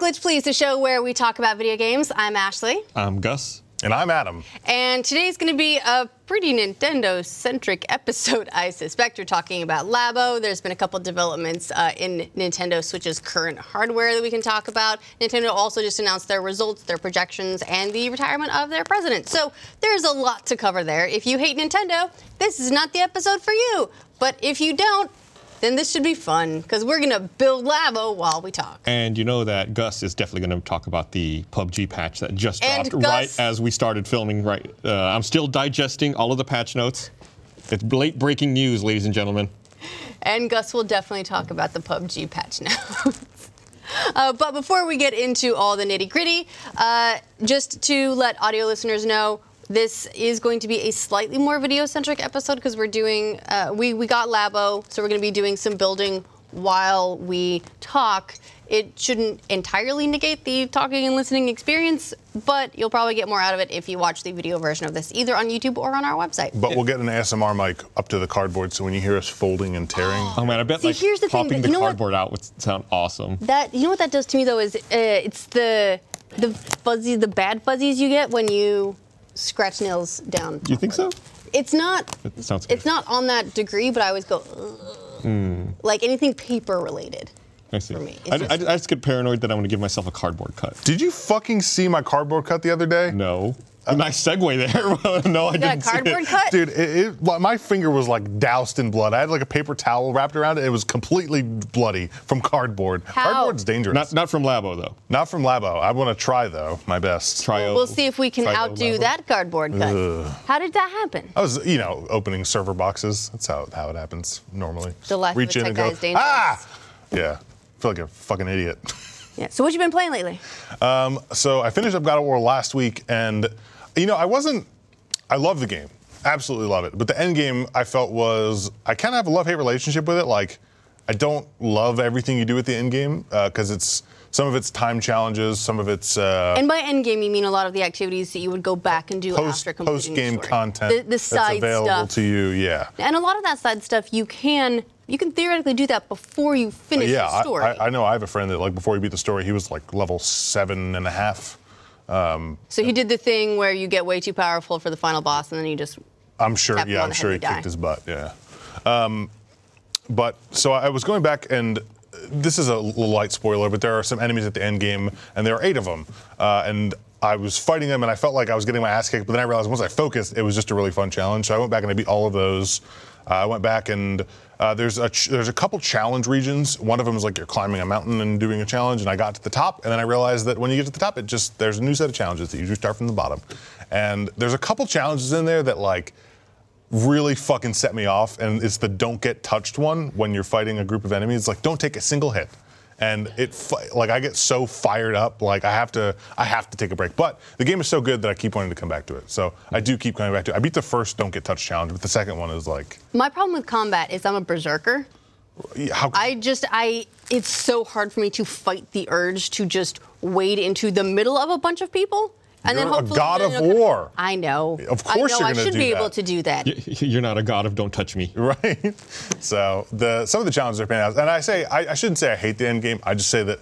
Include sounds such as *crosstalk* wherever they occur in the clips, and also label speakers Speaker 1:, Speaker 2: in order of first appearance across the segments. Speaker 1: Glitch Please, the show where we talk about video games. I'm Ashley.
Speaker 2: I'm Gus.
Speaker 3: And I'm Adam.
Speaker 1: And today's going to be a pretty Nintendo centric *laughs* episode, I suspect. You're talking about Labo. There's been a couple developments uh, in Nintendo Switch's current hardware that we can talk about. Nintendo also just announced their results, their projections, and the retirement of their president. So there's a lot to cover there. If you hate Nintendo, this is not the episode for you. But if you don't, then this should be fun because we're going to build Labo while we talk.
Speaker 2: And you know that Gus is definitely going to talk about the PUBG patch that just
Speaker 1: And
Speaker 2: dropped right
Speaker 1: Gus-
Speaker 2: as we started filming. Right, uh, I'm still digesting all of the patch notes. It's late breaking news, ladies and gentlemen.
Speaker 1: And Gus will definitely talk about the PUBG patch notes. *laughs* Uh, but before we get into all the nitty gritty, uh, just to let audio listeners know, this is going to be a slightly more video centric episode because we're doing, uh, we, we got Labo, so we're going to be doing some building while we talk. It shouldn't entirely negate the talking and listening experience, but you'll probably get more out of it if you watch the video version of this either on YouTube or on our website.
Speaker 3: But we'll get an ASMR mic up to the cardboard so when you hear us folding and tearing,
Speaker 2: Oh man, I bet
Speaker 1: See,
Speaker 2: like
Speaker 1: here's the thing,
Speaker 2: popping
Speaker 1: but
Speaker 2: the
Speaker 1: you know what-
Speaker 2: cardboard out would sound awesome.
Speaker 1: That you know what that does to me though is uh, it's the the fuzzy the bad fuzzies you get when you scratch nails down.
Speaker 2: You think so?
Speaker 1: It's not
Speaker 2: That sounds good.
Speaker 1: it's not on that degree, but I always go "Ugh."
Speaker 3: Hmm.
Speaker 1: like anything paper related.
Speaker 2: I see.
Speaker 1: for me. It's
Speaker 2: I,
Speaker 1: just-
Speaker 2: I- I just get paranoid that I'm going to give myself a cardboard cut.
Speaker 3: Did you fucking see my cardboard cut the other day?
Speaker 2: No.
Speaker 3: Uh,
Speaker 2: nice segue there. *laughs* no,
Speaker 1: got
Speaker 2: I
Speaker 1: a
Speaker 2: didn't. see it.
Speaker 1: cardboard cut?
Speaker 3: *laughs* Dude, it, it, like, my finger was like doused in blood. I had like a paper towel wrapped around it. It was completely bloody from cardboard.
Speaker 1: How?
Speaker 3: Cardboard's dangerous.
Speaker 2: Not not from Labo though.
Speaker 3: Not from Labo. I want to try though, my best.
Speaker 2: Try
Speaker 1: We'll see if we can
Speaker 2: try Labo
Speaker 1: outdo
Speaker 2: Labo.
Speaker 1: that cardboard cut. How did that happen?
Speaker 3: I was, you know, opening server boxes. That's how, how it happens normally.
Speaker 1: The life of
Speaker 3: Reach
Speaker 1: a
Speaker 3: in
Speaker 1: tech
Speaker 3: and
Speaker 1: guy
Speaker 3: go,
Speaker 1: is dangerous.
Speaker 3: ah! Yeah, feel like a fucking idiot. *laughs*
Speaker 1: Yeah. So what you been playing lately?
Speaker 3: Um, so I finished up God of War last week, and you know, I wasn't. I love the game, absolutely love it. But the end game, I felt was I kind of have a love hate relationship with it. Like, I don't love everything you do at the end game because it's some of it's time challenges, some of it's uh,
Speaker 1: And by endgame, you mean a lot of the activities that you would go back and do
Speaker 3: post
Speaker 1: after completing
Speaker 3: post game
Speaker 1: the story.
Speaker 3: content
Speaker 1: The, the
Speaker 3: that's
Speaker 1: side
Speaker 3: available
Speaker 1: stuff.
Speaker 3: to you. Yeah.
Speaker 1: And a lot of that side stuff you can you can theoretically do that before you finish
Speaker 3: yeah,
Speaker 1: the
Speaker 3: I-
Speaker 1: story.
Speaker 3: I, I know. I have a friend that like before he beat the story, he was like level seven and a half. Um,
Speaker 1: So he did the thing where you get way too powerful for the final boss, and then you just.
Speaker 3: I'm sure.
Speaker 1: Tap him
Speaker 3: Yeah,
Speaker 1: on
Speaker 3: I'm
Speaker 1: the
Speaker 3: sure
Speaker 1: head,
Speaker 3: he
Speaker 1: you die.
Speaker 3: kicked his butt. Yeah. Um, but so I was going back, and this is a l- light spoiler, but there are some enemies at the end game, and there are eight of them, uh, and. I was fighting them and I felt like I was getting my ass kicked, but then I realized once I focused, it was just a really fun challenge. So I went back and I beat all of those. Uh, I went back and uh, there's a ch- there's a couple challenge regions. One of them is like you're climbing a mountain and doing a challenge, and I got to the top, and then I realized that when you get to the top, it just there's a new set of challenges that you just start from the bottom, and there's a couple challenges in there that like really fucking set me off, and it's the don't get touched one when you're fighting a group of enemies. It's like don't take a single hit, and it fi- like I get so fired up, like I have to I have to take a break. But the game is so good that I keep wanting to come back to it, so I do keep coming back to it. I beat the first don't get touched challenge, but the second one is like
Speaker 1: My problem with combat is I'm a berserker.
Speaker 3: how
Speaker 1: I just I it's so hard for me to fight the urge to just wade into the middle of a bunch of people and then
Speaker 3: You're a
Speaker 1: hopefully
Speaker 3: god
Speaker 1: you know,
Speaker 3: of
Speaker 1: kind
Speaker 3: war.
Speaker 1: I know.
Speaker 3: Of
Speaker 1: I know
Speaker 3: course you're
Speaker 1: I
Speaker 3: gonna
Speaker 1: should
Speaker 3: do
Speaker 1: be able
Speaker 3: that.
Speaker 1: to do that.
Speaker 2: *laughs* You're not a god of don't touch me.
Speaker 3: *laughs* right? So the some of the challenges are paying out, and I say I, I shouldn't say I hate the end game. I just say that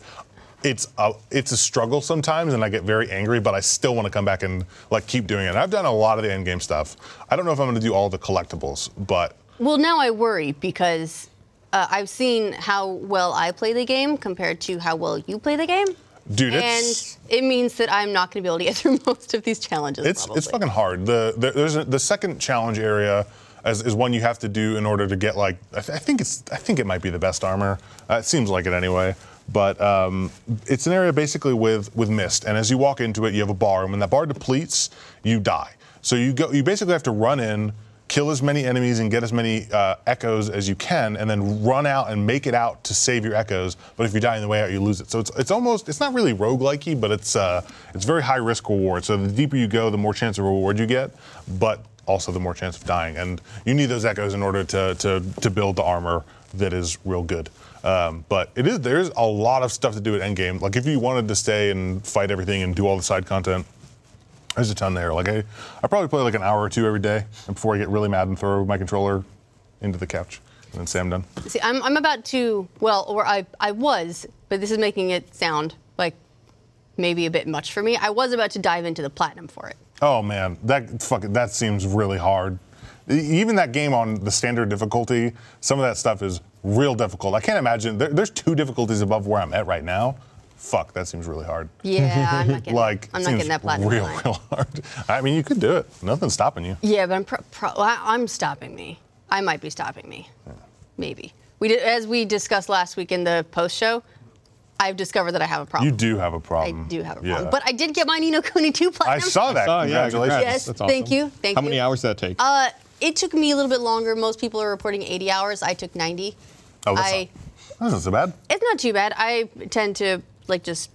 Speaker 3: it's a it's a struggle sometimes, and I get very angry, but I still want to come back and like keep doing it. And I've done a lot of the end game stuff. I don't know if I'm going to do all the collectibles, but
Speaker 1: Well, now I worry because uh, I've seen how well I play the game compared to how well you play the game.
Speaker 3: dude,
Speaker 1: And
Speaker 3: it's
Speaker 1: it means that I'm not going to be able to get through *laughs* most of these challenges.
Speaker 3: it's
Speaker 1: probably.
Speaker 3: it's fucking hard. The, the there's a, the second challenge area. Is, is one you have to do in order to get like I, th- I think it's I think it might be the best armor. Uh, it seems like it anyway. But um, it's an area basically with with mist, and as you walk into it, you have a bar, and when that bar depletes, you die. So you go you basically have to run in, kill as many enemies and get as many uh, echoes as you can, and then run out and make it out to save your echoes. But if you die in the way out, you lose it. So it's, it's almost it's not really roguelikey, but it's uh, it's very high risk reward. So the deeper you go, the more chance of reward you get, but also the more chance of dying. And you need those echoes in order to to, to build the armor that is real good. Um, but it is there's a lot of stuff to do at endgame. Like if you wanted to stay and fight everything and do all the side content, there's a ton there. Like I, I probably play like an hour or two every day before I get really mad and throw my controller into the couch and then say I'm done.
Speaker 1: See, I'm, I'm about to, well, or I, I was, but this is making it sound like maybe a bit much for me. I was about to dive into the platinum for it.
Speaker 3: Oh man, that fucking that seems really hard. E- Even that game on the standard difficulty, some of that stuff is real difficult. I can't imagine. There, there's two difficulties above where I'm at right now. Fuck, that seems really hard.
Speaker 1: *laughs* Yeah, I'm not getting,
Speaker 3: Like,
Speaker 1: I'm
Speaker 3: it
Speaker 1: not
Speaker 3: seems
Speaker 1: getting that platinum.
Speaker 3: Real,
Speaker 1: line.
Speaker 3: real hard. I mean, you could do it. Nothing's stopping you.
Speaker 1: Yeah, but I'm pro- pro- I- I'm stopping me. I might be stopping me. Maybe we did, as we discussed last week in the post show. I've discovered that I have a
Speaker 3: You
Speaker 1: problem.
Speaker 3: do have a
Speaker 1: I
Speaker 3: problem.
Speaker 1: do have a
Speaker 3: Yeah.
Speaker 1: problem, but I did get my Nino Cooney two
Speaker 3: I
Speaker 1: platinum.
Speaker 3: saw that.
Speaker 2: Oh, yeah,
Speaker 3: Congratulations.
Speaker 1: Yes, thank you, thank
Speaker 2: How many
Speaker 1: you.
Speaker 2: hours did that take?
Speaker 1: Uh, it took me a little bit longer. Most people are reporting 80 hours. I took 90.
Speaker 3: Oh, that's,
Speaker 1: I-
Speaker 3: not, that's not so bad.
Speaker 1: It's not too bad. I tend to like just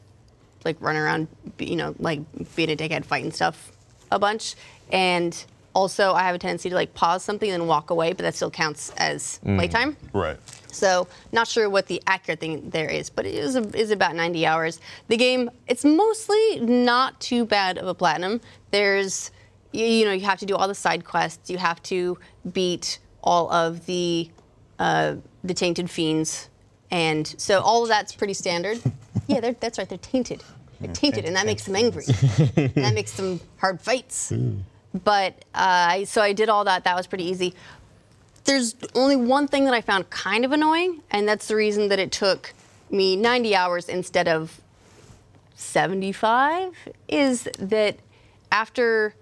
Speaker 1: like run around, be- you know, like being a dickhead, fighting stuff a bunch, and also I have a tendency to like pause something and then walk away, but that still counts as
Speaker 3: Mm.
Speaker 1: playtime.
Speaker 3: Right.
Speaker 1: So not sure what the accurate thing there is, but it is, is about 90 hours. The game, it's mostly not too bad of a platinum. There's, you, you know, you have to do all the side quests. You have to beat all of the uh, the tainted fiends, and so all of that's pretty standard. yeah, they're, that's right. They're tainted. They're tainted, and that makes them angry. and that makes them hard fights. But uh, I- so I did all that. That was pretty easy there's only one thing that I found kind of annoying, and that's the reason that it took me 90 hours instead of 75 is that after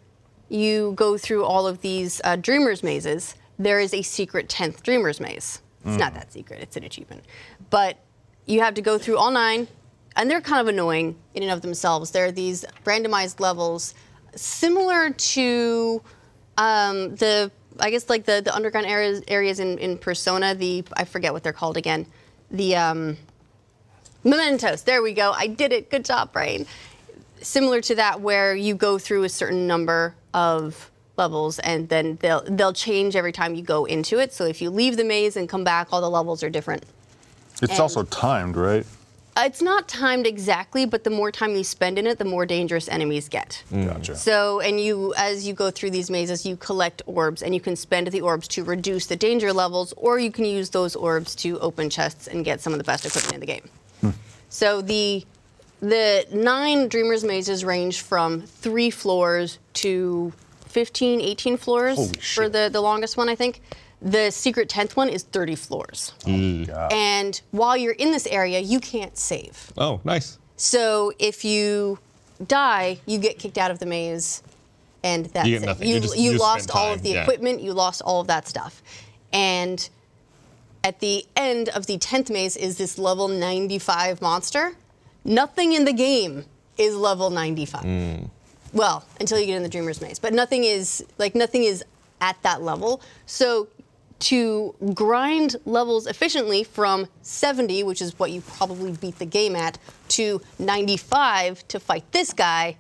Speaker 1: you go through all of these uh, dreamers mazes, there is a secret 10th dreamers maze. It's not that secret, it's an achievement. But you have to go through all nine, and they're kind of annoying in and of themselves. There are these randomized levels similar to um, the, I guess, like the, the underground areas, areas in, in Persona, the, I forget what they're called again, the, um, Mementos. There we go. I did it. Good job, brain. Similar to that, where you go through a certain number of levels, and then they'll they'll change every time you go into it. So if you leave the maze and come back, all the levels are different.
Speaker 3: It's
Speaker 1: And-
Speaker 3: also timed, right?
Speaker 1: Uh, It's not timed exactly, but the more time you spend in it, the more dangerous enemies get.
Speaker 3: Gotcha.
Speaker 1: So, and you, as you go through these mazes, you collect orbs, and you can spend the orbs to reduce the danger levels, or you can use those orbs to open chests and get some of the best equipment in the game.
Speaker 3: Hmm.
Speaker 1: So the the nine Dreamers mazes range from three floors to 15, 18 floors
Speaker 3: Holy
Speaker 1: for
Speaker 3: shit.
Speaker 1: the, the longest one, I think. The secret 10th one is 30 floors.
Speaker 3: Hmm. God.
Speaker 1: And while you're in this area, you can't save.
Speaker 2: oh, nice.
Speaker 1: So if you die, you get kicked out of the maze, and that's
Speaker 2: get
Speaker 1: it.
Speaker 2: nothing.
Speaker 1: You,
Speaker 2: You just-
Speaker 1: you
Speaker 2: you just
Speaker 1: lost
Speaker 2: spend
Speaker 1: all of
Speaker 2: time,
Speaker 1: the
Speaker 2: yeah.
Speaker 1: equipment, you lost all of that stuff. And at the end of the 10th maze is this level 95 monster. Nothing in the game is level 95. Well, until you get in the Dreamer's Maze, but nothing is like nothing is at that level. So to grind levels efficiently from 70, which is what you probably beat the game at, to 95 to fight this guy,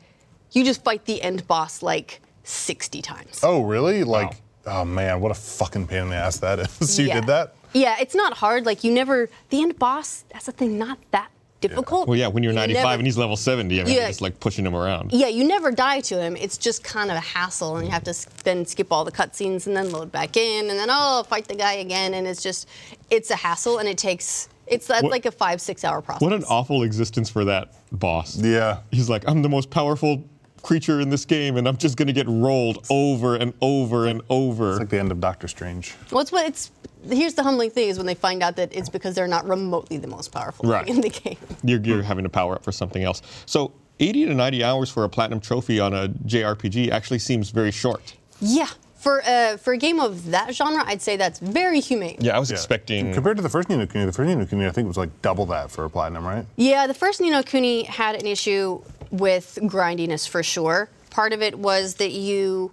Speaker 1: you just fight the end boss like 60 times.
Speaker 3: Oh, really? Like, oh man, what a fucking pain in the ass that is. *laughs* you
Speaker 1: Yeah.
Speaker 3: did that?
Speaker 1: Yeah, it's not hard. Like you never the end boss. That's the thing. Not that difficult.
Speaker 2: Well, yeah, when you're
Speaker 1: You
Speaker 2: 95
Speaker 1: never-
Speaker 2: and he's level 70, I mean,
Speaker 1: Yeah.
Speaker 2: you're just like pushing him around.
Speaker 1: Yeah, you never die to him. It's just kind of a hassle, and you have to s- then skip all the cutscenes and then load back in, and then oh, fight the guy again, and it's just, it's a hassle, and it takes. It's that's
Speaker 2: What-
Speaker 1: like a five six hour process.
Speaker 2: What an awful existence for that boss.
Speaker 3: Yeah.
Speaker 2: He's like, I'm the most powerful creature in this game, and I'm just gonna get rolled over and over and over.
Speaker 3: Like the end of Doctor Strange.
Speaker 1: What's what it's. Here's the humbling thing is when they find out that it's because they're not remotely the most powerful
Speaker 2: Right.
Speaker 1: in the game.
Speaker 2: you're, you're having to power up for something else. So 80 to 90 hours for a platinum trophy on a JRPG actually seems very short.
Speaker 1: Yeah, for uh, for a game of that genre, I'd say that's very humane.
Speaker 2: Yeah, I was
Speaker 3: Yeah.
Speaker 2: expecting.
Speaker 3: Compared to the first Nino Kuni, the first Nino Kuni, I think was like double that for a platinum, right?
Speaker 1: Yeah, the first Nino Kuni had an issue with grindiness for sure. Part of it was that you,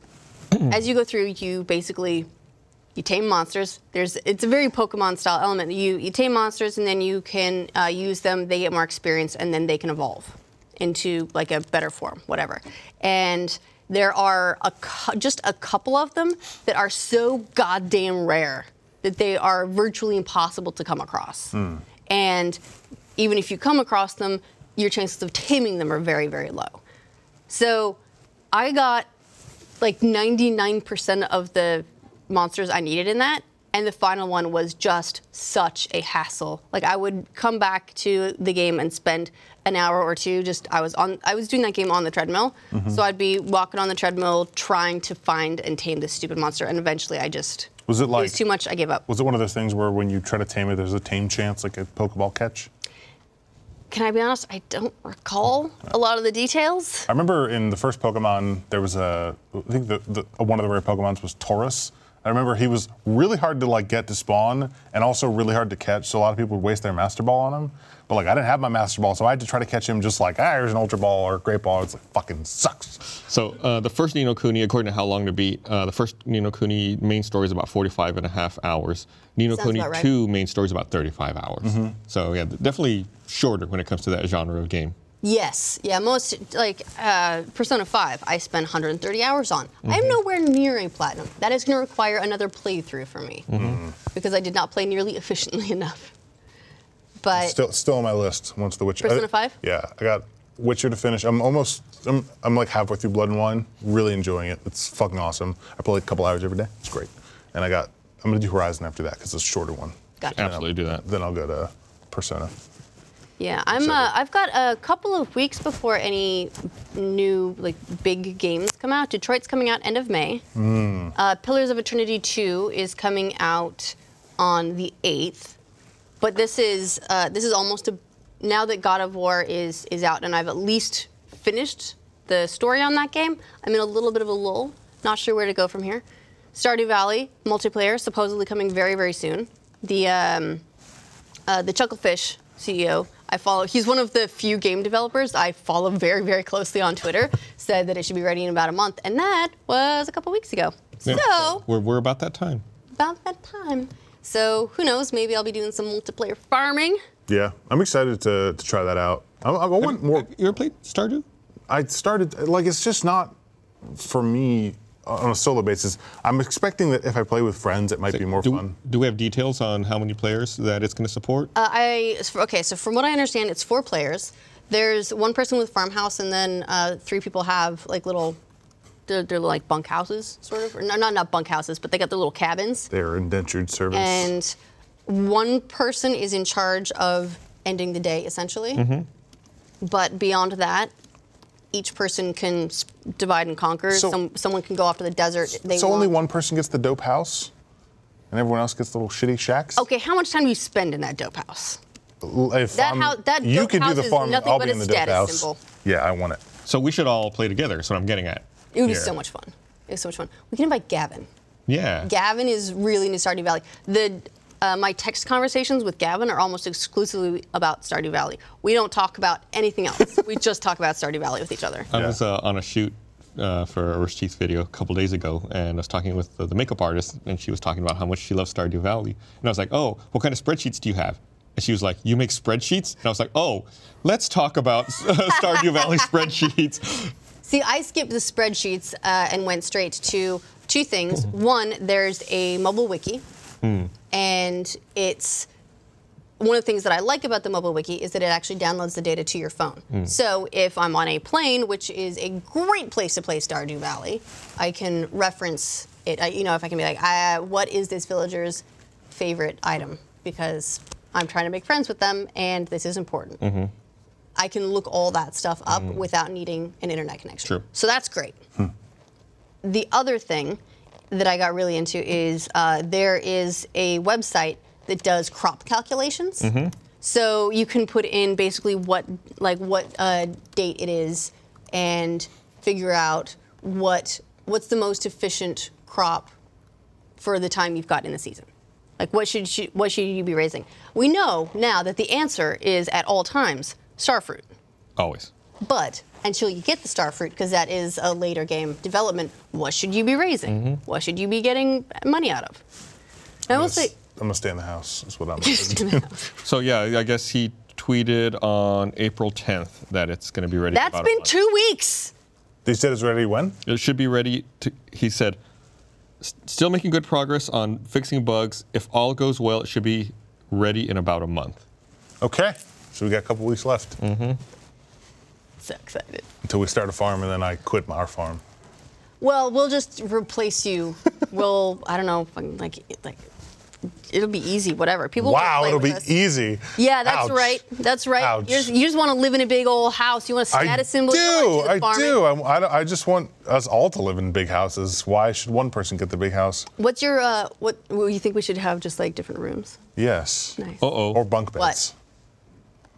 Speaker 1: as you go through, you basically you tame monsters. There's it's a very Pokemon style element. You you tame monsters and then you can uh, use them. They get more experience and then they can evolve into like a better form, whatever. And there are a cou- just a couple of them that are so goddamn rare that they are virtually impossible to come across. And even if you come across them, your chances of taming them are very very low. So I got like 99% of the monsters I needed in that. And the final one was just such a hassle. Like I would come back to the game and spend an hour or two just I was on I was doing that game on the treadmill.
Speaker 3: Mm-hmm.
Speaker 1: So I'd be walking on the treadmill trying to find and tame this stupid monster and eventually I just
Speaker 3: Was it
Speaker 1: it
Speaker 3: like
Speaker 1: was too much. I gave up.
Speaker 3: Was it one of those things where when you try to tame it, there's a tame chance, like a Pokeball catch?
Speaker 1: Can I be honest? I don't recall a lot of the details.
Speaker 3: I remember in the first Pokemon, there was a I think the, the one of the rare Pokemons was Taurus. I remember he was really hard to like get to spawn and also really hard to catch. So a lot of people would waste their Master Ball on him. But like I didn't have my Master Ball, so I had to try to catch him just like ah, here's an Ultra Ball or a Great Ball. It's like fucking sucks.
Speaker 2: So uh, the first Nino Kuni, according to How Long to Beat, uh, the first Nino Kuni main story is about 45 and a half hours. Nino
Speaker 1: Sounds
Speaker 2: Kuni
Speaker 1: about right.
Speaker 2: 2 main story is about 35 hours.
Speaker 3: Mm-hmm.
Speaker 2: So yeah, definitely shorter when it comes to that genre of game.
Speaker 1: Yes. Yeah. Most like uh, Persona 5, I spent 130 hours on. I am nowhere near a platinum. That is going to require another playthrough for me because I did not play nearly *laughs* efficiently enough. But
Speaker 3: Still, still on my list. Once the Witcher.
Speaker 1: Persona
Speaker 3: I-
Speaker 1: 5?
Speaker 3: Yeah, I got Witcher to finish. I'm almost. I'm, I'm like halfway through Blood and Wine. Really enjoying it. It's fucking awesome. I play a couple hours every day. It's great. And I got. I'm gonna do Horizon after that because it's a shorter one.
Speaker 1: Gotcha.
Speaker 2: Absolutely do that.
Speaker 3: Then I'll go to Persona.
Speaker 1: yeah, I'm. Uh, I've got a couple of weeks before any new like big games come out. Detroit's coming out end of May. Uh, Pillars of Eternity 2 is coming out on the 8th. But this is uh, this is almost a now that God of War is is out and I've at least finished the story on that game. I'm in a little bit of a lull, not sure where to go from here. Stardew Valley multiplayer supposedly coming very very soon. The um, uh, the Chucklefish CEO I follow. He's one of the few game developers I follow very very closely on Twitter. said that it should be ready in about a month, and that was a couple weeks ago.
Speaker 2: Yeah.
Speaker 1: So
Speaker 2: we're, we're about that time.
Speaker 1: about that time. So who knows? Maybe I'll be doing some multiplayer farming.
Speaker 3: Yeah, I'm excited to, to try that out. I, I want more.
Speaker 2: You ever played Stardew?
Speaker 3: I started like it's just not for me on a solo basis. I'm expecting that if I play with friends, it might be more
Speaker 2: do,
Speaker 3: fun.
Speaker 2: Do we have details on how many players that it's going to support?
Speaker 1: Uh, I okay. So from what I understand, it's four players. There's one person with farmhouse, and then uh, three people have like little, they're, they're like bunkhouses, sort of. Or no, not not bunkhouses, but they got their little cabins.
Speaker 3: They're indentured servants.
Speaker 1: And one person is in charge of ending the day, essentially.
Speaker 3: Mm-hmm.
Speaker 1: But beyond that, each person can s- divide and conquer.
Speaker 3: So-
Speaker 1: Some, someone can go off to the desert. They
Speaker 3: so only
Speaker 1: won't-
Speaker 3: one person gets the dope house, and everyone else gets the little shitty shacks.
Speaker 1: Okay, how much time do you spend in that dope house?
Speaker 3: L- If
Speaker 1: That
Speaker 3: I'm-
Speaker 1: hou- that
Speaker 3: you
Speaker 1: dope
Speaker 3: could do
Speaker 1: house
Speaker 3: the
Speaker 1: is
Speaker 3: farm.
Speaker 1: nothing
Speaker 3: I'll
Speaker 1: but
Speaker 3: be
Speaker 1: a
Speaker 3: in the dope
Speaker 1: status
Speaker 3: house.
Speaker 1: symbol.
Speaker 3: Yeah, I want it.
Speaker 2: So we should all play together. That's what I'm getting at.
Speaker 1: It would be
Speaker 2: here.
Speaker 1: so much fun. It was so much fun. We can invite Gavin.
Speaker 2: Yeah.
Speaker 1: Gavin is really into Stardew Valley. The uh, my text conversations with Gavin are almost exclusively about Stardew Valley. We don't talk about anything else. we just talk about Stardew Valley with each other.
Speaker 2: I
Speaker 3: Yeah.
Speaker 2: was uh, on a shoot uh, for a Rooster Teeth video a couple days ago, and I was talking with the, the makeup artist, and she was talking about how much she loves Stardew Valley. And I was like, oh, what kind of spreadsheets do you have? And she was like, you make spreadsheets? And I was like, oh, let's talk about uh, *laughs*
Speaker 1: *laughs*
Speaker 2: Stardew Valley spreadsheets.
Speaker 1: See, I skipped the spreadsheets uh, and went straight to two things. One, there's a mobile wiki, and it's one of the things that I like about the mobile wiki is that it actually downloads the data to your phone. So if I'm on a plane, which is a great place to play Stardew Valley, I can reference it. I, you know, if I can be like, I, "What is this villager's favorite item?" Because I'm trying to make friends with them, and this is important. I can look all that stuff up without needing an internet connection.
Speaker 2: True.
Speaker 1: So that's great. The other thing that I got really into is uh, there is a website that does crop calculations. So you can put in basically what like what uh, date it is and figure out what what's the most efficient crop for the time you've got in the season. Like what should you, what should you be raising? We know now that the answer is at all times starfruit.
Speaker 2: Always.
Speaker 1: But until you get the starfruit, because that is a later game development, what should you be raising?
Speaker 3: Mm-hmm.
Speaker 1: What should you be getting money out of? And I will say, *laughs*
Speaker 3: I'm gonna stay in the house. Is what I'm.
Speaker 1: just in the house.
Speaker 2: So, yeah, I guess he tweeted on April 10th that it's going to be ready. in
Speaker 1: that's
Speaker 2: about a
Speaker 1: been
Speaker 2: month.
Speaker 1: two weeks.
Speaker 3: they said it's ready when?
Speaker 2: It should be ready to, he said, "S- still making good progress on fixing bugs. If all goes well, it should be ready in about a month.
Speaker 3: Okay. So we got a couple weeks left
Speaker 1: So excited.
Speaker 3: until we start a farm, and then I quit my, our farm. *laughs*
Speaker 1: Well, we'll just replace you. we'll, I don't know, fucking, like, like it'll be easy, whatever. People wanna
Speaker 3: Wow,
Speaker 1: play
Speaker 3: it'll
Speaker 1: with
Speaker 3: be
Speaker 1: us.
Speaker 3: easy.
Speaker 1: Yeah, that's
Speaker 3: Ouch.
Speaker 1: right. That's right.
Speaker 3: Ouch.
Speaker 1: You just, want to live in a big old house. You want a
Speaker 3: I
Speaker 1: status symbol.
Speaker 3: do.
Speaker 1: You wanna the
Speaker 3: I
Speaker 1: farming.
Speaker 3: do. I'm- I, don't- I just want us all to live in big houses. Why should one person get the big house?
Speaker 1: What's your uh, what? Well, you think we should have just like different rooms?
Speaker 3: Yes.
Speaker 1: Nice.
Speaker 2: Uh oh.
Speaker 3: Or bunk beds.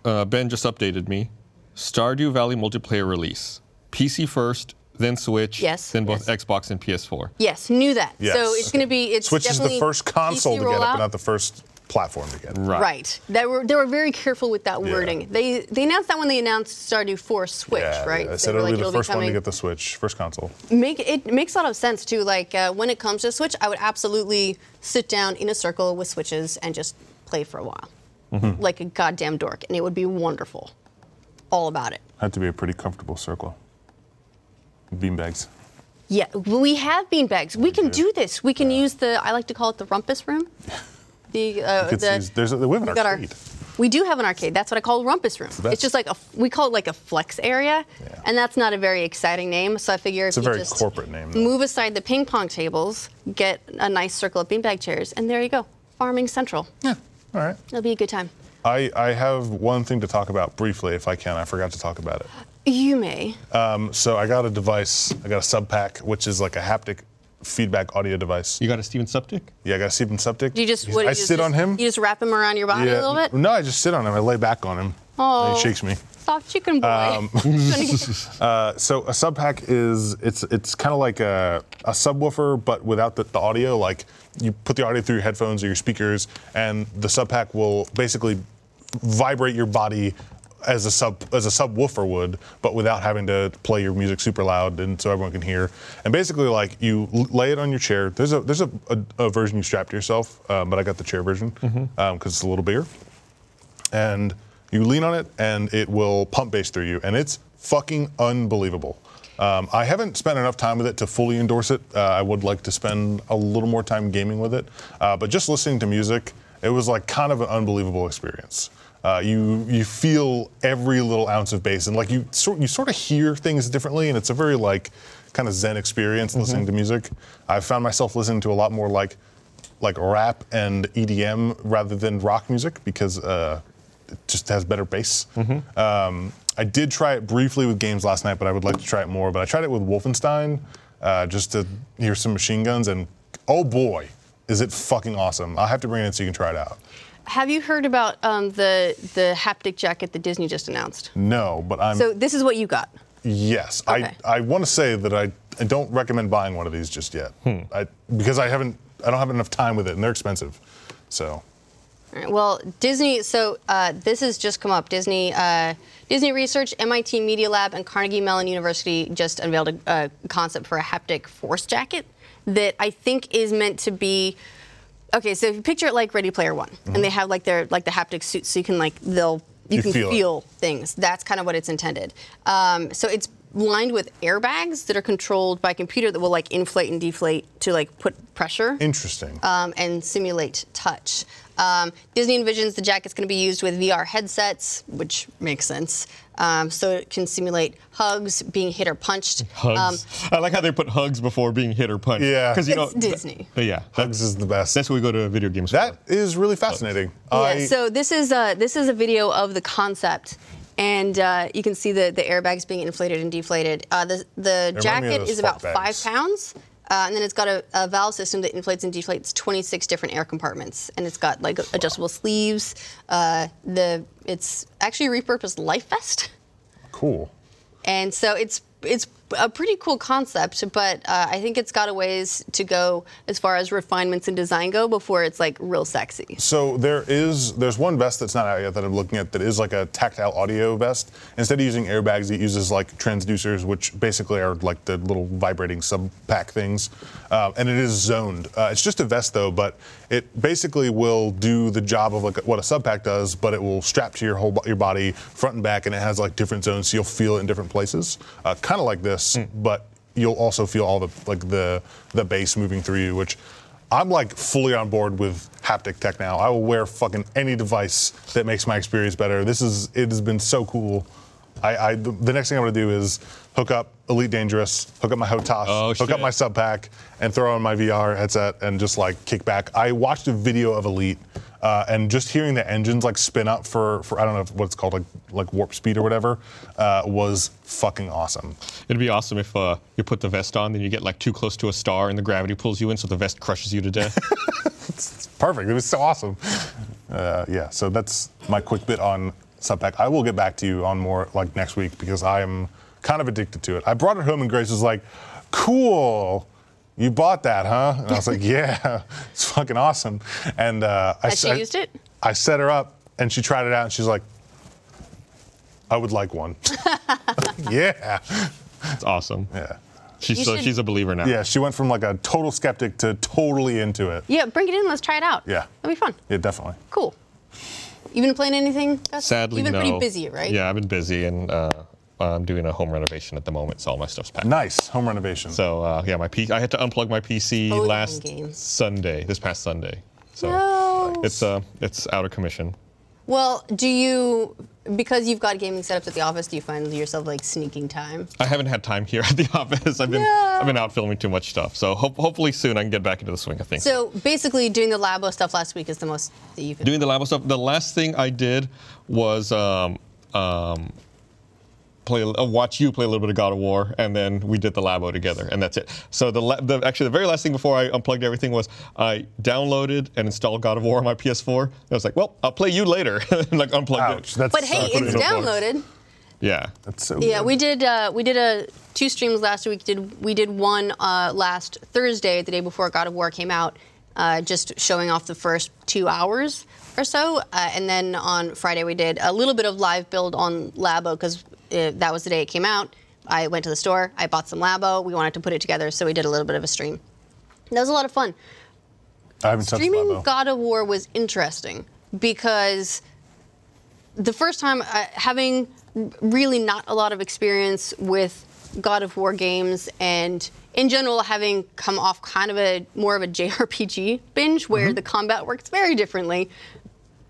Speaker 2: Uh, ben just updated me. Stardew Valley multiplayer release. PC first, then Switch,
Speaker 1: Yes,
Speaker 2: then both Xbox and PS4.
Speaker 1: Yes, knew that.
Speaker 3: Yes.
Speaker 1: So it's going to be it's
Speaker 3: Switch is the
Speaker 1: definitely
Speaker 3: first console
Speaker 1: PC
Speaker 3: to get it,
Speaker 1: rollout.
Speaker 3: but not the first platform to get it.
Speaker 2: Right.
Speaker 1: Right. They were they were very careful with that
Speaker 3: Yeah.
Speaker 1: wording. They they announced that when they announced Stardew for Switch,
Speaker 3: Yeah,
Speaker 1: right?
Speaker 3: I
Speaker 1: They
Speaker 3: said
Speaker 1: were
Speaker 3: it'll
Speaker 1: like,
Speaker 3: be the first one to
Speaker 1: coming-
Speaker 3: get the Switch, first console.
Speaker 1: Make it makes a lot of sense too. Like uh, when it comes to Switch, I would absolutely sit down in a circle with switches and just play for a while,
Speaker 3: Mm-hmm.
Speaker 1: like a goddamn dork, and it would be wonderful. All about it.
Speaker 3: Had to be a pretty comfortable circle. Beanbags.
Speaker 1: Yeah, we have beanbags. We can do this. We can use the I like to call it the rumpus room. The uh,
Speaker 3: It's,
Speaker 1: the
Speaker 3: it's- there's a, we have an
Speaker 1: we got our
Speaker 3: arcade.
Speaker 1: we do have an arcade. That's what I call rumpus room.
Speaker 3: best.
Speaker 1: It's just like a we call it like a flex area,
Speaker 3: Yeah.
Speaker 1: and that's not a very exciting name. So I figure
Speaker 3: It's a
Speaker 1: if you
Speaker 3: very
Speaker 1: just
Speaker 3: corporate name. though.
Speaker 1: move aside the ping pong tables, get a nice circle of beanbag chairs, and there you go, farming central.
Speaker 3: Yeah. All right.
Speaker 1: It'll be a good time.
Speaker 3: I, I have one thing to talk about briefly, if I can. I forgot to talk about it.
Speaker 1: You may.
Speaker 3: Um, so I got a device. I got a Subpack, which is like a haptic feedback audio device.
Speaker 2: You got a Steven Septic?
Speaker 3: Yeah, I got a Steven Septic.
Speaker 1: Do you just
Speaker 3: He's-
Speaker 1: what do
Speaker 3: I
Speaker 1: you just-
Speaker 3: sit on him.
Speaker 1: You just wrap him around your body
Speaker 3: Yeah.
Speaker 1: a little bit.
Speaker 3: No, I just sit on him. I lay back on him.
Speaker 1: Oh.
Speaker 3: And he shakes me.
Speaker 1: Soft chicken boy.
Speaker 3: Um,
Speaker 1: *laughs*
Speaker 3: Uh, so a Subpack is it's it's kind of like a, a subwoofer, but without the, the audio. Like you put the audio through your headphones or your speakers, and the Subpack will basically vibrate your body as a sub as a subwoofer would, but without having to play your music super loud and so everyone can hear. And basically, like you l- lay it on your chair. There's a there's a, a, a version you strap to yourself, um, but I got the chair version because it's a little bigger and you lean on it and it will pump bass through you and it's fucking unbelievable um, i haven't spent enough time with it to fully endorse it uh, i would like to spend a little more time gaming with it uh, but just listening to music it was like kind of an unbelievable experience uh, you you feel every little ounce of bass and like you sort you sort of hear things differently and it's a very like kind of zen experience listening to music i found myself listening to a lot more like like rap and EDM rather than rock music because uh, it just has better bass. Um, I did try it briefly with games last night, but I would like to try it more. But I tried it with Wolfenstein uh, just to hear some machine guns, and oh boy, is it fucking awesome! I'll have to bring it in so you can try it out.
Speaker 1: Have you heard about um, the the haptic jacket that Disney just announced?
Speaker 3: No, but I'm
Speaker 1: So this is what you got.
Speaker 3: yes.
Speaker 1: Okay.
Speaker 3: I I want to say that I, I don't recommend buying one of these just yet, I, because I haven't I don't have enough time with it, and they're expensive. So
Speaker 1: All right, well, Disney. So uh, this has just come up. Disney, uh, Disney Research, MIT Media Lab, and Carnegie Mellon University just unveiled a, a concept for a haptic force jacket that I think is meant to be. Okay, so if you picture it like Ready Player One, and they have like their like the haptic suit, so you can like they'll you,
Speaker 3: Mm-hmm. You
Speaker 1: can
Speaker 3: feel
Speaker 1: feel,
Speaker 3: it.
Speaker 1: things. That's kind of what it's intended. Um, so it's lined with airbags that are controlled by a computer that will like inflate and deflate to like put pressure
Speaker 3: interesting.
Speaker 1: um, and simulate touch. Um, Disney envisions the jacket's going to be used with VR headsets, which makes sense. Um, so it can simulate hugs, being hit or punched.
Speaker 2: Hugs. I like how they put hugs before being hit or punched.
Speaker 3: Yeah.
Speaker 2: Because you
Speaker 1: Um, It's
Speaker 2: know. th-
Speaker 1: Disney.
Speaker 2: but yeah.
Speaker 3: Hugs is the best.
Speaker 2: That's what we go to video games
Speaker 3: That is really fascinating.
Speaker 1: Um, yeah,
Speaker 3: I,
Speaker 1: so this is a this is a video of the concept, and uh, you can see the the airbags being inflated and deflated. Uh, the the
Speaker 3: me of
Speaker 1: jacket
Speaker 3: those
Speaker 1: is about
Speaker 3: fuck
Speaker 1: five
Speaker 3: bags.
Speaker 1: pounds. Uh, and then it's got a, a valve system that inflates and deflates 26 different air compartments, and it's got like adjustable sleeves. Uh, the it's actually a repurposed life vest. *laughs*
Speaker 3: cool.
Speaker 1: and so it's it's a pretty cool concept, but uh, I think it's got a ways to go as far as refinements in design go before it's like real sexy.
Speaker 3: So there is there's one vest that's not out yet that I'm looking at that is like a tactile audio vest. Instead of using airbags, it uses like transducers, which basically are like the little vibrating sub pack things, Um, and it is zoned. Uh, it's just a vest though, but it basically will do the job of like what a sub pack does, but it will strap to your whole bo- your body front and back, and it has like different zones, so you'll feel it in different places, uh, kind of like this, but you'll also feel all the like the the bass moving through you, which I'm like fully on board with haptic tech now. I will wear fucking any device that makes my experience better. This is it has been so cool. I, I the, the next thing I'm gonna do is hook up Elite Dangerous, hook up my Hotas,
Speaker 2: Oh,
Speaker 3: hook
Speaker 2: shit.
Speaker 3: up my sub pack, and throw on my VR headset and just like kick back. I watched a video of Elite. Uh, and just hearing the engines like spin up for, for I don't know what it's called like like warp speed or whatever uh, was fucking awesome.
Speaker 2: It'd be awesome if uh, you put the vest on, then you get like too close to a star, and the gravity pulls you in, so the vest crushes you to death.
Speaker 3: Perfect. It was so awesome. Uh, yeah. So that's my quick bit on Subpack. I will get back to you on more like next week because I'm kind of addicted to it. I brought it home and Grace was like, "Cool, you bought that, huh?" And I
Speaker 1: *laughs*
Speaker 3: was like, "Yeah, it's fucking awesome." And uh, I,
Speaker 1: Has she
Speaker 3: I-
Speaker 1: used it?
Speaker 3: I set her up and she tried it out and she's like, "I would
Speaker 1: *laughs*
Speaker 3: like one." yeah.
Speaker 2: It's awesome.
Speaker 3: Yeah.
Speaker 2: She's
Speaker 1: You
Speaker 2: so
Speaker 1: should-
Speaker 2: she's a believer now.
Speaker 3: Yeah. She went from like a total skeptic to totally into it.
Speaker 1: Yeah, bring it in. Let's try it out.
Speaker 3: Yeah.
Speaker 1: That'd be fun.
Speaker 3: Yeah, definitely.
Speaker 1: Cool. You been playing anything? Gus?
Speaker 2: Sadly,
Speaker 1: You've been
Speaker 2: no.
Speaker 1: pretty busy, right?
Speaker 2: Yeah, I've been busy, and uh, I'm doing a home renovation at the moment, so all my stuff's packed.
Speaker 3: Nice home renovation.
Speaker 2: So uh, yeah, my P- I had to unplug my PC
Speaker 1: Loading
Speaker 2: last
Speaker 1: Oh, games.
Speaker 2: Sunday, this past Sunday. So
Speaker 1: No.
Speaker 2: it's uh, it's out of commission.
Speaker 1: Well, do you because you've got gaming setups at the office? Do you find yourself like sneaking time?
Speaker 2: I haven't had time here *laughs* at the office. I've been
Speaker 1: No.
Speaker 2: I've been out filming too much stuff. So ho- hopefully soon I can get back into the swing of things.
Speaker 1: So basically, doing the Labo stuff last week is the most that you can.
Speaker 2: doing the Labo stuff. The last thing I did was um, um, play, uh, watch you play a little bit of God of War, and then we did the Labo together, and that's it. So the, la- the actually the very last thing before I unplugged everything was I downloaded and installed God of War on my PS4. And I was like, well, I'll play you later, *laughs* and like unplugged
Speaker 3: Ouch,
Speaker 2: it.
Speaker 3: that's-
Speaker 1: but hey,
Speaker 3: I put it
Speaker 1: it's
Speaker 3: in a box.
Speaker 1: downloaded.
Speaker 2: Yeah.
Speaker 3: That's so
Speaker 1: Yeah,
Speaker 3: good.
Speaker 1: we did uh, we did a two streams last week. Did we did one uh, last Thursday, the day before God of War came out, uh, just showing off the first two hours or so, uh, and then on Friday we did a little bit of live build on Labo because that was the day it came out. I went to the store, I bought some Labo. We wanted to put it together, so we did a little bit of a stream. That was a lot of fun.
Speaker 3: I haven't touched
Speaker 1: Streaming
Speaker 3: Labo.
Speaker 1: God of War was interesting because the first time I, having r- really not a lot of experience with God of War games and in general having come off kind of a more of a *laughs* JRPG binge where the combat works very differently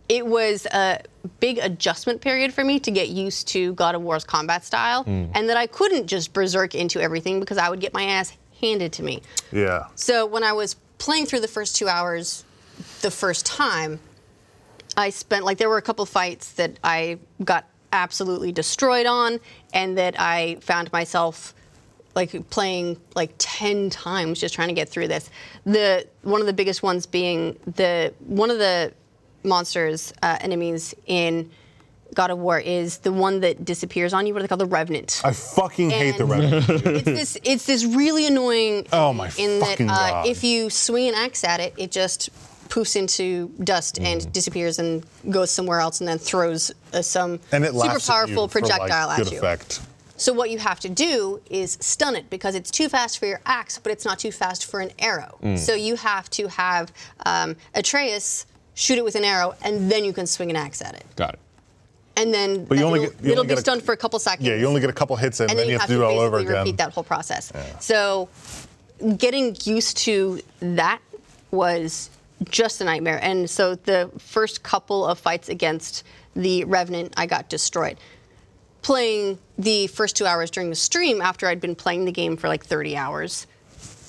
Speaker 1: it was a big adjustment period for me to get used to God of War's combat style and that I couldn't just berserk into everything because I would get my ass handed to me.
Speaker 3: Yeah.
Speaker 1: So when I was playing through the first two hours the first time, I spent like there were a couple fights that I got absolutely destroyed on, and that I found myself like playing like 10 times just trying to get through this the one of the biggest ones being the one of the monsters uh, enemies in god of war is the one that disappears on you what are they called the revenant
Speaker 3: I fucking hate the
Speaker 1: And-
Speaker 3: Revenant.
Speaker 1: it's this it's this really annoying
Speaker 3: Oh my
Speaker 1: in that
Speaker 3: fucking
Speaker 1: uh,
Speaker 3: God.
Speaker 1: if you swing an axe at it it just poofs into dust and disappears and goes somewhere else and then throws uh, some
Speaker 3: and it
Speaker 1: super
Speaker 3: laughs at you
Speaker 1: powerful
Speaker 3: for, like,
Speaker 1: projectile
Speaker 3: good
Speaker 1: at you
Speaker 3: effect.
Speaker 1: so what you have to do is stun it because it's too fast for your axe, but it's not too fast for an arrow. So you have to have um, Atreus shoot it with an arrow, and then you can swing an axe at it.
Speaker 2: Got it.
Speaker 1: And then
Speaker 3: you
Speaker 1: that
Speaker 3: only
Speaker 1: it'll,
Speaker 3: get- you only
Speaker 1: it'll be
Speaker 3: get a-
Speaker 1: stunned for a couple seconds.
Speaker 3: Yeah, you only get a couple hits in, and then you have to do it all over
Speaker 1: basically
Speaker 3: again.
Speaker 1: repeat that whole process. So getting used to that was just a nightmare. And so the first couple of fights against the Revenant, I got destroyed. Playing the first two hours during the stream after I'd been playing the game for like 30 hours,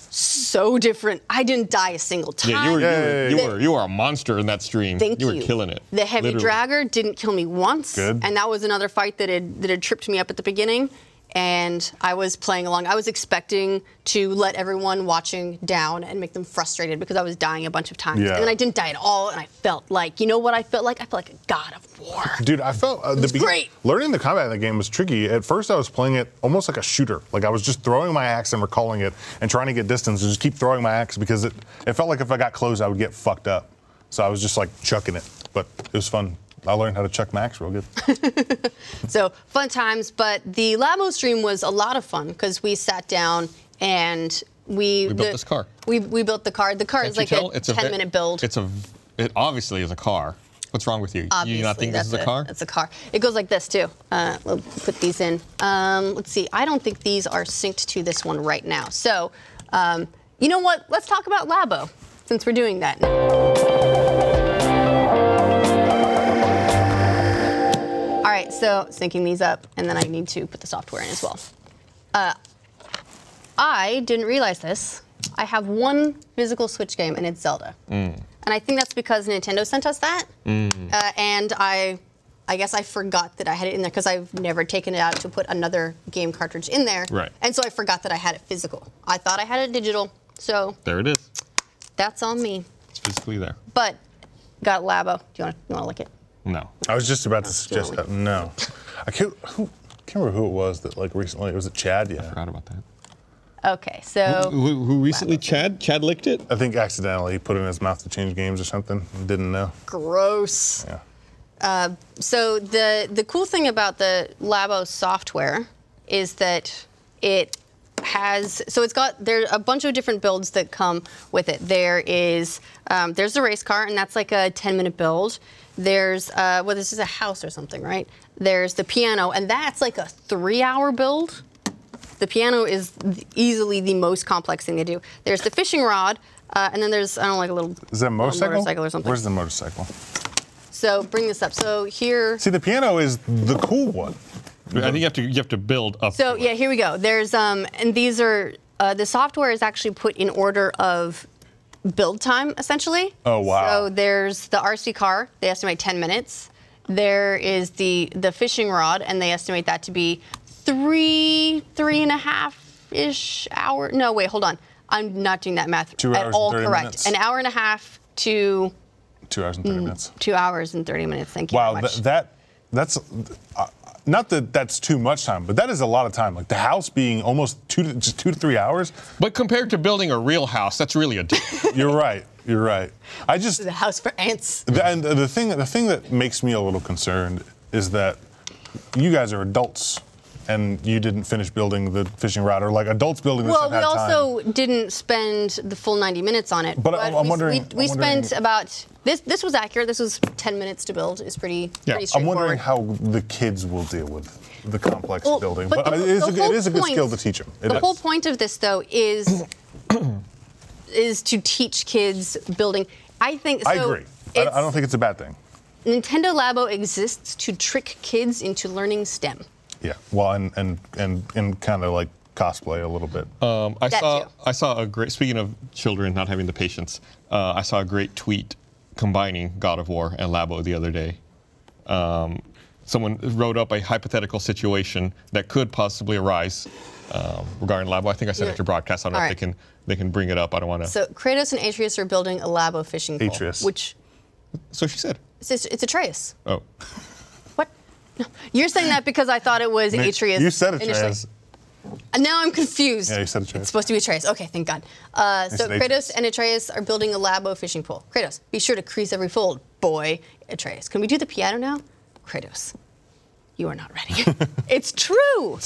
Speaker 1: so different. I didn't die a single time.
Speaker 2: Yeah, you were, you, were,
Speaker 3: Yay.
Speaker 2: you, were, you were a monster in that stream.
Speaker 1: Thank
Speaker 2: you
Speaker 1: you.
Speaker 2: were killing it.
Speaker 1: The heavy
Speaker 2: literally.
Speaker 1: dragger didn't kill me once,
Speaker 3: Good.
Speaker 1: and that was another fight that had that had tripped me up at the beginning. And I was playing along. I was expecting to let everyone watching down and make them frustrated because I was dying a bunch of times,
Speaker 3: Yeah.
Speaker 1: and then I didn't die at all. And I felt like, you know what I felt like? I felt like a god of war.
Speaker 3: Dude, I felt uh, the
Speaker 1: was
Speaker 3: be-
Speaker 1: great.
Speaker 3: learning the combat in the game was tricky. At first, I was playing it almost like a shooter. Like I was just throwing my axe and recalling it, and trying to get distance, and just keep throwing my axe because it, it felt like if I got close, I would get fucked up. So I was just like chucking it, but it was fun. I learned how to chuck my axe real good.
Speaker 1: So fun times, but the Labo stream was a lot of fun because we sat down and we,
Speaker 2: We built this car.
Speaker 1: We, we built the car. The car
Speaker 2: Can't
Speaker 1: is
Speaker 2: you
Speaker 1: like
Speaker 2: tell?
Speaker 1: a
Speaker 2: It's
Speaker 1: ten
Speaker 2: ve-
Speaker 1: minute build.
Speaker 2: It's a. v- It obviously is a car. What's wrong with you? you not
Speaker 1: Obviously,
Speaker 2: think this is
Speaker 1: that's
Speaker 2: a car?
Speaker 1: That's a car. It goes like this too. Uh, we'll put these in. Um, let's see. I don't think these are synced to this one right now. So, um, you know what? Let's talk about Labo since we're doing that. All right. So syncing these up, and then I need to put the software in as well. Uh, I didn't realize this. I have one physical Switch game, and it's Zelda. And I think that's because Nintendo sent us that, uh, and I, I guess I forgot that I had it in there because I've never taken it out to put another game cartridge in there.
Speaker 2: Right.
Speaker 1: And so I forgot that I had it physical. I thought I had it digital, so
Speaker 2: There it is.
Speaker 1: that's on me.
Speaker 2: It's physically there.
Speaker 1: But got Labo. Do you want to lick it?
Speaker 2: No.
Speaker 3: I was just about to suggest that. No, I can't. Who, can't remember who it was that like recently. Was it Chad? Yeah.
Speaker 2: Forgot about that.
Speaker 1: Okay, so.
Speaker 2: Who, who recently? Chad? Chad licked it?
Speaker 3: I think accidentally he put it in his mouth to change games or something. Didn't know.
Speaker 1: Gross.
Speaker 3: Yeah.
Speaker 1: So the the cool thing about the Labo software is that it has so it's got there are a bunch of different builds that come with it. There is um, there's the race car and that's like a 10 minute build. There's uh, well this is a house or something right? There's the piano and that's like a three hour build. The piano is th- easily the most complex thing they do. There's the fishing rod uh, and then there's I don't know, like a little
Speaker 3: Is that a motorcycle?
Speaker 1: motorcycle or something.
Speaker 3: Where's the motorcycle?
Speaker 1: so bring this up. So here.
Speaker 3: See, the piano is the cool one.
Speaker 2: I think you have to you have to build up.
Speaker 1: So
Speaker 2: to it.
Speaker 1: yeah, here we go. There's um, and these are uh, the software is actually put in order of build time essentially.
Speaker 3: Oh, wow.
Speaker 1: So there's the RC car. They estimate 10 minutes. There is the the fishing rod, and they estimate that to be three three and a half ish hour. No, wait, hold on. I'm not doing that math
Speaker 3: Two
Speaker 1: at
Speaker 3: hours and
Speaker 1: all
Speaker 3: 30
Speaker 1: correct.
Speaker 3: minutes.
Speaker 1: An hour and a half to
Speaker 3: Two hours and thirty minutes.
Speaker 1: two hours and 30 minutes. Thank you. very
Speaker 3: Wow,
Speaker 1: Hmm. much.
Speaker 3: th- that that's uh, not that that's too much time, but that is a lot of time. Like the house being almost two to, just two to three hours.
Speaker 2: But compared to building a real house, that's really a dick.
Speaker 3: You're *laughs* right. You're right. I just
Speaker 1: the house for ants.
Speaker 3: The- And the thing, the thing that makes me a little concerned is that you guys are adults, and you didn't finish building the fishing rod, or like adults building this.
Speaker 1: Well,
Speaker 3: have
Speaker 1: we
Speaker 3: had
Speaker 1: also didn't spend the full 90 minutes on it.
Speaker 3: But I'm- I'm
Speaker 1: we,
Speaker 3: wondering-
Speaker 1: We, we
Speaker 3: I'm wondering-
Speaker 1: spent about this. This was accurate. This was 10 minutes to build. It's pretty.
Speaker 2: Yeah,
Speaker 1: pretty
Speaker 3: Time. I'm
Speaker 1: straightforward.
Speaker 3: wondering how the kids will deal with the complex
Speaker 1: Well,
Speaker 3: building, but,
Speaker 1: the-
Speaker 3: it, is
Speaker 1: the
Speaker 3: a,
Speaker 1: whole
Speaker 3: it is a good
Speaker 1: point-
Speaker 3: skill to teach them.
Speaker 1: the whole point of this, though,
Speaker 3: *coughs*
Speaker 1: is is to teach kids building. I think. So
Speaker 3: I agree. I, I
Speaker 1: it's-
Speaker 3: don't think it's a bad thing.
Speaker 1: Nintendo Labo exists to trick kids into learning STEM.
Speaker 3: Yeah. Well, and and and and kind of like cosplay a little bit.
Speaker 2: Um, I
Speaker 1: That
Speaker 2: saw
Speaker 1: too.
Speaker 2: I saw a great. Speaking of children not having the patience, uh, I saw a great tweet combining God of War and Labo the other day. Um, someone wrote up a hypothetical situation that could possibly arise um, regarding Labo. I think I sent
Speaker 1: Yeah.
Speaker 2: it to broadcast. I don't know
Speaker 1: All
Speaker 2: if
Speaker 1: right.
Speaker 2: they can they can bring it up. I don't want to. So,
Speaker 1: So Kratos and Atreus are building a Labo fishing pole,
Speaker 3: Atreus.
Speaker 1: which
Speaker 2: she said.
Speaker 1: it's, it's Atreus.
Speaker 2: Oh,
Speaker 1: What? No, you're saying that because I thought it
Speaker 3: *laughs*
Speaker 1: was
Speaker 3: Nick,
Speaker 1: Atreus.
Speaker 3: You said it,
Speaker 1: initially.
Speaker 3: Trez.
Speaker 1: And now I'm confused.
Speaker 3: Yeah, you said Atreus.
Speaker 1: It's supposed to be Atreus. Okay, thank God. Uh, so
Speaker 3: said Atreus.
Speaker 1: Kratos and Atreus are building a Labo fishing pole. Kratos, be sure to crease every fold, boy. Atreus, can we do the piano now? Kratos, you are not ready. it's true.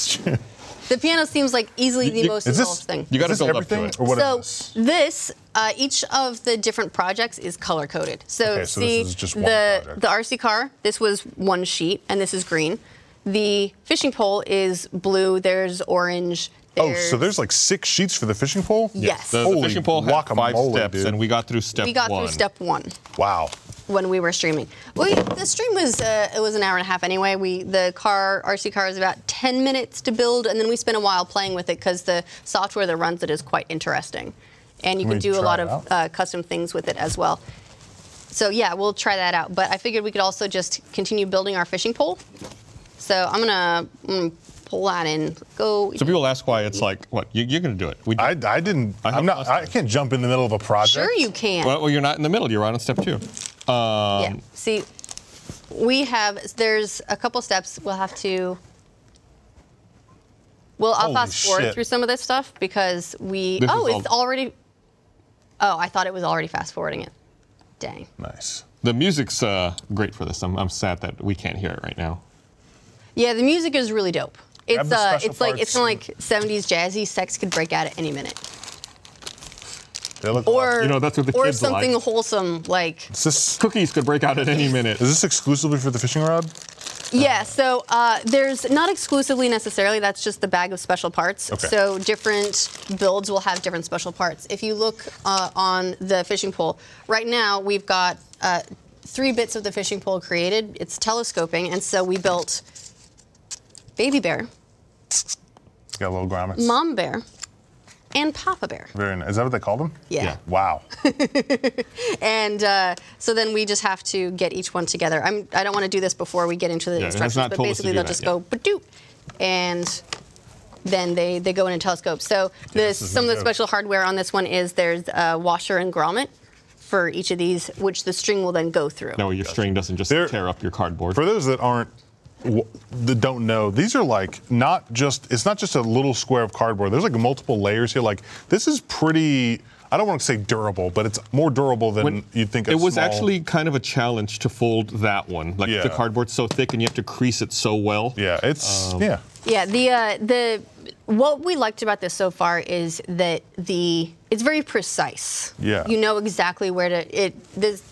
Speaker 1: The piano seems like easily the
Speaker 2: you-
Speaker 1: most
Speaker 3: Is
Speaker 1: involved
Speaker 3: this
Speaker 1: thing.
Speaker 2: You gotta
Speaker 3: is this
Speaker 2: build up to
Speaker 3: everything,
Speaker 2: it.
Speaker 3: or what is
Speaker 1: so
Speaker 3: this?
Speaker 1: this, uh, each of the different projects is color coded. So
Speaker 3: Okay, so this
Speaker 1: see
Speaker 3: is just one
Speaker 1: the
Speaker 3: project.
Speaker 1: the RC car. This was one sheet, and this is green. The fishing pole is blue. There's orange.
Speaker 3: Oh, so there's like six sheets for the fishing pole?
Speaker 1: Yes.
Speaker 2: the, the
Speaker 3: Holy
Speaker 2: fishing pole had five
Speaker 3: guacamole,
Speaker 2: steps,
Speaker 3: dude.
Speaker 2: and we got through step
Speaker 1: we got
Speaker 2: one.
Speaker 1: through step one
Speaker 3: Wow.
Speaker 1: when we were streaming. We, the stream was uh, it was an hour and a half anyway. We the car RC car is about ten minutes to build, and then we spent a while playing with it because the software that runs it is quite interesting, and you
Speaker 3: Can
Speaker 1: can
Speaker 3: we
Speaker 1: do a
Speaker 3: try
Speaker 1: lot
Speaker 3: it
Speaker 1: of
Speaker 3: out?
Speaker 1: uh, custom things with it as well. So yeah, we'll try that out. But I figured we could also just continue building our fishing pole. So I'm gonna mm, pull that in. Go.
Speaker 2: So people ask why it's like, what you, you're going to do it? We,
Speaker 3: I, I didn't.
Speaker 2: I
Speaker 3: I
Speaker 2: have
Speaker 3: am not.
Speaker 2: pasta.
Speaker 3: I can't jump in the middle of a project.
Speaker 1: Sure you can.
Speaker 2: well, well, you're not in the middle. You're on step two. Um,
Speaker 1: yeah. See, we have there's a couple steps we'll have to. Well, I'll
Speaker 3: Holy
Speaker 1: fast forward
Speaker 3: shit.
Speaker 1: through some of this stuff because we.
Speaker 2: This
Speaker 1: oh,
Speaker 2: is
Speaker 1: it's
Speaker 2: all-
Speaker 1: already. Oh, I thought it was already fast forwarding it. Dang.
Speaker 3: Nice.
Speaker 2: The music's uh, great for this. I'm, I'm sad that we can't hear it right now.
Speaker 1: Yeah, the music is really dope. It's
Speaker 3: the
Speaker 1: uh,
Speaker 3: special
Speaker 1: it's like it's
Speaker 3: parts.
Speaker 1: kind of like 70s jazzy. Sex could break out at any minute.
Speaker 3: They look
Speaker 1: Or
Speaker 2: You know, that's what the
Speaker 1: or
Speaker 2: kids
Speaker 1: something
Speaker 2: like.
Speaker 1: wholesome like.
Speaker 3: Is this,
Speaker 2: Cookies could break out at any minute.
Speaker 3: *laughs* is this exclusively for the fishing rod?
Speaker 1: Yeah, so uh, there's not exclusively necessarily, that's just the bag of special parts.
Speaker 3: Okay.
Speaker 1: So different builds will have different special parts. If you look uh, on the fishing pole, right now we've got uh, three bits of the fishing pole created. It's telescoping, and so we built Baby bear,
Speaker 3: It's got little grommets.
Speaker 1: mom bear, and papa bear.
Speaker 3: Very nice. Is that what they called them?
Speaker 1: Yeah. Yeah. *laughs*
Speaker 3: Wow.
Speaker 1: And uh, so then we just have to get each one together. I'm, I don't want to do this before we get into the
Speaker 2: Yeah, it has
Speaker 1: instructions,
Speaker 2: not
Speaker 1: but
Speaker 2: told us to
Speaker 1: basically
Speaker 2: do
Speaker 1: they'll
Speaker 2: that
Speaker 1: just
Speaker 2: yet.
Speaker 1: go badoop, and then they, they go in a telescope. So this,
Speaker 3: this is
Speaker 1: some
Speaker 3: no
Speaker 1: of the
Speaker 3: joke.
Speaker 1: special hardware on this one is there's a washer and grommet for each of these, which the string will then go through.
Speaker 2: That way your string doesn't just
Speaker 3: There-
Speaker 2: tear up your cardboard.
Speaker 3: For those that aren't w- that don't know, these are like not just it's not just a little square of cardboard. There's like multiple layers here. Like this is pretty. I don't want to say durable, but it's more durable than
Speaker 2: When-
Speaker 3: you'd think. a
Speaker 2: It was
Speaker 3: small-
Speaker 2: actually kind of a challenge to fold that one. Like
Speaker 3: Yeah.
Speaker 2: the cardboard's so thick and you have to crease it so well.
Speaker 3: Yeah, it's
Speaker 2: Um,
Speaker 3: yeah.
Speaker 1: Yeah, the uh, the what we liked about this so far is that the it's very precise.
Speaker 3: Yeah.
Speaker 1: You know exactly where to it this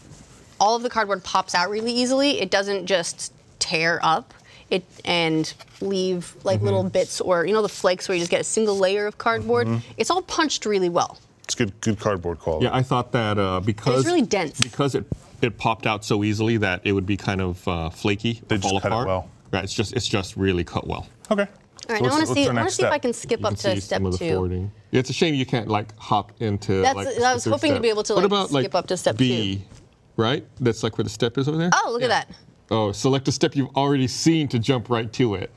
Speaker 1: all of the cardboard pops out really easily. It doesn't just tear up it and leave like
Speaker 3: Mm-hmm.
Speaker 1: little bits or you know the flakes where you just get a single layer of cardboard.
Speaker 3: Mm-hmm.
Speaker 1: It's all punched really well.
Speaker 3: It's good good cardboard quality.
Speaker 2: Yeah, I thought that uh, because
Speaker 1: really dense.
Speaker 2: because it it popped out so easily that it would be kind of uh, flaky.
Speaker 3: They
Speaker 2: or
Speaker 3: just
Speaker 2: fall
Speaker 3: cut it
Speaker 2: apart.
Speaker 3: well.
Speaker 2: Right, it's just it's just really cut well.
Speaker 3: okay.
Speaker 1: All right, now
Speaker 3: So
Speaker 1: I want
Speaker 3: what's-
Speaker 1: to
Speaker 3: what's
Speaker 1: see. I
Speaker 3: our
Speaker 1: want to
Speaker 3: next
Speaker 1: see if
Speaker 3: step?
Speaker 1: I can skip
Speaker 2: You
Speaker 1: up
Speaker 2: can
Speaker 1: to
Speaker 2: see
Speaker 1: step
Speaker 2: some of the
Speaker 1: two.
Speaker 2: forwarding. Yeah, it's a shame you can't like hop into.
Speaker 1: That's-
Speaker 2: like,
Speaker 1: I was
Speaker 2: the third
Speaker 1: hoping to
Speaker 2: step.
Speaker 1: be able to,
Speaker 2: What
Speaker 1: like,
Speaker 2: about,
Speaker 1: skip
Speaker 2: like,
Speaker 1: up to step
Speaker 2: B, Right, that's like where the step is over there.
Speaker 1: Oh, look at that.
Speaker 2: Oh, select a step you've already seen to jump right to it.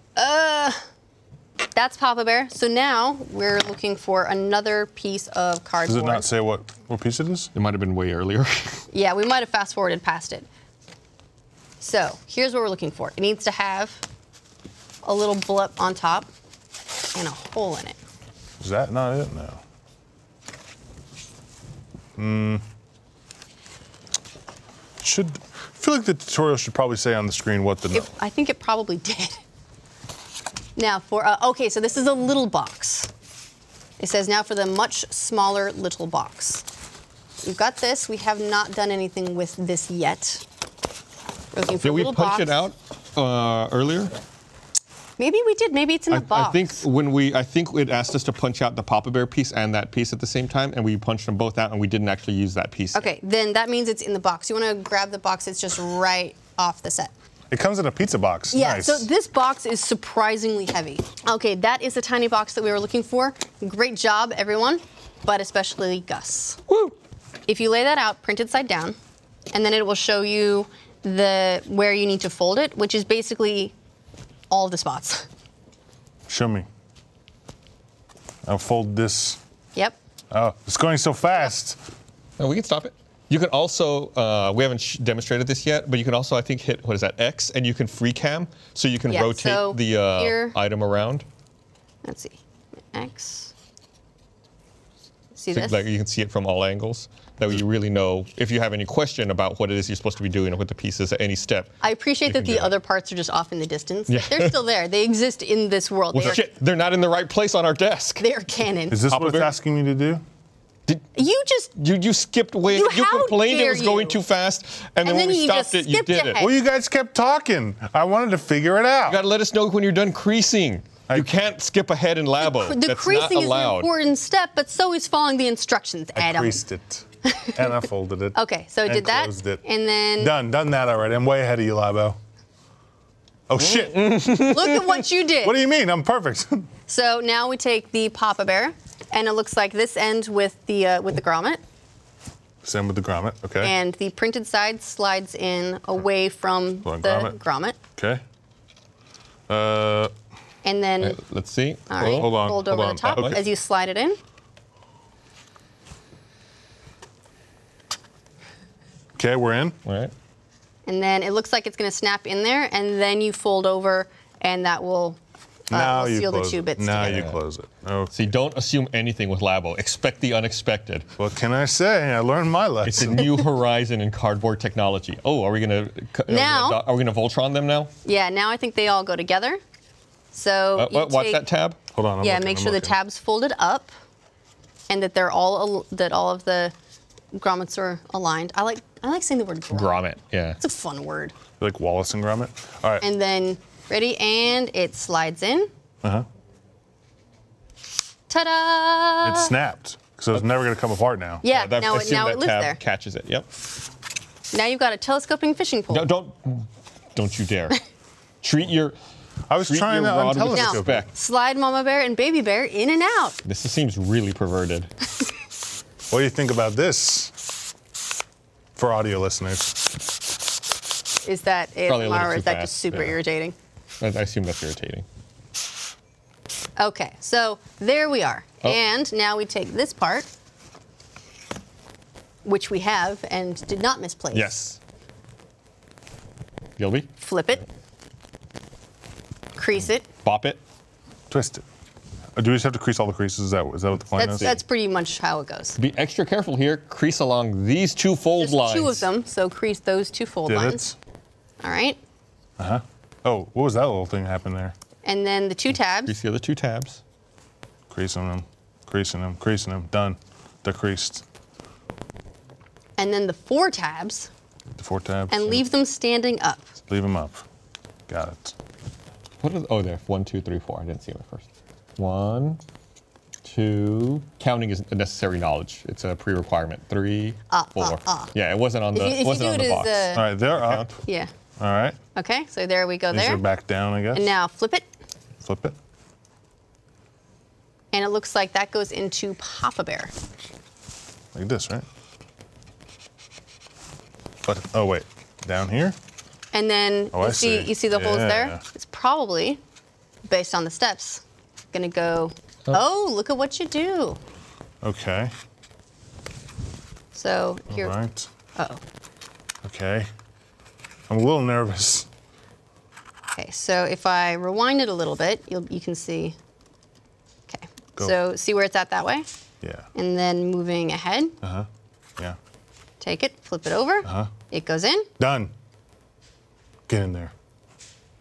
Speaker 1: That's Papa Bear. So now we're looking for another piece of
Speaker 3: Does
Speaker 1: cardboard.
Speaker 3: it not say what what piece it is?
Speaker 2: It might have been way *laughs* earlier.
Speaker 1: Yeah, we might have fast forwarded past it. So here's what we're looking for. It needs to have a little blip on top and a hole in it.
Speaker 3: Is that not it? No. Hmm. Should I feel like the tutorial should probably say on the screen what the
Speaker 1: It, I think it probably *laughs* did. Now for uh, okay, so this is a little box. It says now for the much smaller little box. We've got this. We have not done anything with this yet. We're looking for
Speaker 2: Did
Speaker 1: a
Speaker 2: we
Speaker 1: little
Speaker 2: punch
Speaker 1: box.
Speaker 2: it out uh, earlier?
Speaker 1: Maybe we did. Maybe it's in
Speaker 2: I,
Speaker 1: the box.
Speaker 2: I think when we, I think it asked us to punch out the Papa Bear piece and that piece at the same time, and we punched them both out, and we didn't actually use that piece.
Speaker 1: Okay, then that means it's in the box. You want to grab the box that's just right off the set.
Speaker 3: It comes in a pizza box.
Speaker 1: Yeah,
Speaker 3: nice.
Speaker 1: so this box is surprisingly heavy. Okay, that is the tiny box that we were looking for. Great job, everyone, but especially Gus. Woo! If you lay that out, printed side down, and then it will show you the where you need to fold it, which is basically all the spots. *laughs*
Speaker 3: Show me. I'll fold this.
Speaker 1: Yep.
Speaker 3: Oh, it's going so fast.
Speaker 2: No, we can stop it. You can also, uh, we haven't sh- demonstrated this yet, but you can also, I think, hit what is that X, and you can free cam, so you can
Speaker 1: Yeah,
Speaker 2: rotate
Speaker 1: so
Speaker 2: the uh,
Speaker 1: here-
Speaker 2: item around.
Speaker 1: Let's see. X. See
Speaker 2: So,
Speaker 1: this?
Speaker 2: like you can see it from all angles. That way, you really know if you have any question about what it is you're supposed to be doing with the pieces at any step.
Speaker 1: I appreciate
Speaker 2: You
Speaker 1: that
Speaker 2: can
Speaker 1: the
Speaker 2: do that.
Speaker 1: other parts are just off in the distance.
Speaker 2: Yeah.
Speaker 1: They're still there. They exist in this world.
Speaker 2: Well,
Speaker 1: they, are,
Speaker 2: shit, they're not in the right place on our desk.
Speaker 1: they are canon.
Speaker 3: Is this
Speaker 2: Papa
Speaker 3: what it's
Speaker 2: Bear?
Speaker 3: asking me to do?
Speaker 1: you just
Speaker 2: You you skipped way.
Speaker 1: You-
Speaker 2: You,
Speaker 1: how
Speaker 2: complained it
Speaker 1: dare
Speaker 2: was going
Speaker 1: you.
Speaker 2: too fast,
Speaker 1: And
Speaker 2: and, then,
Speaker 1: then
Speaker 2: when we
Speaker 1: you
Speaker 2: stopped
Speaker 1: just
Speaker 2: it, you
Speaker 1: skipped
Speaker 2: did it.
Speaker 1: ahead.
Speaker 2: You
Speaker 3: Well, you guys kept talking. I wanted to figure it out.
Speaker 2: gotta let us know when you're done creasing. you can't skip ahead in Labo.
Speaker 1: the
Speaker 2: That's not
Speaker 1: creasing is an
Speaker 2: allowed.
Speaker 1: important step, but so is following the instructions,
Speaker 3: I
Speaker 1: Adam. *laughs*
Speaker 3: creased it. and I folded it.
Speaker 1: Okay, so it
Speaker 3: and
Speaker 1: did that,
Speaker 3: closed it.
Speaker 1: and then-
Speaker 3: done, done that already. I'm way ahead of you, Labo. Oh shit!
Speaker 1: Look at what you did.
Speaker 3: *laughs* What do you mean? I'm perfect. *laughs*
Speaker 1: so now we take the Papa Bear, and it looks like this end with the uh, with the grommet,
Speaker 3: Same with the grommet. Okay.
Speaker 1: and the printed side slides in away from
Speaker 3: Well,
Speaker 1: the grommet.
Speaker 3: grommet. okay. Uh,
Speaker 1: and then
Speaker 2: Right, let's see.
Speaker 1: all right,
Speaker 3: hold on,
Speaker 1: fold
Speaker 3: hold
Speaker 1: over
Speaker 3: on,
Speaker 1: the top
Speaker 3: okay.
Speaker 1: as you slide it in.
Speaker 3: okay, we're in.
Speaker 2: All right.
Speaker 1: and then it looks like it's going to snap in there, and then you fold over, and that will uh,
Speaker 3: now
Speaker 1: will
Speaker 3: you
Speaker 1: seal the
Speaker 3: close
Speaker 1: two
Speaker 3: it.
Speaker 1: bits
Speaker 3: Now
Speaker 1: together.
Speaker 3: you close it. Oh,
Speaker 2: See, don't assume anything with Labo. Expect the unexpected.
Speaker 3: what can I say? I learned my
Speaker 2: It's a
Speaker 3: lesson.
Speaker 1: *laughs*
Speaker 2: new horizon in cardboard technology. Oh, are we gonna c-
Speaker 1: Now-
Speaker 2: Are we gonna Voltron them now?
Speaker 1: Yeah, now I think they all go together. So
Speaker 2: Uh,
Speaker 1: you
Speaker 2: what, watch
Speaker 1: take-
Speaker 2: that tab.
Speaker 3: Hold on. I'm
Speaker 1: yeah,
Speaker 3: looking,
Speaker 1: make
Speaker 3: I'm
Speaker 1: sure the
Speaker 3: looking.
Speaker 1: tab's folded up, and that they're all al- that all of the grommets are aligned. I like I like saying the word grommet.
Speaker 2: Grommet. Yeah.
Speaker 1: It's a fun word.
Speaker 3: Like Wallace and Gromit. All right.
Speaker 1: And then ready, and it slides in.
Speaker 3: uh
Speaker 2: Uh-huh.
Speaker 3: huh.
Speaker 1: Ta-da!
Speaker 3: It snapped, so it's never gonna come apart now.
Speaker 1: uh, yeah,
Speaker 2: that-
Speaker 1: now, it,
Speaker 2: assume
Speaker 1: now
Speaker 2: that
Speaker 1: it lives
Speaker 2: tab
Speaker 1: there.
Speaker 2: Catches it. Yep.
Speaker 1: Now you've got a telescoping fishing pole. *laughs*
Speaker 2: No, don't don't you dare. Treat your
Speaker 3: I was
Speaker 2: Treat
Speaker 3: trying
Speaker 2: your
Speaker 3: that on
Speaker 2: rod with
Speaker 3: telescope.
Speaker 2: respect.
Speaker 1: Slide Mama Bear and Baby Bear in and out.
Speaker 2: This seems really perverted.
Speaker 3: What do you think about this for audio listeners?
Speaker 1: Is that
Speaker 2: Probably a little
Speaker 1: ASMR or
Speaker 2: too
Speaker 1: is that
Speaker 2: fast,
Speaker 1: just super
Speaker 2: yeah.
Speaker 1: irritating?
Speaker 2: I, I assume that's irritating.
Speaker 1: Okay, so there we are.
Speaker 2: Oh.
Speaker 1: And now we take this part, which we have and did not misplace.
Speaker 2: Yes. Gilby,
Speaker 1: Flip it, crease it.
Speaker 2: bop it.
Speaker 3: Twist it. Or do we just have to crease all the creases? Is that, is that what the plan
Speaker 1: That's,
Speaker 3: is?
Speaker 1: that's pretty much how it goes.
Speaker 2: Be extra careful here. Crease along these two fold
Speaker 1: There's
Speaker 2: lines.
Speaker 1: two of them, so crease those two fold
Speaker 3: Did it?
Speaker 1: lines. All right.
Speaker 3: Oh, what was that little thing happened there?
Speaker 1: And then the two
Speaker 2: Crease
Speaker 1: tabs.
Speaker 2: the other two tabs.
Speaker 3: Creasing them, creasing them, creasing them. Done. They're creased.
Speaker 1: And then the four tabs.
Speaker 3: The four tabs.
Speaker 1: And leave them standing up.
Speaker 3: Leave them up. Got it.
Speaker 2: What are the, oh there? One, two, three, four. I didn't see them at first. One, two. Counting is a necessary knowledge. It's a pre-requirement. Three, four. Yeah, it wasn't on
Speaker 1: Uh, If
Speaker 2: the.
Speaker 1: you- if you
Speaker 2: wasn't
Speaker 1: do
Speaker 2: on
Speaker 1: it
Speaker 2: the
Speaker 1: as
Speaker 2: box.
Speaker 1: a-
Speaker 3: All right, they're up.
Speaker 1: Yeah.
Speaker 3: All right.
Speaker 1: Okay, so there we go
Speaker 3: These
Speaker 1: there.
Speaker 3: are back down, I guess.
Speaker 1: And now flip it.
Speaker 3: Flip it.
Speaker 1: And it looks like that goes into Papa Bear.
Speaker 3: Like this, right? But, oh, wait. Down here?
Speaker 1: And then
Speaker 3: Oh,
Speaker 1: you
Speaker 3: I
Speaker 1: see,
Speaker 3: see.
Speaker 1: you see the holes
Speaker 3: Yeah.
Speaker 1: there. It's probably based on the steps. Gonna go. Oh, look at what you do.
Speaker 3: Okay.
Speaker 1: So
Speaker 3: All
Speaker 1: here.
Speaker 3: right.
Speaker 1: Oh.
Speaker 3: Okay. I'm a little nervous.
Speaker 1: Okay. So if I rewind it a little bit, you'll, you can see. Okay.
Speaker 3: Go.
Speaker 1: So see where it's at that way,
Speaker 3: Yeah.
Speaker 1: and then moving ahead,
Speaker 3: Uh-huh. Yeah.
Speaker 1: take it, flip it over.
Speaker 3: Uh-huh.
Speaker 1: It goes in.
Speaker 3: Done. Get in there.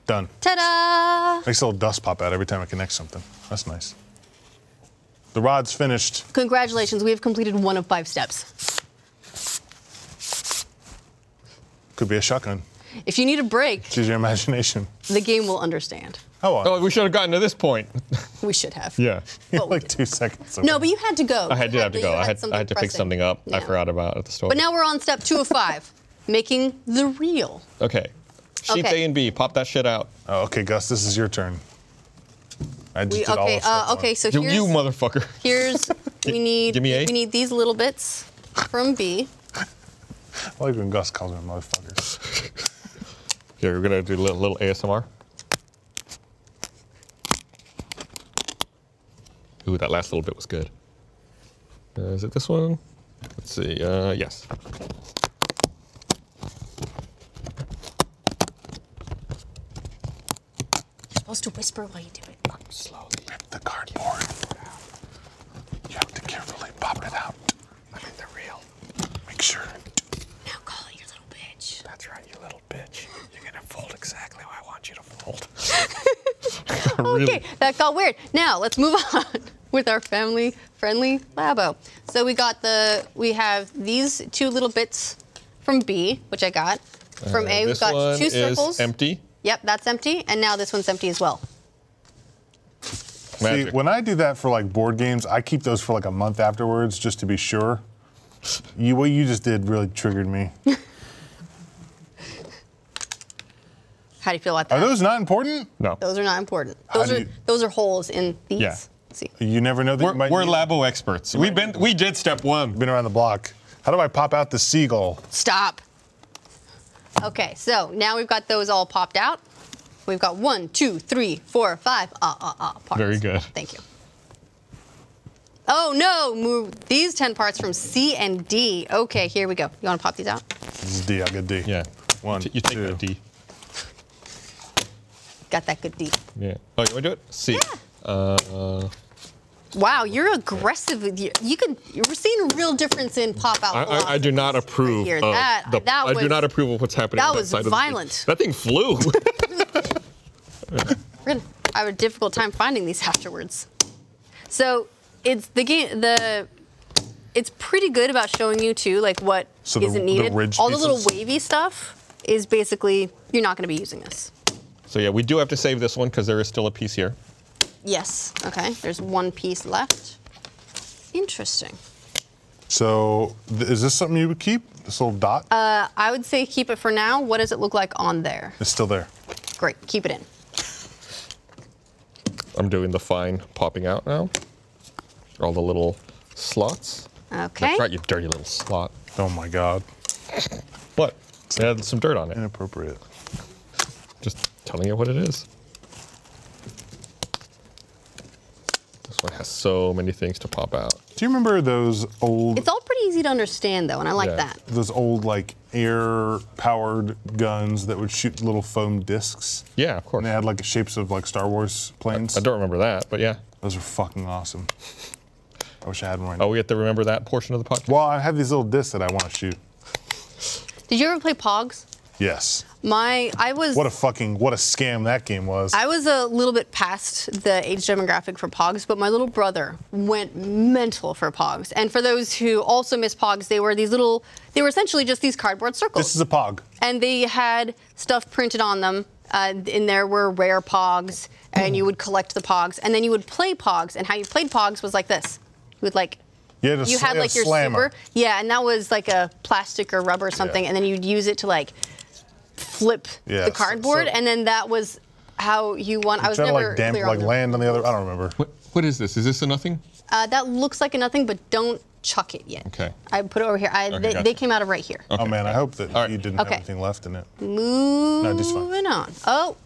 Speaker 3: Done.
Speaker 1: Ta-da!
Speaker 3: Makes a little dust pop out every time I connect something. That's nice. The rod's finished.
Speaker 1: Congratulations, we have completed one of five steps.
Speaker 3: Could be a shotgun.
Speaker 1: If you need a break,
Speaker 3: Use your imagination.
Speaker 1: the game will understand.
Speaker 3: How on? *laughs*
Speaker 2: Oh, we should have gotten to this point.
Speaker 1: We should have.
Speaker 2: Yeah.
Speaker 1: but we
Speaker 3: like
Speaker 1: didn't.
Speaker 3: two seconds.
Speaker 1: No, but you had to go.
Speaker 2: I had
Speaker 1: You
Speaker 2: to have to
Speaker 1: you
Speaker 2: go. I had, I had to pick
Speaker 1: pressing.
Speaker 2: something up. I
Speaker 1: Yeah.
Speaker 2: forgot about at the store.
Speaker 1: But now we're on step two of five, *laughs* making the real.
Speaker 2: okay. Sheets
Speaker 1: Okay.
Speaker 2: A and B. Pop that shit out.
Speaker 3: Oh, okay, Gus, this is your turn. I just
Speaker 1: We,
Speaker 3: did all
Speaker 1: okay,
Speaker 3: of step
Speaker 1: uh,
Speaker 3: one.
Speaker 1: okay. So
Speaker 2: You,
Speaker 1: here's
Speaker 2: you motherfucker. *laughs*
Speaker 1: here's we need
Speaker 2: give me A?
Speaker 1: we need these little bits from B.
Speaker 3: I like when Gus calls me a motherfucker.
Speaker 2: Here, we're gonna do a little, little ASMR. Ooh, that last little bit was good. Uh, is it this one? Let's see. Uh, yes.
Speaker 1: You're supposed to whisper while you do it.
Speaker 2: Slowly.
Speaker 3: Rip the cardboard. You have to carefully pop it out.
Speaker 2: I mean, the real.
Speaker 3: Make sure.
Speaker 1: Now call it your little bitch.
Speaker 2: That's right, you little bitch. You're gonna fold exactly how I want you to *laughs* fold.
Speaker 1: Oh, Okay, that got weird. Now let's move *laughs* on with our family friendly labo. So we got the we have these two little bits from B, which I got. From A, we've
Speaker 2: Uh, this
Speaker 1: got
Speaker 2: one
Speaker 1: two circles.
Speaker 2: is empty.
Speaker 1: Yep, that's empty, and now this one's empty as well.
Speaker 3: See,
Speaker 2: Magic.
Speaker 3: when I do that for like board games, I keep those for like a month afterwards just to be sure. You, what you just did really triggered me.
Speaker 1: How do you feel about that?
Speaker 3: Are those not important?
Speaker 2: no.
Speaker 1: Those are not important.
Speaker 3: How
Speaker 1: Those
Speaker 3: do
Speaker 1: are
Speaker 3: you-
Speaker 1: those are holes in these.
Speaker 2: Yeah.
Speaker 1: See.
Speaker 3: You never know that
Speaker 2: We're,
Speaker 3: you might.
Speaker 2: we're
Speaker 3: need-
Speaker 2: labo experts. We've been we did step one.
Speaker 3: Been around the block. How do I pop out the seagull?
Speaker 1: Stop. Okay, so now we've got those all popped out. We've got one, two, three, four, five. Ah, ah, ah. Parts.
Speaker 2: Very good.
Speaker 1: Thank you. Oh no! Move these ten parts from C and D. Okay, here we go. You want to pop these out?
Speaker 3: This is D. I'll get D.
Speaker 2: Yeah.
Speaker 3: One,
Speaker 2: You t- you take
Speaker 3: two.
Speaker 2: that D.
Speaker 1: Got that good D.
Speaker 2: Yeah. Oh, you want to do it? C. Uh,
Speaker 1: Wow, you're aggressive. With your, you could. We're seeing a real difference in pop out.
Speaker 2: I, I, I do
Speaker 1: velocities
Speaker 2: not
Speaker 1: right
Speaker 2: approve.
Speaker 1: here.
Speaker 2: of
Speaker 1: that,
Speaker 2: the-
Speaker 1: that
Speaker 2: I
Speaker 1: was
Speaker 2: do not approve of what's happening.
Speaker 1: that
Speaker 2: on
Speaker 1: was
Speaker 2: side of the-
Speaker 1: violent.
Speaker 2: that
Speaker 1: *laughs*
Speaker 2: thing flew.
Speaker 1: We're gonna have a difficult time finding these *laughs* afterwards. So it's the game. The it's pretty good about showing you too, like what
Speaker 3: So the-
Speaker 1: not
Speaker 3: the
Speaker 1: needed.
Speaker 3: ridge
Speaker 1: All the
Speaker 3: pieces?
Speaker 1: little wavy stuff is basically you're not gonna be using this.
Speaker 2: so yeah, we do have to save this one because there is still a piece here.
Speaker 1: Yes. Okay. There's one piece left. Interesting.
Speaker 3: So, th- is this something you would keep? This little dot?
Speaker 1: Uh, I
Speaker 3: *laughs*
Speaker 1: would say keep it for now. What does it look like on there?
Speaker 3: it's still there.
Speaker 1: Great. Keep it in.
Speaker 2: I'm doing the fine popping out now. All the little slots.
Speaker 1: Okay.
Speaker 2: That's right, you dirty little slot.
Speaker 3: Oh my God.
Speaker 2: But it had some dirt on it.
Speaker 3: Inappropriate.
Speaker 2: Just telling you what it is. This one has so many things to pop out.
Speaker 3: Do you remember those old
Speaker 1: It's all pretty easy to understand though, and I like
Speaker 2: Yeah.
Speaker 1: that.
Speaker 3: those old like air powered guns that would shoot little foam discs?
Speaker 2: Yeah, of course.
Speaker 3: And they had like shapes of like Star Wars planes.
Speaker 2: I don't remember that, but yeah.
Speaker 3: Those are fucking awesome. I wish I had one.
Speaker 2: Oh,
Speaker 3: Oh.
Speaker 2: we have to remember that portion of the podcast.
Speaker 3: Well, I have these little discs that I want to shoot.
Speaker 1: Did you ever play Pogs?
Speaker 3: Yes.
Speaker 1: My I was
Speaker 3: What a fucking what a scam that game was.
Speaker 1: I was a little bit past the age demographic for Pogs, but my little brother went mental for Pogs. And for those who also miss Pogs, they were these little, they were essentially just these cardboard circles.
Speaker 3: this is a pog.
Speaker 1: and they had stuff printed on them. Uh, and there were rare Pogs, and you would collect the Pogs, and then you would play Pogs. And how you played Pogs was like this: you would like,
Speaker 3: You had, a
Speaker 1: you
Speaker 3: sl-
Speaker 1: had
Speaker 3: a
Speaker 1: like your
Speaker 3: slammer.
Speaker 1: super, yeah, and that was like a plastic or rubber or something,
Speaker 2: Yeah.
Speaker 1: and then you'd use it to like flip
Speaker 3: Yeah,
Speaker 1: the
Speaker 3: so-
Speaker 1: cardboard,
Speaker 3: so-
Speaker 1: and then that was how you won. I was
Speaker 3: Trying to
Speaker 1: never
Speaker 3: like damp
Speaker 1: clear
Speaker 3: like
Speaker 1: on that.
Speaker 3: land on the other. I don't remember.
Speaker 2: What, what is this? Is this a nothing?
Speaker 1: Uh, that looks like a nothing, but don't chuck it yet.
Speaker 2: Okay.
Speaker 1: I put it over here. I, they,
Speaker 2: gotcha.
Speaker 1: they came out of right here.
Speaker 3: Oh man, I hope that
Speaker 2: All right.
Speaker 3: you didn't
Speaker 1: Okay.
Speaker 3: have anything left in it. just fine.
Speaker 1: Moving on. Oh,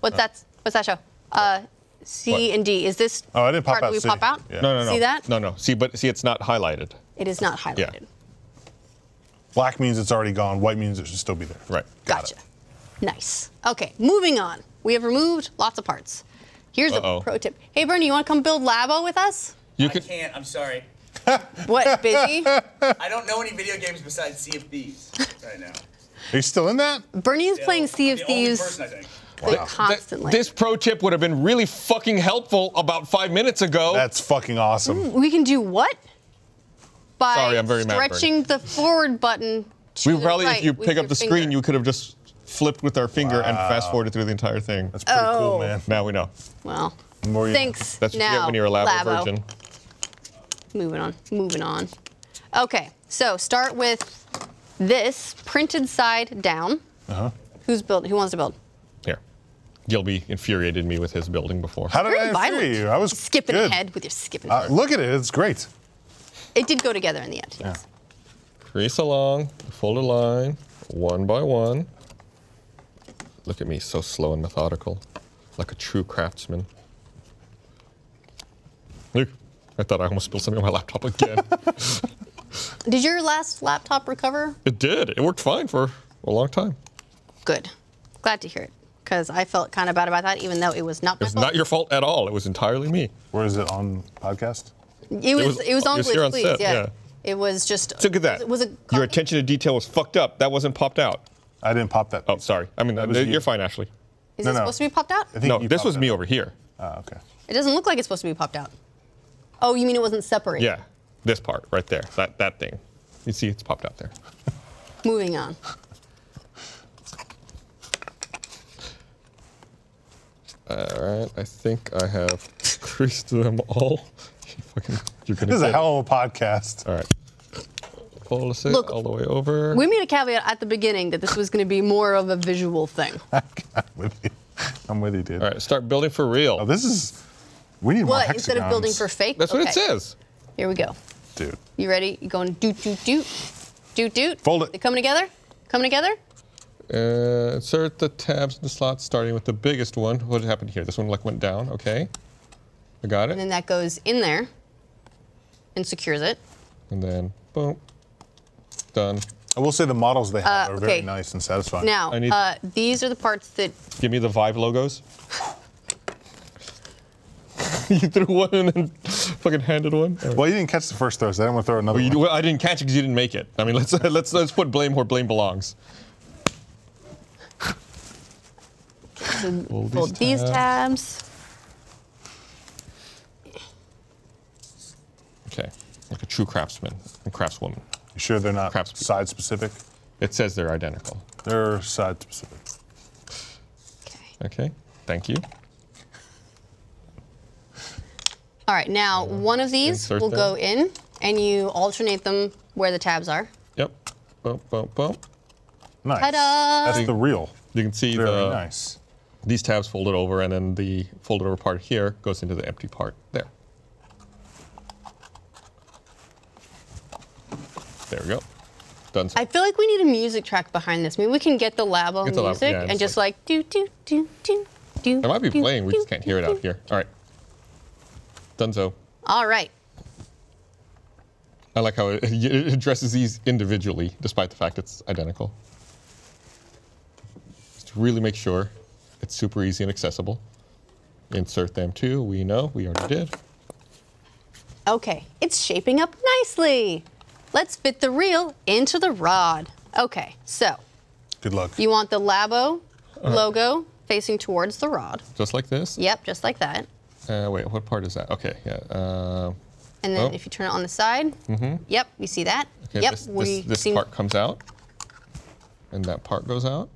Speaker 1: what's that? What's that show? Uh, C
Speaker 2: What?
Speaker 1: and D. Is this
Speaker 3: Oh, I didn't pop
Speaker 1: part
Speaker 3: out
Speaker 1: that we
Speaker 3: C.
Speaker 1: pop out?
Speaker 3: Yeah.
Speaker 2: No, no, no.
Speaker 1: See that?
Speaker 2: No, no. See, but see, it's not highlighted.
Speaker 1: It is not highlighted.
Speaker 3: Black means it's already gone. White means it should still be there.
Speaker 2: Right.
Speaker 3: Got
Speaker 1: Gotcha.
Speaker 3: it.
Speaker 1: Nice. Okay, moving on. We have removed lots of parts. Here's
Speaker 2: Uh-oh.
Speaker 1: a pro tip. Hey, Bernie, you want to come build Labo with us?
Speaker 2: You
Speaker 4: I
Speaker 2: can.
Speaker 4: can't. I'm sorry.
Speaker 2: *laughs*
Speaker 1: What, busy?
Speaker 4: I don't know any video games besides Sea of Thieves right now.
Speaker 3: Are you still in that?
Speaker 1: Bernie is *laughs* playing Sea
Speaker 4: I'm
Speaker 1: of
Speaker 4: the only
Speaker 1: Thieves
Speaker 4: person, I think.
Speaker 1: like,
Speaker 3: Wow.
Speaker 1: constantly.
Speaker 2: This pro tip would have been really fucking helpful about five minutes ago.
Speaker 3: That's fucking awesome.
Speaker 1: we can do what? By
Speaker 2: Sorry, I'm very mad, Bernie.
Speaker 1: stretching the forward button. to
Speaker 2: we
Speaker 1: the
Speaker 2: probably,
Speaker 1: right
Speaker 2: if you
Speaker 1: with
Speaker 2: pick
Speaker 1: your
Speaker 2: up the
Speaker 1: finger.
Speaker 2: screen, you could have just flipped with our finger and fast forwarded through the entire thing.
Speaker 3: That's pretty
Speaker 1: Oh.
Speaker 3: cool, man.
Speaker 2: now we know.
Speaker 1: Well,
Speaker 3: More you know.
Speaker 1: thanks.
Speaker 2: That's what you
Speaker 1: now,
Speaker 2: get when you're a labo,
Speaker 1: Labo.
Speaker 2: virgin.
Speaker 1: Moving on. Moving on. Okay, so start with this printed side down. Uh-huh. Who's build? Who wants to build?
Speaker 2: Here. Gilby infuriated me with his building before.
Speaker 3: How did
Speaker 1: Very
Speaker 3: I
Speaker 1: violent.
Speaker 3: infuriate you? I was
Speaker 1: Skipping
Speaker 3: good.
Speaker 1: ahead with your skipping.
Speaker 3: Uh, look at it. It's great.
Speaker 1: it did go together in the end. Yes.
Speaker 2: Crease along, fold a line, one by one. Look at me, so slow and methodical, like a true craftsman. Look, I thought I almost spilled something on my laptop *laughs* again.
Speaker 1: Did your last laptop recover?
Speaker 2: it did. It worked fine for a long time.
Speaker 1: Good. Glad to hear it. Because I felt kind of bad about that, even though it was not my
Speaker 2: It's
Speaker 1: fault.
Speaker 2: not your fault at all. It was entirely me.
Speaker 3: Where is it on podcast?
Speaker 1: It was, it
Speaker 2: was-
Speaker 1: was,
Speaker 2: it
Speaker 1: on
Speaker 2: was
Speaker 1: Glitch,
Speaker 2: here on
Speaker 1: please.
Speaker 2: set,
Speaker 1: yeah.
Speaker 2: yeah.
Speaker 1: It was just.
Speaker 2: So look at that.
Speaker 1: It was a
Speaker 2: your
Speaker 1: copy?
Speaker 2: attention to detail was fucked up. That wasn't popped out.
Speaker 3: I didn't pop that.
Speaker 2: Oh, sorry. I mean,
Speaker 3: was
Speaker 2: uh,
Speaker 3: you.
Speaker 2: you're fine, Ashley.
Speaker 1: Is
Speaker 3: No,
Speaker 1: it
Speaker 3: no.
Speaker 1: supposed to be popped out?
Speaker 3: I think
Speaker 2: No,
Speaker 3: you
Speaker 2: this
Speaker 3: popped
Speaker 2: was
Speaker 3: it.
Speaker 2: me over here.
Speaker 3: Oh, okay.
Speaker 1: It doesn't look like it's supposed to be popped out. Oh, you mean it wasn't separated?
Speaker 2: Yeah, this part right there. That that thing. You see, it's popped out there.
Speaker 1: Moving on.
Speaker 2: All right, I think I have creased them all. *laughs* You fucking, you're gonna
Speaker 3: This is
Speaker 2: get
Speaker 3: a
Speaker 2: it.
Speaker 3: hell of a podcast.
Speaker 2: All right. Fold us in
Speaker 1: Look-
Speaker 2: all the way over.
Speaker 1: We made a caveat at the beginning that this was going to be more of a visual thing.
Speaker 3: *laughs* I'm with you. I'm with you, dude.
Speaker 2: all right, start building for real.
Speaker 3: Oh, this is. We need more
Speaker 1: What? Instead of building
Speaker 3: hexagons.
Speaker 1: for fake?
Speaker 2: That's what it
Speaker 1: Okay.
Speaker 2: says.
Speaker 1: Here we go.
Speaker 3: Dude,
Speaker 1: You ready? You going doot, doot, doot. Doot, doot.
Speaker 3: Fold it.
Speaker 1: They coming together? Coming together?
Speaker 2: Uh, insert the tabs in the slots, starting with the biggest one. What happened here? This one like went down. Okay, I got it.
Speaker 1: And then that goes in there and secures it.
Speaker 2: And then boom, done.
Speaker 3: I will say the models they have
Speaker 1: Uh,
Speaker 3: are
Speaker 1: okay.
Speaker 3: very nice and satisfying.
Speaker 1: Now,
Speaker 2: I need-
Speaker 1: uh, these are the parts that
Speaker 2: Give me the Vive logos. *laughs* you threw one and then fucking handed one. All right.
Speaker 3: well, you didn't catch the first throw, so I didn't want to throw another.
Speaker 2: Well, you-
Speaker 3: one.
Speaker 2: well, I didn't catch it because you didn't make it. I mean, let's *laughs* let's let's put blame where blame belongs. Fold
Speaker 1: fold these tabs.
Speaker 2: Okay, like a true craftsman and craftswoman.
Speaker 3: You sure they're not
Speaker 2: Crap.
Speaker 3: side specific?
Speaker 2: It says they're identical.
Speaker 3: They're side specific.
Speaker 1: Okay.
Speaker 2: Okay, thank you.
Speaker 1: All right, now one of these
Speaker 2: Insert
Speaker 1: will
Speaker 2: that.
Speaker 1: go in, and you alternate them where the tabs are.
Speaker 2: Yep. Bump, bump, bump.
Speaker 3: Nice.
Speaker 1: Ta-da!
Speaker 3: That's the real.
Speaker 2: You can see
Speaker 3: Very
Speaker 2: the
Speaker 3: nice.
Speaker 2: These tabs folded over, and then the folded over part here goes into the empty part there. There we go. Done.
Speaker 1: I feel like we need a music track behind this. Maybe we can get the Labo
Speaker 2: Get the lab-
Speaker 1: music
Speaker 2: yeah,
Speaker 1: and
Speaker 2: just
Speaker 1: just
Speaker 2: like-
Speaker 1: like do do do do do.
Speaker 2: It might be playing, we just can't hear it out here. All right. Dunzo.
Speaker 1: All right.
Speaker 2: I like how it, *laughs* it addresses these individually, despite the fact it's identical. Just to really make sure it's super easy and accessible. Insert them too. We know we already did.
Speaker 1: Okay, it's shaping up nicely. Let's fit the reel into the rod. Okay, so
Speaker 3: Good luck.
Speaker 1: you want the Labo
Speaker 2: Uh-huh.
Speaker 1: logo facing towards the rod.
Speaker 2: Just like this.
Speaker 1: Yep, just like that.
Speaker 2: Uh, wait, what part is that? Okay, yeah. Uh,
Speaker 1: And then
Speaker 2: Oh.
Speaker 1: if you turn it on the side, yep, we see that.
Speaker 2: Mm-hmm. okay,
Speaker 1: yep,
Speaker 2: this,
Speaker 1: we
Speaker 2: this, this
Speaker 1: seem-
Speaker 2: part comes out, and that part goes out,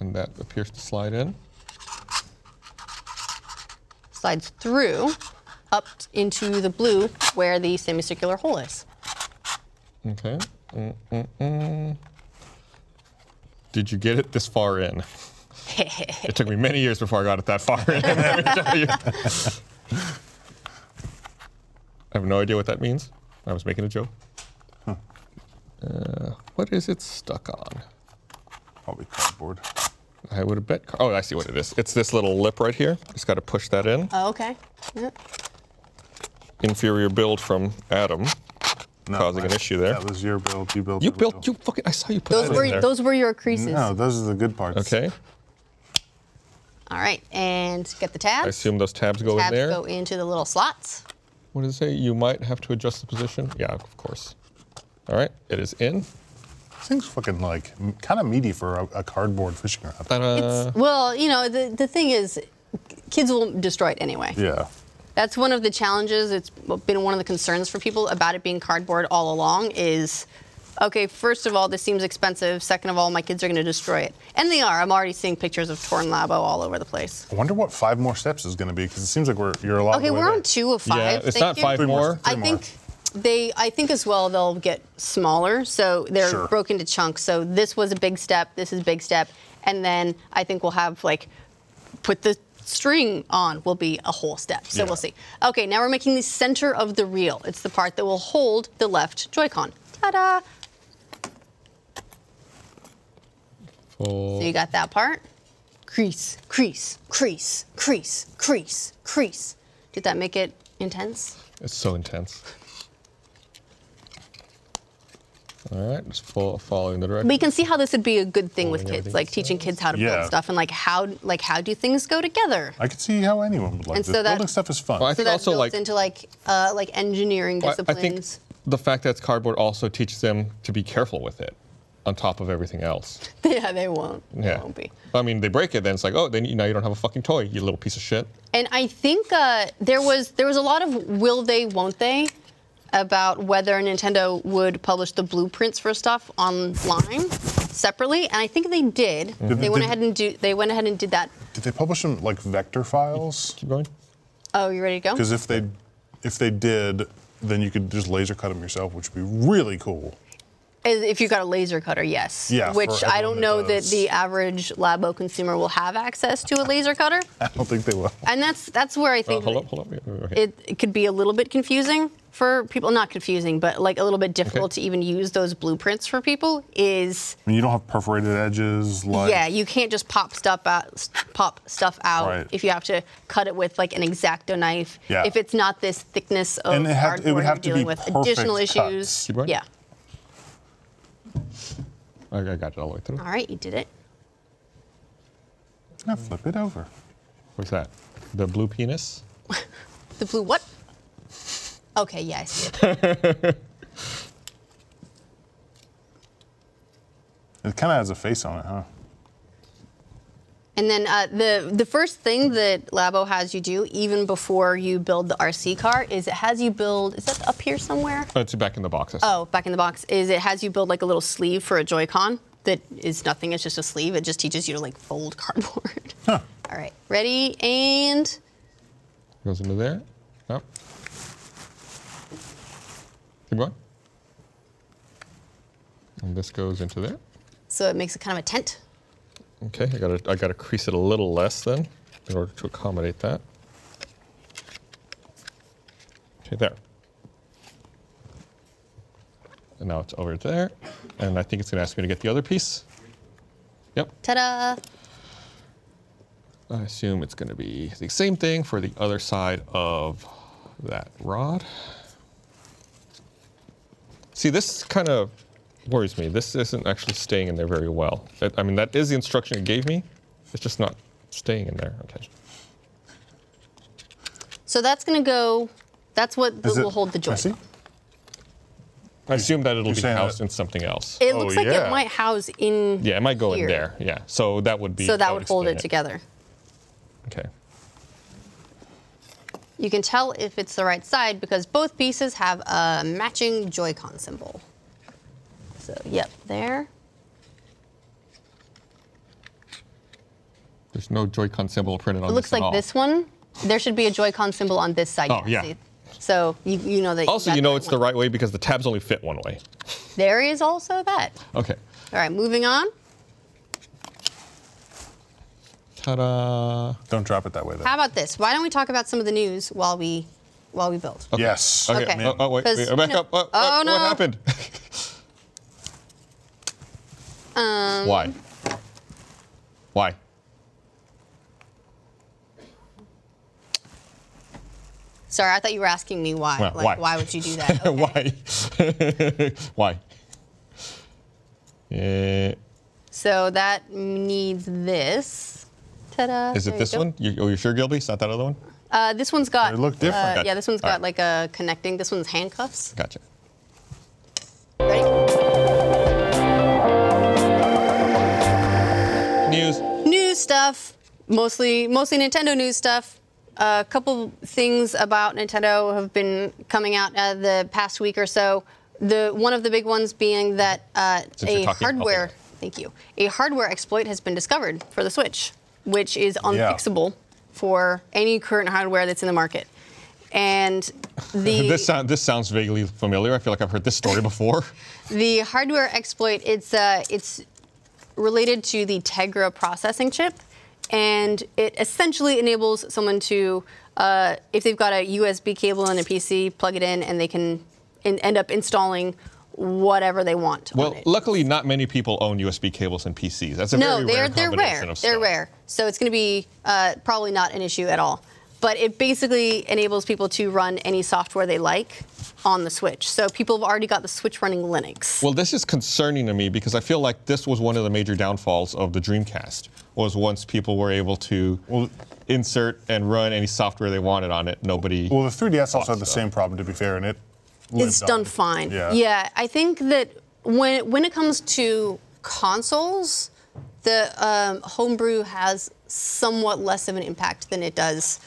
Speaker 2: and that appears to slide in.
Speaker 1: slides through up t- into the blue where the semicircular hole is. *laughs*
Speaker 2: Okay. Mm-mm-mm. Did you get it this far in? It took me many years before I got it that far in. *laughs* let me tell you. I have no idea what that means. I was making a joke. Uh, what is it stuck on?
Speaker 3: Probably cardboard.
Speaker 2: I would have bet. Oh, I see what it is. It's this little lip right here. Just got to push that in.
Speaker 1: Oh, okay. Yep.
Speaker 2: Inferior build from Adam,
Speaker 3: No,
Speaker 2: causing an
Speaker 3: that-
Speaker 2: issue there.
Speaker 3: That was your build. You built.
Speaker 2: you
Speaker 3: that
Speaker 2: built.
Speaker 3: build.
Speaker 2: You fucking. I saw you put
Speaker 1: Those
Speaker 2: that in
Speaker 1: were
Speaker 2: there.
Speaker 1: those were your creases.
Speaker 3: No, those are the good parts.
Speaker 2: okay.
Speaker 1: All right, and get the
Speaker 2: I
Speaker 1: tabs.
Speaker 2: assume those tabs go
Speaker 1: tabs
Speaker 2: in there.
Speaker 1: go into the little slots.
Speaker 2: What does it say? You might have to adjust the position. Yeah, of course. All right, it is in.
Speaker 3: This thing's fucking like kind of meaty for a, a cardboard fishing rod. Uh,
Speaker 2: Ta-da.
Speaker 1: It's, well, you know, the, the thing is, kids will destroy it anyway.
Speaker 3: yeah.
Speaker 1: That's one of the challenges. It's been one of the concerns for people about it being cardboard all along is, okay, first of all, this seems expensive. Second of all, my kids are going to destroy it. And they are. I'm already seeing pictures of torn Labo all over the place.
Speaker 3: I wonder what five more steps is going to be because it seems like we're you're a lot. of
Speaker 1: Okay,
Speaker 3: the way
Speaker 1: we're
Speaker 3: there.
Speaker 1: on two of five.
Speaker 2: yeah, it's
Speaker 1: Thank
Speaker 2: not
Speaker 1: you.
Speaker 2: five
Speaker 3: Three more.
Speaker 2: more.
Speaker 1: I
Speaker 3: more.
Speaker 1: think they. I think as well they'll get smaller, so they're
Speaker 3: Sure.
Speaker 1: broken to chunks. So this was a big step. This is a big step, and then I think we'll have like put the string on will be a whole step. So
Speaker 3: Yeah.
Speaker 1: we'll see. Okay, now we're making the center of the reel. It's the part that will hold the left Joy-Con. Ta-da!
Speaker 2: Full-
Speaker 1: So you got that part. Crease, crease, crease, crease, crease, crease. Did that make it intense?
Speaker 2: It's so intense. All right, just fo- following the direction.
Speaker 1: But you can see how this would be a good thing with
Speaker 2: Pulling
Speaker 1: kids,
Speaker 2: everything
Speaker 1: like teaching kids how to
Speaker 3: Yeah.
Speaker 1: build stuff and like how like how do things go together.
Speaker 3: I could see how anyone would like
Speaker 1: And
Speaker 3: this.
Speaker 1: so that-
Speaker 3: Building stuff is fun.
Speaker 2: Well, I
Speaker 1: So
Speaker 2: think
Speaker 1: that
Speaker 2: also
Speaker 1: builds
Speaker 2: like
Speaker 1: into like uh, like engineering
Speaker 2: I, I think
Speaker 1: disciplines. *laughs*
Speaker 2: the fact that it's cardboard also teaches them to be careful with it, on top of everything else.
Speaker 1: yeah, they won't.
Speaker 2: Yeah.
Speaker 1: They won't be.
Speaker 2: I mean, they break it, then it's like, oh, then you, now you don't have a fucking toy, you little piece of shit.
Speaker 1: And I think uh, there was there was a lot of will they, won't they, about whether Nintendo would publish the blueprints for stuff online separately, and I think they did.
Speaker 3: Did-
Speaker 1: They went
Speaker 3: did-
Speaker 1: ahead and do they went ahead and did that.
Speaker 3: Did they publish them like vector files?
Speaker 2: Keep going.
Speaker 1: Oh, you ready to go?
Speaker 3: Because if they if they did, then you could just laser cut them yourself, which would be really cool. *laughs*
Speaker 1: Is- If you got a laser cutter, yes.
Speaker 3: Yeah, for
Speaker 1: Which I don't
Speaker 3: everyone that
Speaker 1: know that
Speaker 3: does.
Speaker 1: the average Labo consumer will have access to a laser cutter,
Speaker 3: I don't think they will.
Speaker 1: and that's that's where I
Speaker 2: Oh,
Speaker 1: think
Speaker 2: hold up, hold up. Okay.
Speaker 1: It, it could be a little bit confusing for people. Not confusing, but like a little bit difficult to even use those blueprints for people. Is
Speaker 3: I mean, you don't have perforated edges. Like,
Speaker 1: yeah, you can't just pop stuff out. s- Pop stuff out
Speaker 3: Right.
Speaker 1: if you have to cut it with like an exacto knife.
Speaker 3: Yeah.
Speaker 1: If it's not this thickness of
Speaker 3: And it had- it
Speaker 1: cardboard
Speaker 3: would have
Speaker 1: you're
Speaker 3: to be
Speaker 1: dealing with additional
Speaker 3: perfect
Speaker 1: issues.
Speaker 3: cuts.
Speaker 2: Keep going.
Speaker 1: Yeah.
Speaker 2: I I got it all the way through.
Speaker 1: All right, you did it.
Speaker 3: Now flip it over.
Speaker 2: What's that? The blue penis?
Speaker 1: The blue what? Okay, yeah, I see it.
Speaker 3: It kind of has a face on it, huh?
Speaker 1: And then uh, the the first thing that Labo has you do, even before you build the RC car, is it has you build. Is that up here somewhere?
Speaker 2: Oh, it's back in the box. I see.
Speaker 1: Oh, back in the box. Is it has you build like a little sleeve for a Joy-Con that is nothing. It's just a sleeve. It just teaches you to like fold *laughs* cardboard. All right, ready and
Speaker 2: Goes into there. Yep. Keep going. And this goes into there.
Speaker 1: so it makes a kind of a tent.
Speaker 2: Okay, I gotta I gotta crease it a little less then, in order to accommodate that. Okay, there. And now it's over there, and I think it's gonna ask me to get the other piece. Yep.
Speaker 1: Ta-da!
Speaker 2: I assume it's gonna be the same thing for the other side of that rod. See, this kind of worries me. This isn't actually staying in there very well. That- I mean, that is the instruction it gave me. It's just not staying in there. Okay.
Speaker 1: So that's gonna go. That's what
Speaker 3: Is
Speaker 1: the,
Speaker 3: it
Speaker 1: will hold the joint.
Speaker 3: messy?
Speaker 2: I assume that it'll
Speaker 3: you're
Speaker 2: be
Speaker 3: saying
Speaker 2: housed
Speaker 3: that-
Speaker 2: in something else.
Speaker 1: It
Speaker 3: Oh,
Speaker 1: looks like
Speaker 3: yeah.
Speaker 1: it might house in.
Speaker 2: yeah, it might go
Speaker 1: here.
Speaker 2: in there. Yeah. So that would be.
Speaker 1: So that would hold it
Speaker 2: explain
Speaker 1: together.
Speaker 2: Okay.
Speaker 1: You can tell if it's the right side because both pieces have a matching Joy-Con symbol. So, yep, there.
Speaker 2: There's no Joy-Con symbol printed on
Speaker 1: It looks
Speaker 2: this at
Speaker 1: like
Speaker 2: all.
Speaker 1: this one. There should be a Joy-Con symbol on this side.
Speaker 2: Oh, yeah.
Speaker 1: So you, you know that.
Speaker 2: Also,
Speaker 1: got
Speaker 2: you know it's the
Speaker 1: one.
Speaker 2: right way because the tabs only fit one way.
Speaker 1: There is also that.
Speaker 2: Okay.
Speaker 1: All right, moving on.
Speaker 2: Ta-da.
Speaker 3: Don't drop it that way, though.
Speaker 1: How about this? Why don't we talk about some of the news while we while we build?
Speaker 3: Yes.
Speaker 2: Okay.
Speaker 1: Okay.
Speaker 2: Oh, oh, wait,
Speaker 1: Because,
Speaker 2: wait, back
Speaker 1: you know-
Speaker 2: up. Oh,
Speaker 1: Oh,
Speaker 2: oh,
Speaker 1: no.
Speaker 2: What happened?
Speaker 1: Um,
Speaker 2: Why? Why? *laughs*
Speaker 1: Sorry, I thought you were asking me why.
Speaker 2: Well,
Speaker 1: like,
Speaker 2: why?
Speaker 1: would you do
Speaker 2: *laughs*
Speaker 1: that? Okay.
Speaker 2: Why? *laughs* Why? Eh,
Speaker 1: So that needs this. Ta-da!
Speaker 2: is
Speaker 1: there
Speaker 2: it
Speaker 1: you
Speaker 2: this
Speaker 1: go.
Speaker 2: one? You, oh, you sure, Gilby? It's not that other one?
Speaker 1: Uh, this one's got.
Speaker 3: They look different.
Speaker 1: Uh, yeah, this one's
Speaker 2: All
Speaker 1: got
Speaker 2: right.
Speaker 1: like a connecting. This one's handcuffs.
Speaker 2: Gotcha.
Speaker 1: Ready?
Speaker 2: News.
Speaker 1: New stuff, mostly mostly Nintendo news stuff. A couple things about Nintendo have been coming out uh, the past week or so. The one of the big ones being that uh,
Speaker 2: Since
Speaker 1: a
Speaker 2: you're talking, I'll do
Speaker 1: hardware.
Speaker 2: it.
Speaker 1: Thank you. A hardware exploit has been discovered for the Switch, which is unfixable for any current hardware that's in the market.
Speaker 2: *laughs*
Speaker 1: And the
Speaker 2: This, sound, this sounds vaguely familiar. I feel like I've heard this story
Speaker 1: *laughs*
Speaker 2: before.
Speaker 1: The hardware exploit, it's uh, it's related to the Tegra processing chip, and it essentially enables someone to, uh, if they've got a USB cable and a PC, plug it in, and they can in, end up installing whatever they want. on
Speaker 2: Well,
Speaker 1: it.
Speaker 2: luckily, not many people own USB cables and PCs. That's a
Speaker 1: no,
Speaker 2: very
Speaker 1: they're
Speaker 2: rare
Speaker 1: they're
Speaker 2: combination
Speaker 1: rare.
Speaker 2: of
Speaker 1: They're
Speaker 2: stuff.
Speaker 1: rare. So it's going to be uh, probably not an issue at all. But it basically enables people to run any software they like on the Switch. So people have already got the Switch running Linux.
Speaker 2: Well, this is concerning to me because I feel like this was one of the major downfalls of the Dreamcast. Was once people were able to insert and run any software they wanted on it, nobody.
Speaker 3: Well, the 3DS also had the same problem, to be fair, and it.
Speaker 1: it's
Speaker 3: lived on.
Speaker 1: done fine.
Speaker 3: Yeah.
Speaker 1: I think that when when it comes to consoles, the um, homebrew has somewhat less of an impact than it does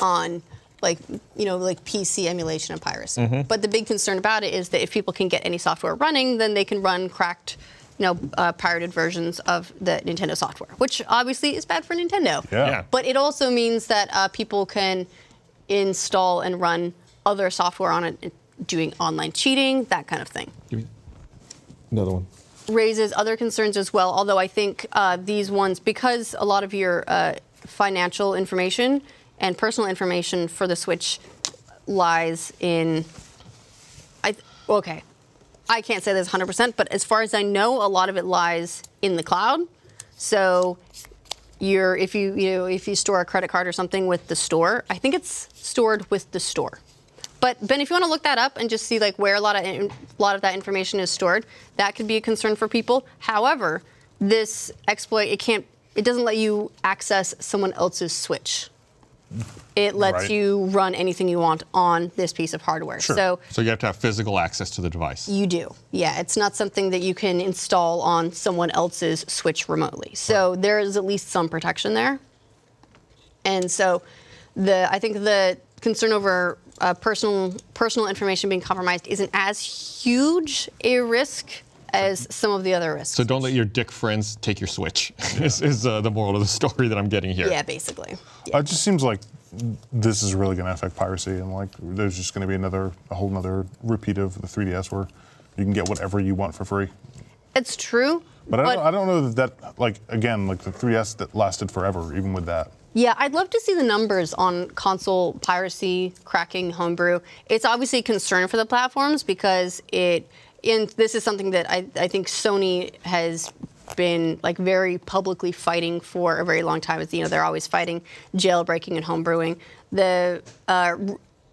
Speaker 1: on like you know like PC emulation and piracy.
Speaker 3: Mm-hmm.
Speaker 1: But the big concern about it is that if people can get any software running, then they can run cracked. You know, uh, pirated versions of the Nintendo software, which obviously is bad for Nintendo.
Speaker 3: Yeah.
Speaker 2: Yeah.
Speaker 1: But it also means that uh, people can install and run other software on it, doing online cheating, that kind of thing.
Speaker 2: Another one.
Speaker 1: Raises other concerns as well, although I think uh, these ones, because a lot of your uh, financial information and personal information for the Switch lies in. I okay, I can't say this 100%, but as far as I know, a lot of it lies in the cloud. So your if you you know if you store a credit card or something with the store, I think it's stored with the store. But Ben, if you want to look that up and just see like where a lot of in, a lot of that information is stored, that could be a concern for people. However, this exploit it can't it doesn't let you access someone else's switch. It lets
Speaker 3: Right.
Speaker 1: you run anything you want on this piece of hardware. So
Speaker 2: So you have to have physical access to the device.
Speaker 1: you do. Yeah, it's not something that you can install on someone else's Switch remotely. So there is at least some protection there. And so, the I think the concern over uh, personal personal information being compromised isn't as huge a risk as some of the other risks.
Speaker 2: So don't let your dick friends take your Switch. *laughs* is is uh, the moral of the story that I'm getting here.
Speaker 1: yeah, basically.
Speaker 3: Uh, It just seems like this is really going to affect piracy, and like there's just going to be another, a whole another repeat of the 3DS where you can get whatever you want for free.
Speaker 1: It's true,
Speaker 3: But I
Speaker 1: But-
Speaker 3: don't, I don't know that, that, like, again, like the 3S that lasted forever, even with that.
Speaker 1: Yeah, I'd love to see the numbers on console piracy, cracking, homebrew. It's obviously a concern for the platforms because it, and this is something that I, I think Sony has been like very publicly fighting for a very long time. It's, you know, they're always fighting jailbreaking and homebrewing. The uh,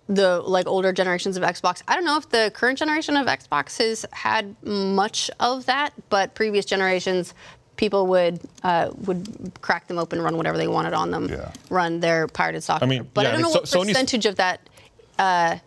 Speaker 1: the like older generations of Xbox. I don't know if the current generation of Xbox has had much of that, but previous generations, people would uh, would crack them open, run whatever they wanted on them,
Speaker 3: Yeah.
Speaker 1: run their pirated software.
Speaker 2: mean,
Speaker 1: but
Speaker 2: yeah,
Speaker 1: I don't
Speaker 2: I
Speaker 1: know
Speaker 2: mean,
Speaker 1: what
Speaker 2: so- Sony's-
Speaker 1: percentage of that uh,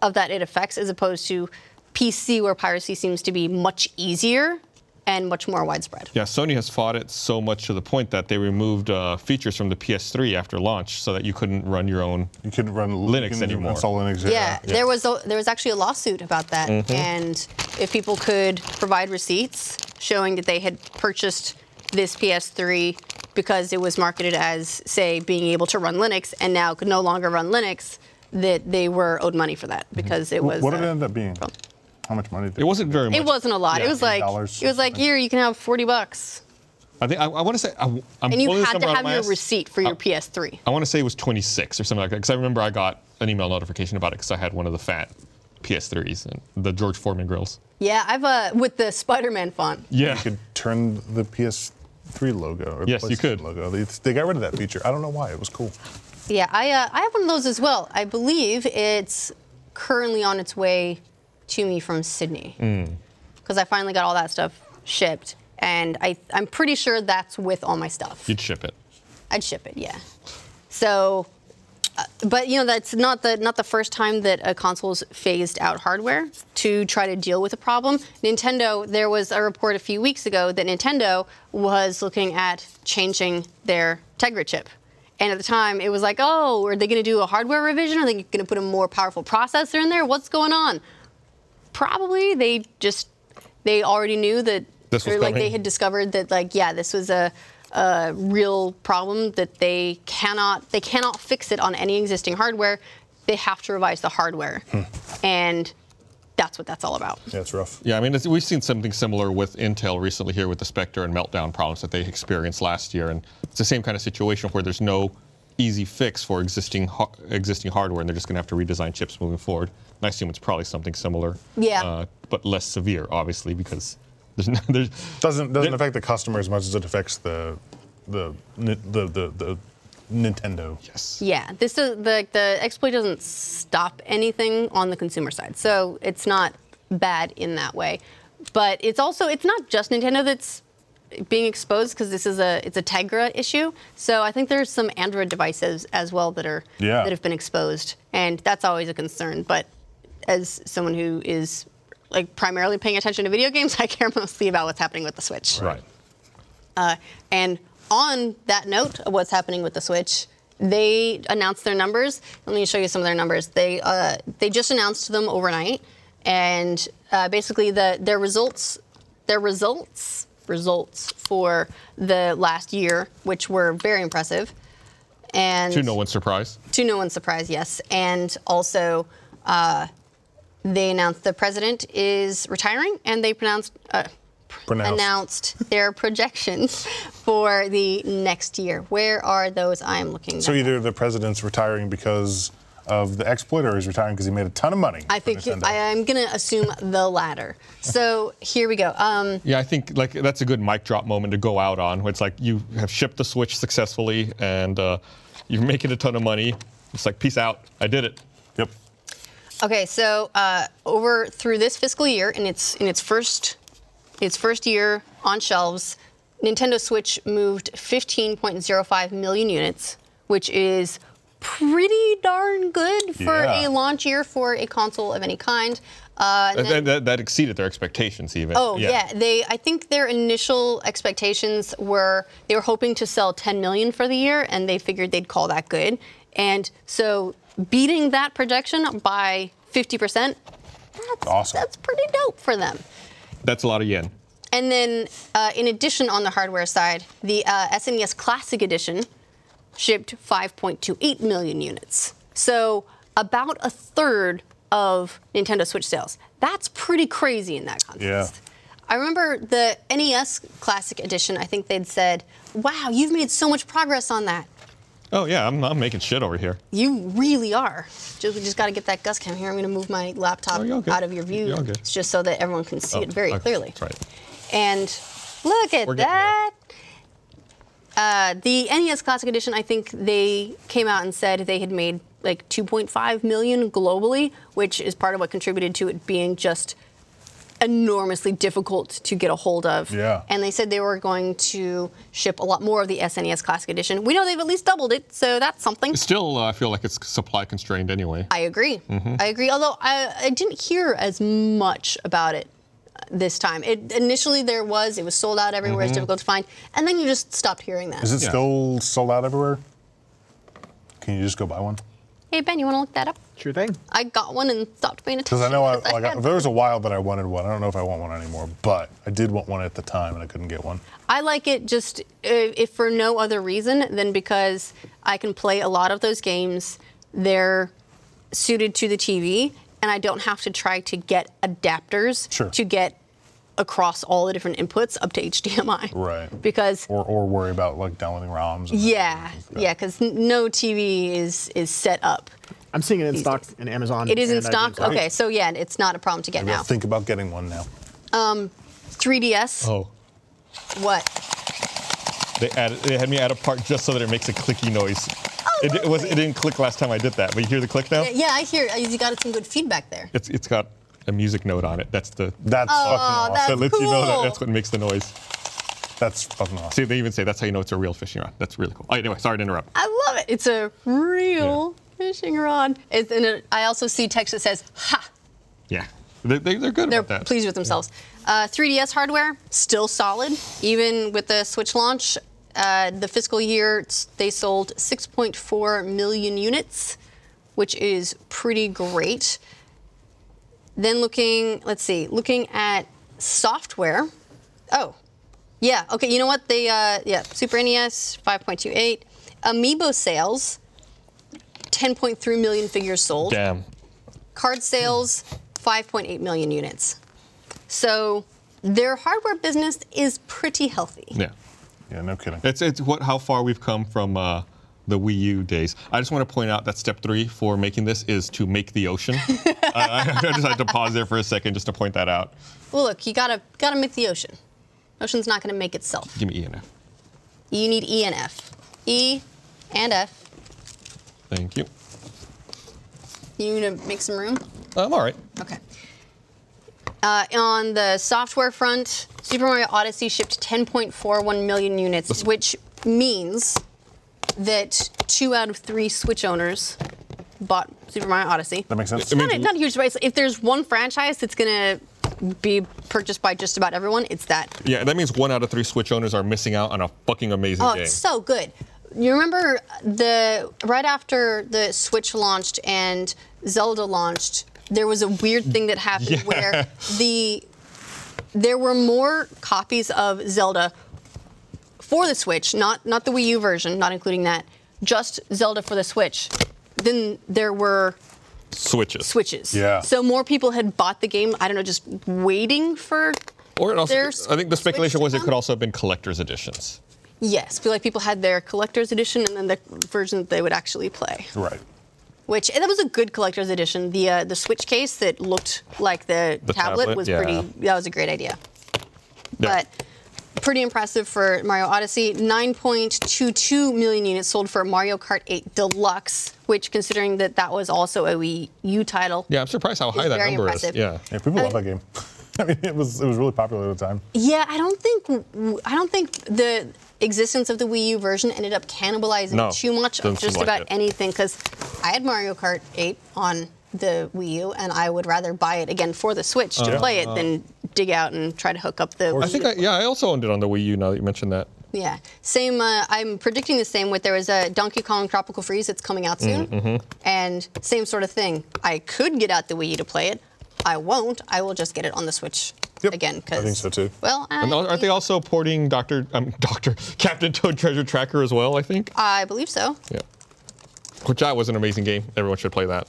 Speaker 1: of that it affects, as opposed to PC, where piracy seems to be much easier and much more widespread.
Speaker 2: Yeah, Sony has fought it so much to the point that they removed uh, features from the PS3 after launch so that you couldn't run your own.
Speaker 3: You couldn't run
Speaker 2: Linux
Speaker 3: you couldn't
Speaker 2: anymore.
Speaker 3: Install Linux.
Speaker 1: Yeah, there was a, there was actually a lawsuit about that, and if people could provide receipts showing that they had purchased this PS3 because it was marketed as, say, being able to run Linux, and now could no longer run Linux, that they were owed money for that because it was.
Speaker 3: What
Speaker 1: uh,
Speaker 3: did it end up being? How much money? Did
Speaker 2: It wasn't very much.
Speaker 1: it wasn't a lot.
Speaker 2: Yeah,
Speaker 1: it was like
Speaker 3: $8
Speaker 1: it was like here you can have forty bucks,
Speaker 2: I think I, I want to say I, am
Speaker 1: and you had to have your receipt for your PS3.
Speaker 2: I want to say it was 26 or something like that because I remember I got an email notification about it because I had one of the fat PS3s and the George Foreman grills.
Speaker 1: Yeah, I've uh, with the Spider-Man font.
Speaker 2: Yeah.
Speaker 3: You could turn the PS3 logo. Or
Speaker 2: Yes, you
Speaker 3: PlayStation
Speaker 2: could.
Speaker 3: Logo. They, they got rid of that feature. I don't know why. It was cool.
Speaker 1: Yeah, I uh, I have one of those as well. I believe it's currently on its way to me from Sydney because I finally got all that stuff shipped, and I I'm pretty sure that's with all my stuff.
Speaker 2: You'd ship it.
Speaker 1: I'd ship it, yeah. So, uh, but you know that's not the not the first time that a console's phased out hardware to try to deal with a problem. Nintendo, there was a report a few weeks ago that Nintendo was looking at changing their Tegra chip. And at the time, it was like, oh, are they going to do a hardware revision? Are they going to put a more powerful processor in there? What's going on? Probably they just they already knew that
Speaker 2: This was
Speaker 1: or, like
Speaker 2: coming.
Speaker 1: they had discovered that like yeah this was a, a real problem that they cannot they cannot fix it on any existing hardware they have to revise the hardware
Speaker 2: Hmm.
Speaker 1: and that's what that's all about
Speaker 3: Yeah, it's rough.
Speaker 2: Yeah, I mean, it's, we've seen something similar with Intel recently here with the Spectre and Meltdown problems that they experienced last year, and it's the same kind of situation where there's no easy fix for existing ha- existing hardware, and they're just going to have to redesign chips moving forward. And I assume it's probably something similar, uh,
Speaker 1: Yeah.
Speaker 2: but less severe, obviously, because there's no, there's
Speaker 3: Doesn't doesn't
Speaker 2: There-
Speaker 3: affect the customer as much as it affects the the the the, the, the Nintendo.
Speaker 2: yes.
Speaker 1: yeah this is the, the exploit doesn't stop anything on the consumer side so it's not bad in that way but it's also it's not just nintendo that's being exposed because this is a it's a Tegra issue. So I think there's some Android devices as well that are
Speaker 3: Yeah.
Speaker 1: that have been exposed, and that's always a concern. But as someone who is like primarily paying attention to video games, *laughs* I care mostly about what's happening with the Switch.
Speaker 2: right.
Speaker 1: And on that note of what's happening with the Switch, they announced their numbers. Let me show you some of their numbers. They uh, they just announced them overnight, and uh, basically the their results their results results for the last year, which were very impressive. And
Speaker 2: To no one's surprise,
Speaker 1: to no one's surprise, yes. And also, uh, they announced the president is retiring, and they pronounced. Uh,
Speaker 3: Pronounced.
Speaker 1: announced their projections *laughs* for the next year. Where are those? I am looking.
Speaker 3: So
Speaker 1: at.
Speaker 3: either the president's retiring because of the exploit, or he's retiring because he made a ton of money.
Speaker 1: I
Speaker 3: for
Speaker 1: think
Speaker 3: Nintendo.
Speaker 1: I am going to assume the latter. So here we go. Um,
Speaker 2: yeah, I think like that's a good mic drop moment to go out on. It's like you have shipped the Switch successfully, and uh, you're making a ton of money. It's like peace out, I did it.
Speaker 3: Yep.
Speaker 1: Okay, so uh, over through this fiscal year, in its in its first its first year on shelves, Nintendo Switch moved 15.05 million units, which is pretty darn good for
Speaker 3: Yeah.
Speaker 1: a launch year for a console of any kind. Uh,
Speaker 2: That- That, that, that exceeded their expectations, even.
Speaker 1: Oh yeah. they. I think their initial expectations were they were hoping to sell 10 million for the year, and they figured they'd call that good. And so, beating that projection by 50 percent, that's
Speaker 3: Awesome.
Speaker 1: That's pretty dope for them.
Speaker 2: That's a lot of yen.
Speaker 1: And then, uh, in addition, on the hardware side, the uh, SNES Classic Edition shipped 5.28 million units. So about a third of Nintendo Switch sales. That's pretty crazy in that context.
Speaker 3: Yeah.
Speaker 1: I remember the NES Classic Edition. I think they'd said, "Wow, you've made so much progress on that.
Speaker 2: Oh yeah, I'm, I'm making shit over here.
Speaker 1: You really are." Just, we just got to get that Gus cam here. I'm going to move my laptop
Speaker 2: Oh, you're okay.
Speaker 1: out of your view,
Speaker 2: You're okay.
Speaker 1: It's just so that everyone can see
Speaker 2: Oh,
Speaker 1: it very
Speaker 2: okay,
Speaker 1: clearly.
Speaker 2: That's right.
Speaker 1: And look at
Speaker 2: We're getting
Speaker 1: that. Uh, the NES Classic Edition, I think they came out and said they had made like 2.5 million globally, which is part of what contributed to it being just enormously difficult to get a hold of.
Speaker 3: Yeah.
Speaker 1: And they said they were going to ship a lot more of the SNES Classic Edition. We know they've at least doubled it, so that's something.
Speaker 2: Still, uh, I feel like it's supply constrained anyway.
Speaker 1: I agree.
Speaker 3: Mm-hmm.
Speaker 1: I agree. Although I, I didn't hear as much about it this time. It initially there was it was sold out everywhere. It's difficult to find, and then you just stopped hearing that.
Speaker 3: Mm-hmm. Is it
Speaker 2: Yeah.
Speaker 3: still sold out everywhere? Can you just go buy one?
Speaker 1: hey Ben, you want to look that up?
Speaker 5: Sure thing.
Speaker 1: I got one and stopped paying attention.
Speaker 3: Because I know
Speaker 1: *laughs*
Speaker 3: I,
Speaker 1: 'cause
Speaker 3: like, I,
Speaker 1: had-
Speaker 3: there was a while that I wanted one. I don't know if I want one anymore, but I did want one at the time and I couldn't get one.
Speaker 1: I like it just uh, if for no other reason than because I can play a lot of those games. They're suited to the TV, and I don't have to try to get adapters
Speaker 3: Sure.
Speaker 1: to get across all the different inputs up to HDMI.
Speaker 3: Right.
Speaker 1: Because
Speaker 3: Or, or worry about like downloading ROMs. And
Speaker 1: Yeah, yeah, because no TV is is set up.
Speaker 5: I'm seeing it in
Speaker 1: These
Speaker 5: stock
Speaker 1: days.
Speaker 5: in Amazon.
Speaker 1: It is in
Speaker 5: and I've been
Speaker 1: stock.
Speaker 5: buying it.
Speaker 1: Okay, so yeah, it's not a problem to get
Speaker 3: Maybe I'll
Speaker 1: now.
Speaker 3: think about getting one now.
Speaker 1: 3DS.
Speaker 2: Oh,
Speaker 1: What?
Speaker 2: they added, they had me add a part just so that it makes a clicky noise. it, it was it didn't click last time I did that, but you hear the click now.
Speaker 1: Oh, Yeah, I hear uh, you got some good feedback there.
Speaker 2: It's it's got a music note on it. That's the
Speaker 3: That's fucking
Speaker 1: Oh, that's
Speaker 2: that
Speaker 3: awesome.
Speaker 2: lets you know that
Speaker 1: cool.
Speaker 2: that's what makes the noise.
Speaker 3: That's fucking awesome.
Speaker 2: See, they even say that's how you know it's a real fishing rod. That's really cool. Oh, anyway, sorry to interrupt.
Speaker 1: I love it. It's a real fishing rod. It's, and it, I also see text that says, "Ha."
Speaker 2: Yeah, they, they, they're good
Speaker 1: They're
Speaker 2: about that.
Speaker 1: pleased with themselves. Uh, 3DS hardware still solid, even with the Switch launch. Uh, the fiscal year s- they sold 6.4 million units, which is pretty great. Then looking, let's see, looking at software. Oh, yeah. Okay. You know what? They uh, yeah. Super NES 5.28. Amiibo sales. 10.3 million figures sold
Speaker 2: Damn.
Speaker 1: card sales 5.8 million units so their hardware business is pretty healthy
Speaker 2: Yeah,
Speaker 3: Yeah, no kidding.
Speaker 2: it's it's what how far we've come from. Uh, the Wii U days. I just want to point out that step three for making this is to make
Speaker 1: *laughs*
Speaker 2: the ocean. I, *laughs* I I just had to pause there for a second just to point that out.
Speaker 1: well look you gotta gotta make the ocean ocean's not gonna make itself
Speaker 2: Give me E ENF.
Speaker 1: you need e and f e and f
Speaker 2: Thank you.
Speaker 1: you need to make some room
Speaker 2: I'm Um, all right.
Speaker 1: okay uh, on the software front super mario odyssey shipped 10.41 million units which means that two out of three switch owners bought super mario odyssey
Speaker 3: That makes sense.
Speaker 2: I mean-
Speaker 1: not, a, not a huge surprise. If there's one franchise that's gonna be purchased by just about everyone, it's that.
Speaker 2: Yeah, that means one out of three Switch owners are missing out on a fucking amazing
Speaker 1: Oh,
Speaker 2: game.
Speaker 1: it's so good. You remember the right after the Switch launched and Zelda launched, there was a weird thing that happened where the there were more copies of Zelda for the Switch, not not the Wii U version, not including that, just Zelda for the Switch, than there were
Speaker 2: Switches.
Speaker 1: switches.
Speaker 3: Yeah.
Speaker 1: So more people had bought the game. I don't know, just waiting for.
Speaker 2: Or it also,
Speaker 1: their
Speaker 2: I think the speculation
Speaker 1: Switch
Speaker 2: was
Speaker 1: to
Speaker 2: it could
Speaker 1: come?
Speaker 2: also have been collector's editions.
Speaker 1: Yes, feel like people had their collector's edition and then the version that they would actually play.
Speaker 3: Right.
Speaker 1: Which and that was a good collector's edition. The uh, the Switch case that looked like the,
Speaker 2: The
Speaker 1: tablet,
Speaker 2: tablet,
Speaker 1: was
Speaker 2: yeah.
Speaker 1: pretty. That was a great idea.
Speaker 2: Yeah.
Speaker 1: But pretty impressive for Mario Odyssey. 9.22 million units sold for Mario Kart 8 Deluxe, which considering that that was also a Wii U title.
Speaker 2: yeah, I'm surprised how high that
Speaker 1: very
Speaker 2: number
Speaker 1: impressive.
Speaker 2: is. Yeah.
Speaker 3: Yeah, people love that game. *laughs* I mean, it was it was really popular at the time.
Speaker 1: Yeah, I don't think I don't think the existence of the Wii U version ended up cannibalizing
Speaker 2: No,
Speaker 1: too much of
Speaker 2: doesn't seem
Speaker 1: just
Speaker 2: like
Speaker 1: about
Speaker 2: it.
Speaker 1: anything because I had Mario Kart 8 on the Wii U and I would rather buy it again for the Switch
Speaker 2: Oh,
Speaker 1: to play it than dig out and try to hook up the.
Speaker 2: Uh-huh. I
Speaker 1: Wii
Speaker 2: think, I, yeah, I also owned it on the Wii U now that you mentioned that.
Speaker 1: yeah, same. Uh, I'm predicting the same. With there was a Donkey Kong Tropical Freeze that's coming out soon,
Speaker 2: Mm-hmm.
Speaker 1: and same sort of thing. I could get out the Wii U to play it. I won't. I will just get it on the Switch
Speaker 3: Yep,
Speaker 1: again.
Speaker 3: I think
Speaker 1: 'cause-
Speaker 3: so too.
Speaker 1: Well, I,
Speaker 2: And aren't they also porting Doctor, um, *laughs* Doctor Captain Toad Treasure Tracker as well? I think.
Speaker 1: I believe so.
Speaker 2: yeah. Which that was an amazing game. Everyone should play that.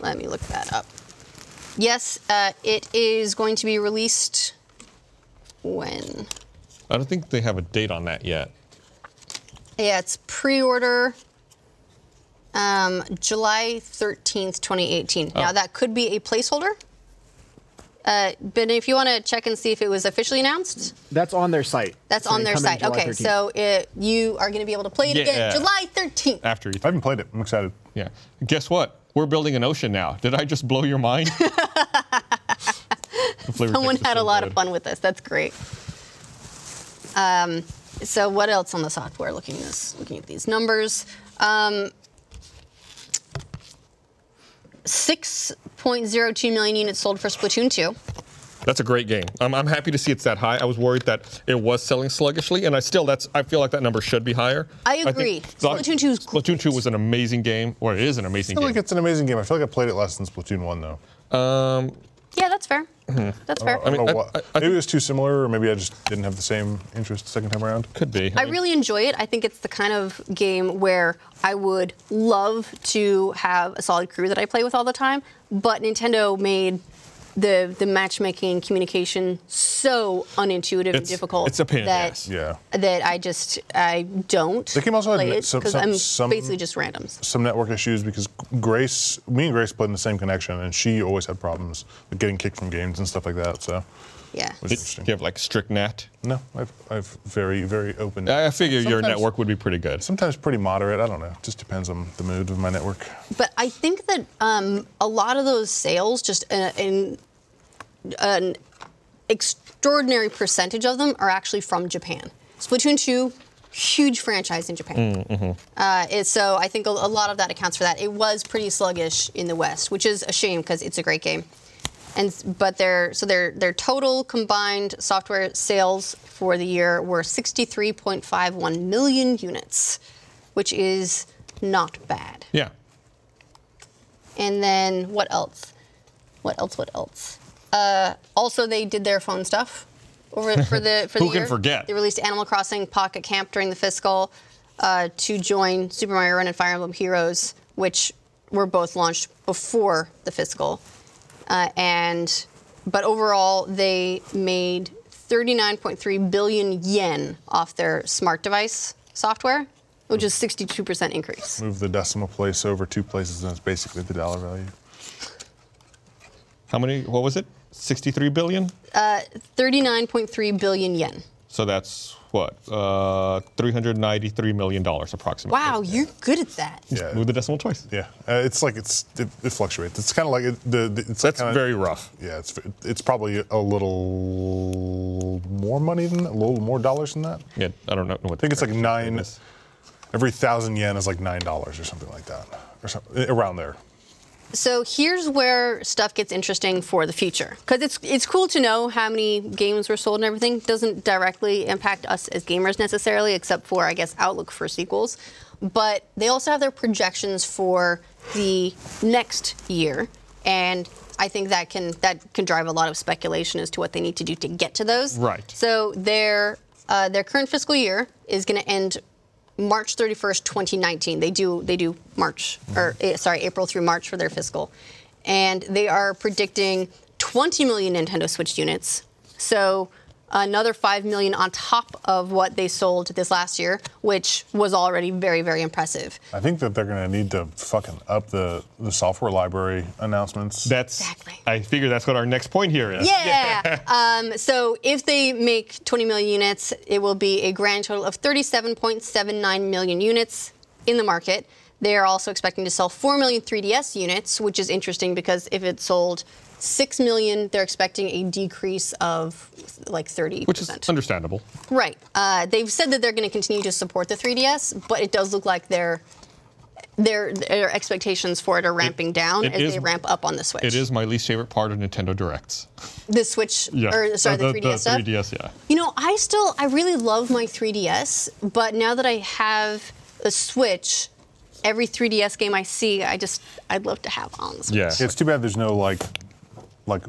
Speaker 1: Let me look that up. Yes, uh, it is going to be released when?
Speaker 2: I don't think they have a date on that yet.
Speaker 1: Yeah, it's pre-order um, July 13th, 2018. Now
Speaker 2: Oh.
Speaker 1: that could be a placeholder. Uh, but if you want to check and see if it was officially announced,
Speaker 5: That's on their site.
Speaker 1: that's
Speaker 5: It's
Speaker 1: on
Speaker 5: gonna
Speaker 1: their
Speaker 5: come in
Speaker 1: site.
Speaker 5: July
Speaker 1: Okay,
Speaker 5: 13th.
Speaker 1: so it, you are going to be able to play it again
Speaker 2: Yeah.
Speaker 1: July 13th.
Speaker 2: After E3.
Speaker 3: I haven't played it. I'm excited.
Speaker 2: Yeah. Guess what? We're building an ocean now. Did I just blow your mind? *laughs* The flavor
Speaker 1: *laughs* Someone
Speaker 2: text is
Speaker 1: had
Speaker 2: so
Speaker 1: a lot
Speaker 2: good.
Speaker 1: of fun with this. That's great. Um, so what else on the software? Looking this, looking at these numbers. Um, 6.02 million units sold for Splatoon 2.
Speaker 2: That's a great game. I'm, I'm happy to see it's that high. I was worried that it was selling sluggishly, and I still that's I feel like that number should be higher.
Speaker 1: I
Speaker 2: think
Speaker 1: agree.
Speaker 2: Zog-
Speaker 1: Splatoon 2 is
Speaker 2: Splatoon 2 was an amazing game, or it is an amazing
Speaker 3: I feel
Speaker 2: game.
Speaker 3: like it's an amazing game. I feel like I played it less than Splatoon 1, though.
Speaker 2: um,
Speaker 1: Yeah, that's fair. That's fair.
Speaker 3: I don't
Speaker 2: mean, Mm-hmm. I-
Speaker 3: know what.
Speaker 2: I- I
Speaker 3: maybe it was too similar, or maybe I just didn't have the same interest the second time around.
Speaker 2: could be.
Speaker 1: I
Speaker 2: mean,
Speaker 1: really enjoy it. I think it's the kind of game where I would love to have a solid crew that I play with all the time, but Nintendo made the the matchmaking and communication so unintuitive and
Speaker 2: It's-
Speaker 1: difficult.
Speaker 2: it's a pain in the
Speaker 1: that,
Speaker 2: ass.
Speaker 3: Yeah.
Speaker 1: That I just I don't.
Speaker 3: The game also had
Speaker 1: play
Speaker 3: ma-
Speaker 1: it
Speaker 3: some-
Speaker 1: 'cause
Speaker 3: some-
Speaker 1: I'm
Speaker 3: some-
Speaker 1: basically just randoms.
Speaker 3: Some network issues because Grace, me and Grace played in the same connection, and she always had problems with getting kicked from games and stuff like that. So,
Speaker 1: Yeah.
Speaker 3: was
Speaker 2: Did
Speaker 3: interesting.
Speaker 2: you have like strict nat?
Speaker 3: no, I've, I've very, very open.
Speaker 2: I I figure your
Speaker 3: Sometimes-
Speaker 2: network would be pretty good.
Speaker 3: Sometimes pretty moderate. I don't know. Just depends on the mood of my network.
Speaker 1: But I think that um, a lot of those sales, just uh, in an extraordinary percentage of them, are actually from Japan. Splatoon 2, huge franchise in Japan. Uh, it- so I think a, a lot of that accounts for that. It was pretty sluggish in the West, which is a shame because it's a great game. And s- but their so their their total combined software sales for the year were 63.51 million units, which is not bad.
Speaker 2: Yeah.
Speaker 1: And then what else? What else? What else? Uh, also, they did their phone stuff
Speaker 2: *laughs*
Speaker 1: over for the for
Speaker 2: Who
Speaker 1: the
Speaker 2: can
Speaker 1: year.
Speaker 2: forget?
Speaker 1: They released Animal Crossing Pocket Camp during the fiscal uh, to join Super Mario Run and Fire Emblem Heroes, which were both launched before the fiscal. Uh, and but overall, they made 39.3 billion yen off their smart device software, which is 62% increase.
Speaker 2: Hmm.
Speaker 3: Move the decimal place over two places, and it's basically the dollar value.
Speaker 2: How many? What was it? 63 billion.
Speaker 1: 39.3 billion yen.
Speaker 2: So that's what? Uh, 393 million dollars approximately.
Speaker 1: Wow, you're good at that.
Speaker 3: Yeah.
Speaker 2: Move the decimal twice.
Speaker 3: Yeah, uh, it's like it's it, it fluctuates. It's kind of like it, the, the it's
Speaker 2: That's
Speaker 3: kinda-
Speaker 2: very rough.
Speaker 3: Yeah, it's it's probably a little more money than that, a little more dollars than that. I
Speaker 2: Yeah, I don't know what. I
Speaker 3: think it's like nine. Every thousand yen is like nine dollars or something like that, or something around there.
Speaker 1: So here's where stuff gets interesting for the future, because it's it's cool to know how many games were sold and everything. Doesn't directly impact us as gamers necessarily, except for I guess outlook for sequels. But they also have their projections for the next year, and I think that can that can drive a lot of speculation as to what they need to do to get to those.
Speaker 2: Right.
Speaker 1: So their uh, their current fiscal year is going to end March 31st, 2019. They do they do March or eh, sorry April through March for their fiscal, and they are predicting 20 million Nintendo Switch units. So another 5 million on top of what they sold this last year, which was already very very impressive.
Speaker 3: I think that they're gonna need to fucking up the the software library announcements.
Speaker 2: That's.
Speaker 1: Exactly.
Speaker 2: I figure that's what our next point here is.
Speaker 1: Yeah. um, so if they make 20 million units, it will be a grand total of 37.79 million units in the market. They are also expecting to sell 4 million 3DS units, which is interesting because if it sold 6 million, they're expecting a decrease of like 30%.
Speaker 2: Which is understandable.
Speaker 1: Right. Uh, they've said that they're going to continue to support the 3DS, but it does look like their their their expectations for it are ramping down
Speaker 2: it
Speaker 1: as
Speaker 2: is-
Speaker 1: they ramp up on the Switch.
Speaker 2: It is my least favorite part of Nintendo Directs.
Speaker 1: the Switch or sorry the, 3DS stuff.
Speaker 2: 3DS, yeah.
Speaker 1: You know, I still I really love my 3DS, but now that I have a Switch, every 3DS game I see, I just I'd love to have on the Switch.
Speaker 2: Yeah.
Speaker 3: it's too bad there's no like like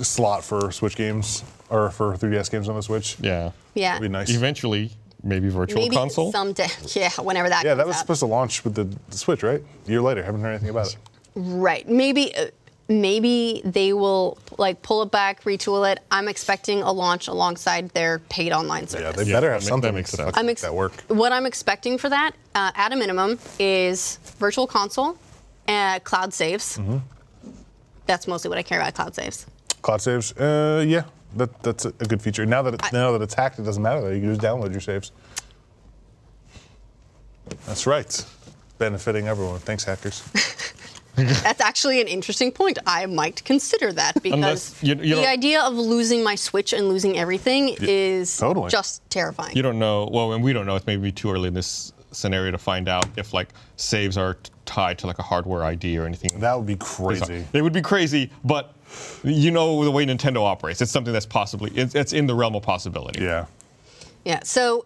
Speaker 3: slot for Switch games or for 3DS games on the Switch.
Speaker 2: Yeah.
Speaker 1: Yeah.
Speaker 3: That'd be nice.
Speaker 2: Eventually, maybe virtual
Speaker 1: Maybe
Speaker 2: console.
Speaker 1: someday. *laughs* Yeah, whenever that.
Speaker 3: Yeah, that
Speaker 1: comes
Speaker 3: was
Speaker 1: out.
Speaker 3: supposed to launch with the, the Switch, right? A year later, haven't heard anything about it.
Speaker 1: Right. Maybe uh, maybe they will like pull it back, retool it. I'm expecting a launch alongside their paid online
Speaker 3: Yeah,
Speaker 1: service.
Speaker 3: they
Speaker 2: Yeah,
Speaker 3: better
Speaker 2: that
Speaker 3: have
Speaker 2: ma- that
Speaker 3: something
Speaker 2: makes
Speaker 3: to
Speaker 2: sense.
Speaker 3: fucking
Speaker 1: I'm
Speaker 3: make
Speaker 1: ex-
Speaker 3: that work.
Speaker 1: What I'm expecting for that, uh, at a minimum, is virtual console, uh, cloud saves.
Speaker 2: Mm-hmm.
Speaker 1: That's mostly what I care about. Cloud saves.
Speaker 3: Cloud saves. Uh, yeah, that, that's a a good feature. Now that it, now that it's hacked, it doesn't matter. though. You can just download your saves. That's right. Benefiting everyone. Thanks, hackers.
Speaker 1: That's actually an interesting point. I might consider that because
Speaker 2: Unless you- you
Speaker 1: the
Speaker 2: don't-
Speaker 1: idea of losing my Switch and losing everything is
Speaker 3: totally.
Speaker 1: just terrifying.
Speaker 2: you don't know. Well, and we don't know. It's maybe too early in this scenario to find out if like saves are t- tied to like a hardware ID or anything.
Speaker 3: That would be
Speaker 2: It's
Speaker 3: crazy.
Speaker 2: not- It would be crazy, but you know the way Nintendo operates. It's something that's possibly it's, it's in the realm of possibility.
Speaker 3: Yeah.
Speaker 1: Yeah. So,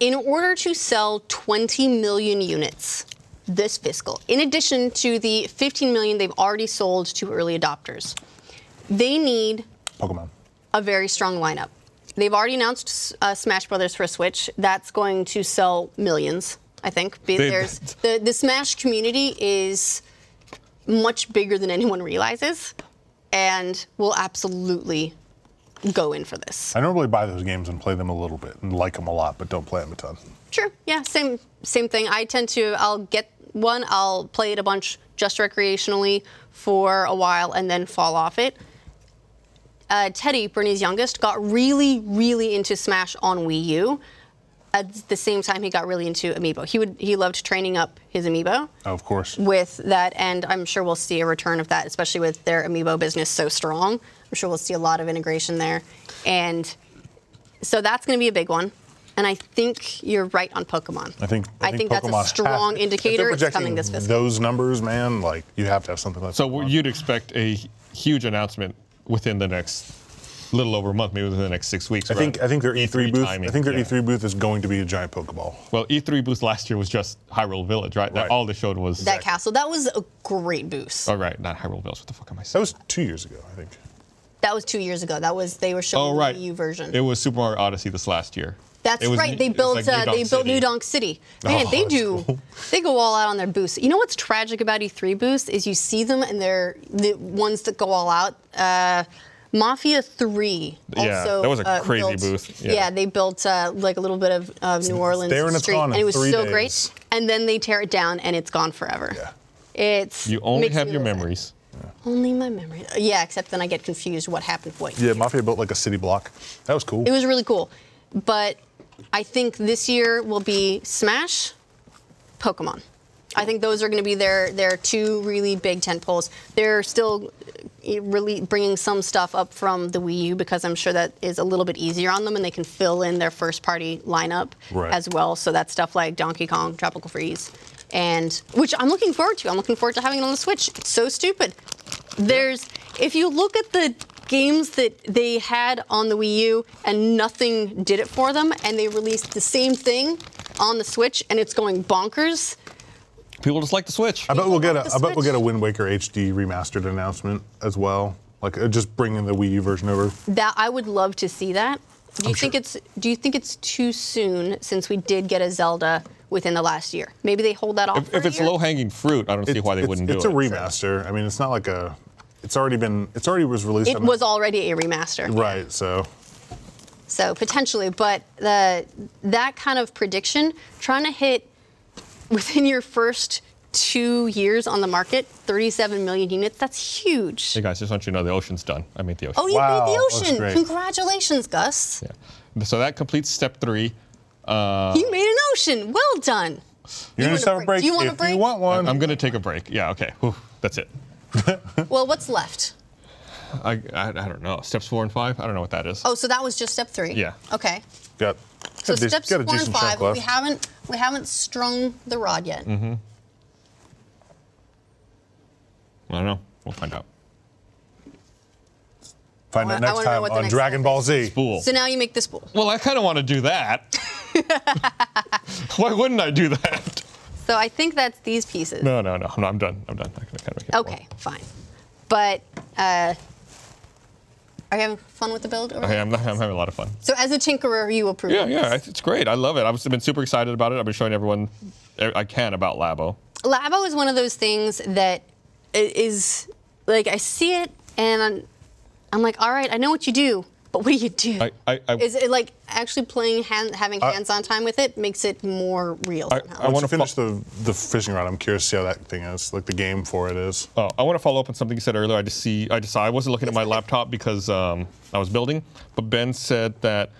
Speaker 1: in order to sell 20 million units this fiscal, in addition to the 15 million they've already sold to early adopters, they need
Speaker 3: Pokemon.
Speaker 1: a very strong lineup. They've already announced uh, Smash Brothers for Switch. That's going to sell millions, I think. Be-
Speaker 2: They-
Speaker 1: There's, the, the Smash community is much bigger than anyone realizes, and will absolutely go in for this.
Speaker 3: I normally buy those games and play them a little bit and like them a lot, but don't play them a ton.
Speaker 1: Sure. Yeah. Same. Same thing. I tend to. I'll get one. I'll play it a bunch just recreationally for a while, and then fall off it. Uh, Teddy, Bernie's youngest, got really, really into Smash on Wii U. At the same time, he got really into Amiibo. He would. He loved training up his Amiibo
Speaker 3: Of course.
Speaker 1: with that, and I'm sure we'll see a return of that, especially with their Amiibo business so strong. I'm sure we'll see a lot of integration there, and so that's going to be a big one. And I think you're right on Pokemon.
Speaker 3: I think
Speaker 1: I think that's a
Speaker 3: Pokemon-
Speaker 1: strong
Speaker 3: If they're
Speaker 1: indicator it's
Speaker 3: projecting
Speaker 1: coming this fiscal.
Speaker 3: Those numbers, man, like you have to have something like
Speaker 2: So
Speaker 3: Pokemon.
Speaker 2: you'd expect a huge announcement within the next little over a month, maybe within the next six weeks.
Speaker 3: I think
Speaker 2: right? E
Speaker 3: I think their E3 booth.
Speaker 2: timing,
Speaker 3: I think their E
Speaker 2: yeah.
Speaker 3: E3 booth is going to be a giant Pokeball.
Speaker 2: Well, E3 booth last year was just Hyrule Village, right? That
Speaker 3: Right.
Speaker 2: all they showed was
Speaker 1: that castle that was a great boost.
Speaker 2: Oh, right, not Hyrule Village. What the fuck am I
Speaker 3: That
Speaker 2: saying?
Speaker 3: was two years ago, I think.
Speaker 1: That was two years ago. That was they were showing
Speaker 2: Oh, right.
Speaker 1: the EU version.
Speaker 2: It was Super Mario Odyssey this last year.
Speaker 1: that's
Speaker 2: It was-
Speaker 1: right. They
Speaker 2: it's
Speaker 1: built
Speaker 2: like
Speaker 1: uh, they
Speaker 2: Donk
Speaker 1: built
Speaker 2: City.
Speaker 1: New Donk
Speaker 2: *laughs*
Speaker 1: City. Man,
Speaker 3: Oh,
Speaker 1: they
Speaker 3: that's
Speaker 1: do. They go all out on their boosts. You know what's tragic about E3 boosts is you see them and they're the ones that go all out. Uh, Mafia Three also
Speaker 2: Yeah, that was a
Speaker 1: uh,
Speaker 2: crazy
Speaker 1: built-
Speaker 2: booth.
Speaker 1: Yeah.
Speaker 2: Yeah.
Speaker 1: they built uh, like a little bit of uh, New Orleans
Speaker 3: there and it's
Speaker 1: street,
Speaker 3: gone
Speaker 1: and
Speaker 3: in
Speaker 1: it was
Speaker 3: three
Speaker 1: so
Speaker 3: days.
Speaker 1: great. And then they tear it down, and it's gone forever.
Speaker 3: Yeah.
Speaker 1: It's
Speaker 2: You only
Speaker 1: makes
Speaker 2: have
Speaker 1: me
Speaker 2: your
Speaker 1: a little sad.
Speaker 2: memories.
Speaker 1: Only my memory. Yeah, except then I get confused what happened what
Speaker 3: Yeah,
Speaker 1: year.
Speaker 3: Mafia built like a city block. That was cool.
Speaker 1: It was really cool. But I think this year will be Smash, Pokemon. I think those are going to be their their two really big tent poles. They're still uh, really bringing some stuff up from the Wii U because I'm sure that is a little bit easier on them and they can fill in their first party lineup
Speaker 3: Right.
Speaker 1: as well. So that's stuff like Donkey Kong, Tropical Freeze, and which I'm looking forward to. I'm looking forward to having it on the Switch. It's so stupid. There's if you look at the games that they had on the Wii U and nothing did it for them and they released the same thing on the Switch and it's going bonkers.
Speaker 2: People just like the Switch.
Speaker 3: I bet we'll get
Speaker 1: the
Speaker 3: a I bet we'll
Speaker 1: Switch.
Speaker 3: get a Wind Waker HD remastered announcement as well. Like uh, just bringing the Wii U version over.
Speaker 1: That I would love to see that.
Speaker 2: Oh,
Speaker 1: Do you think
Speaker 3: sure.
Speaker 1: it's do you think it's too soon since we did get a Zelda within the last year? Maybe they hold that off.
Speaker 2: If,
Speaker 1: for
Speaker 2: if
Speaker 1: a
Speaker 2: it's
Speaker 1: year?
Speaker 2: low hanging fruit, I don't see why they
Speaker 3: it's,
Speaker 2: wouldn't
Speaker 3: it's
Speaker 2: do
Speaker 3: a
Speaker 2: it.
Speaker 3: remaster. I mean, it's not like a. It's already been. It's already was released.
Speaker 1: it
Speaker 3: on the-
Speaker 1: was already a remaster.
Speaker 3: Right. So
Speaker 1: So potentially, but the that kind of prediction, trying to hit within your first two years on the market, 37 million units, that's huge.
Speaker 2: Hey guys, just want you to know the ocean's done. I made the ocean.
Speaker 1: Oh, you
Speaker 3: Wow,
Speaker 1: made the
Speaker 3: that's
Speaker 1: ocean!
Speaker 3: great.
Speaker 1: Congratulations, Gus.
Speaker 2: yeah. So that completes step three.
Speaker 1: You made an ocean. Well done.
Speaker 3: you're
Speaker 1: want a
Speaker 3: gonna have a
Speaker 1: break?
Speaker 3: break
Speaker 1: Do you want a
Speaker 3: if
Speaker 1: break?
Speaker 3: you want one.
Speaker 2: I'm going to take a break. Yeah, okay. Whew, that's it.
Speaker 1: Well, what's left?
Speaker 2: I, I, I don't know. Steps four and five? I don't know what that is.
Speaker 1: Oh, so that was just step three.
Speaker 2: Yeah.
Speaker 1: Okay.
Speaker 3: got.
Speaker 1: So
Speaker 3: got a dec-
Speaker 1: steps
Speaker 3: got
Speaker 1: four
Speaker 3: a
Speaker 1: and
Speaker 3: decent chunk
Speaker 1: five.
Speaker 3: left.
Speaker 1: We haven't we haven't strung the rod yet.
Speaker 3: Mm-hmm.
Speaker 2: I don't know. We'll find out.
Speaker 3: Find
Speaker 1: I wanna-
Speaker 3: out
Speaker 1: I
Speaker 3: next
Speaker 1: wanna know
Speaker 3: time
Speaker 1: what the
Speaker 3: on
Speaker 1: next
Speaker 3: Dragon
Speaker 1: step
Speaker 3: Ball Z.
Speaker 2: Spool.
Speaker 1: So now you make this pool.
Speaker 2: well, I kind of want to
Speaker 1: *laughs*
Speaker 2: do that. Why wouldn't I do that?
Speaker 1: So I think that's these pieces.
Speaker 2: No, no, no. I'm, not, I'm done. I'm done. I can- I can't make it
Speaker 1: Okay, fine. But uh, are you having fun with the build? Or?
Speaker 2: more. Okay, I'm, I'm having a lot of fun.
Speaker 1: So as a tinkerer, you approve.
Speaker 2: Yeah,
Speaker 1: of
Speaker 2: yeah.
Speaker 1: this.
Speaker 2: It's it's great. I love it. I've been super excited about it. I've been showing everyone er, I can about Labo.
Speaker 1: Labo is one of those things that i- is like I see it and I'm, I'm like, all right, I know what you do, but what do you do?
Speaker 2: I, I, I,
Speaker 1: Is it like actually playing hand, having hands-on time with it makes it more real?
Speaker 2: I-
Speaker 1: somehow.
Speaker 2: I
Speaker 3: Once
Speaker 2: wanna
Speaker 3: you finish the, the fishing rod, I'm curious to see how that thing is, like the game for it is.
Speaker 2: Oh, I want to follow up on something you said earlier. I just see, I just saw, I wasn't looking at my laptop because um, I was building, but Ben said that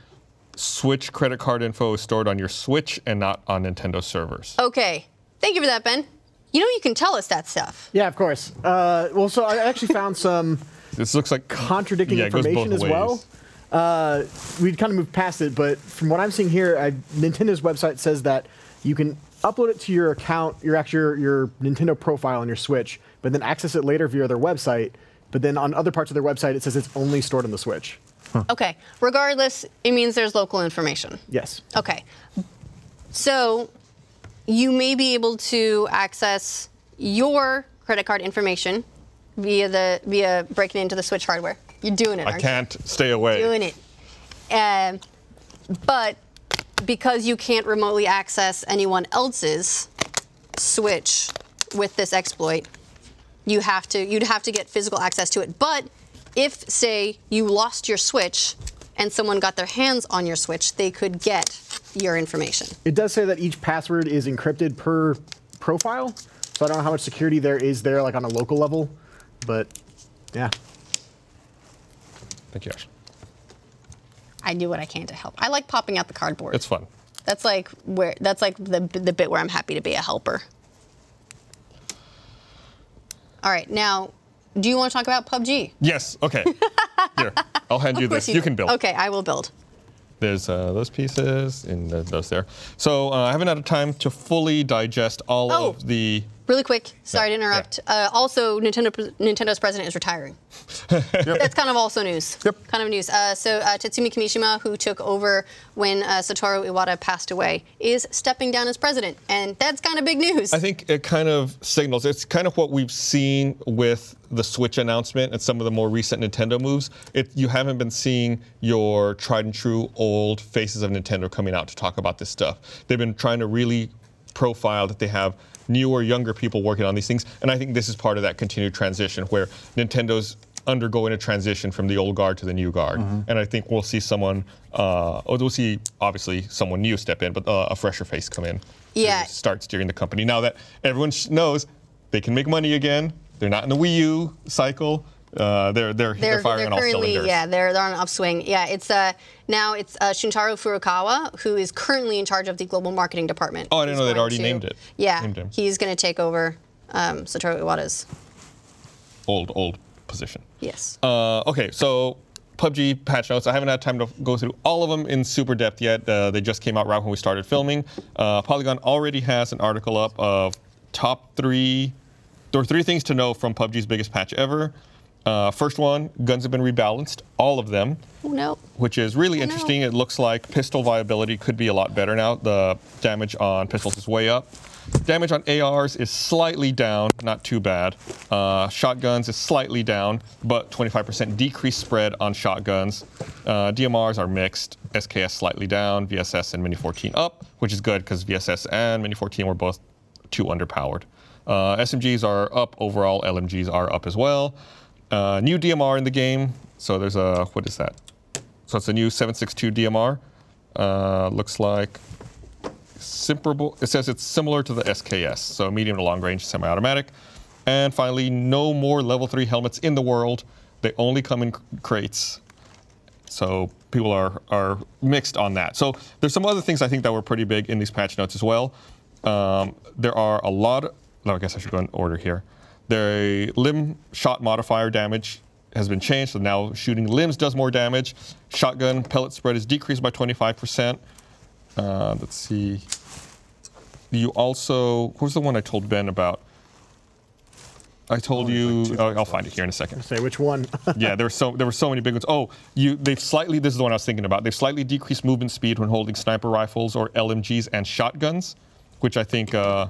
Speaker 2: Switch credit card info is stored on your Switch and not on Nintendo servers.
Speaker 1: Oh. okay, thank you for that, Ben. You know you can tell us that stuff.
Speaker 5: Yeah, of course. Uh, well, so I actually found some
Speaker 2: This looks like
Speaker 5: contradicting
Speaker 2: *laughs* Yeah, it goes both
Speaker 5: information as well.
Speaker 2: ways.
Speaker 5: Uh, we'd kind of moved past it, but from what I'm seeing here, I, Nintendo's website says that you can upload it to your account, your actual your Nintendo profile on your Switch, but then access it later via their website. But then on other parts of their website, it says it's only stored on the Switch.
Speaker 1: Okay, regardless, it means there's local information.
Speaker 5: Yes.
Speaker 1: Okay. So you may be able to access your credit card information via the via breaking into the Switch hardware. You're doing it.
Speaker 2: I
Speaker 1: aren't you?
Speaker 2: can't stay away.
Speaker 1: Doing it. Um, but because you can't remotely access anyone else's Switch with this exploit, you have to you'd have to get physical access to it. But if say you lost your Switch and someone got their hands on your Switch, they could get your information.
Speaker 5: It does say that each password is encrypted per profile, so I don't know how much security there is there, like on a local level, but yeah.
Speaker 2: Thank you, Ash.
Speaker 1: I do what I can to help. I like popping out the cardboard.
Speaker 2: It's fun.
Speaker 1: That's like where that's like the the bit where I'm happy to be a helper. All right, now, do you want to talk about PUBG?
Speaker 2: Yes.
Speaker 1: *laughs*
Speaker 2: Okay. Here, I'll hand you
Speaker 1: Of course
Speaker 2: this. You can build.
Speaker 1: Okay, I will build.
Speaker 2: There's uh, those pieces and th- those there. So uh, I haven't had time to fully digest all
Speaker 1: Oh.
Speaker 2: of the.
Speaker 1: Really quick, sorry to
Speaker 2: Yeah,
Speaker 1: interrupt. Uh, also, Nintendo Nintendo's president is
Speaker 2: *laughs*
Speaker 1: retiring. That's kind of also news.
Speaker 3: Yep.
Speaker 1: Kind of news. Uh, so uh, Tatsumi Kimishima, who took over when uh, Satoru Iwata passed away, is stepping down as president, and that's kind of big news.
Speaker 2: I think it kind of signals. It's kind of what we've seen with the Switch announcement and some of the more recent Nintendo moves. It, you haven't been seeing your tried and true old faces of Nintendo coming out to talk about this stuff. They've been trying to really profile that they have newer, younger people working on these things, and I think this is part of that continued transition where Nintendo's undergoing a transition from the old guard to the new guard, and I think we'll see someone. Uh, oh, we'll see obviously someone new step in, but uh, a fresher face come in. to
Speaker 1: Yeah.
Speaker 2: start steering the company. Now that everyone sh- knows they can make money again, they're not in the Wii U cycle. Uh, they're, they're they're firing on all
Speaker 1: currently,
Speaker 2: cylinders.
Speaker 1: Yeah, they're, they're on an upswing. Yeah, it's uh, now it's uh, Shuntaro Furukawa who is currently in charge of the global marketing department.
Speaker 2: Oh, I didn't
Speaker 1: He's
Speaker 2: know they'd
Speaker 1: going
Speaker 2: already
Speaker 1: to-
Speaker 2: named it.
Speaker 1: Yeah,
Speaker 2: Named him.
Speaker 1: he's going to take over um, Satoru Iwata's.
Speaker 2: Old old position.
Speaker 1: Yes.
Speaker 2: Uh, okay, so PUBG patch notes. I haven't had time to go through all of them in super depth yet. Uh, they just came out right when we started filming. Uh, Polygon already has an article up of top three, there are three things to know from PUBG's biggest patch ever. Uh, first one, guns have been rebalanced, all of them
Speaker 1: oh no.
Speaker 2: which is really
Speaker 1: no.
Speaker 2: interesting. It looks like pistol viability could be a lot better now. The damage on pistols is way up. Damage on ARs is slightly down, not too bad. Uh, shotguns is slightly down, but 25% decrease spread on shotguns. Uh, DMRs are mixed. SKS slightly down, VSS and Mini 14 up, which is good because VSS and Mini 14 were both too underpowered. Uh, SMGs are up overall. LMGs are up as well. Uh, new DMR in the game. So there's a what is that? So it's a new 762 DMR. Uh, looks like simple. It says it's similar to the SKS, so medium to long range semi-automatic. And finally, no more level three helmets in the world. They only come in cr- crates. So people are are mixed on that. So there's some other things I think that were pretty big in these patch notes as well. Um, there are a lot. No, I guess I should go in order here. The limb shot modifier damage has been changed, so now shooting limbs does more damage. Shotgun pellet spread is decreased by 25%. Uh, let's see. You also, what was the one I told Ben about? I told you. oh, I'll find it here in a second
Speaker 5: Say which one? *laughs*
Speaker 2: yeah, there were so there were so many big ones. Oh, you they've slightly this is the one I was thinking about. They've slightly decreased movement speed when holding sniper rifles or LMGs and shotguns, which I think uh,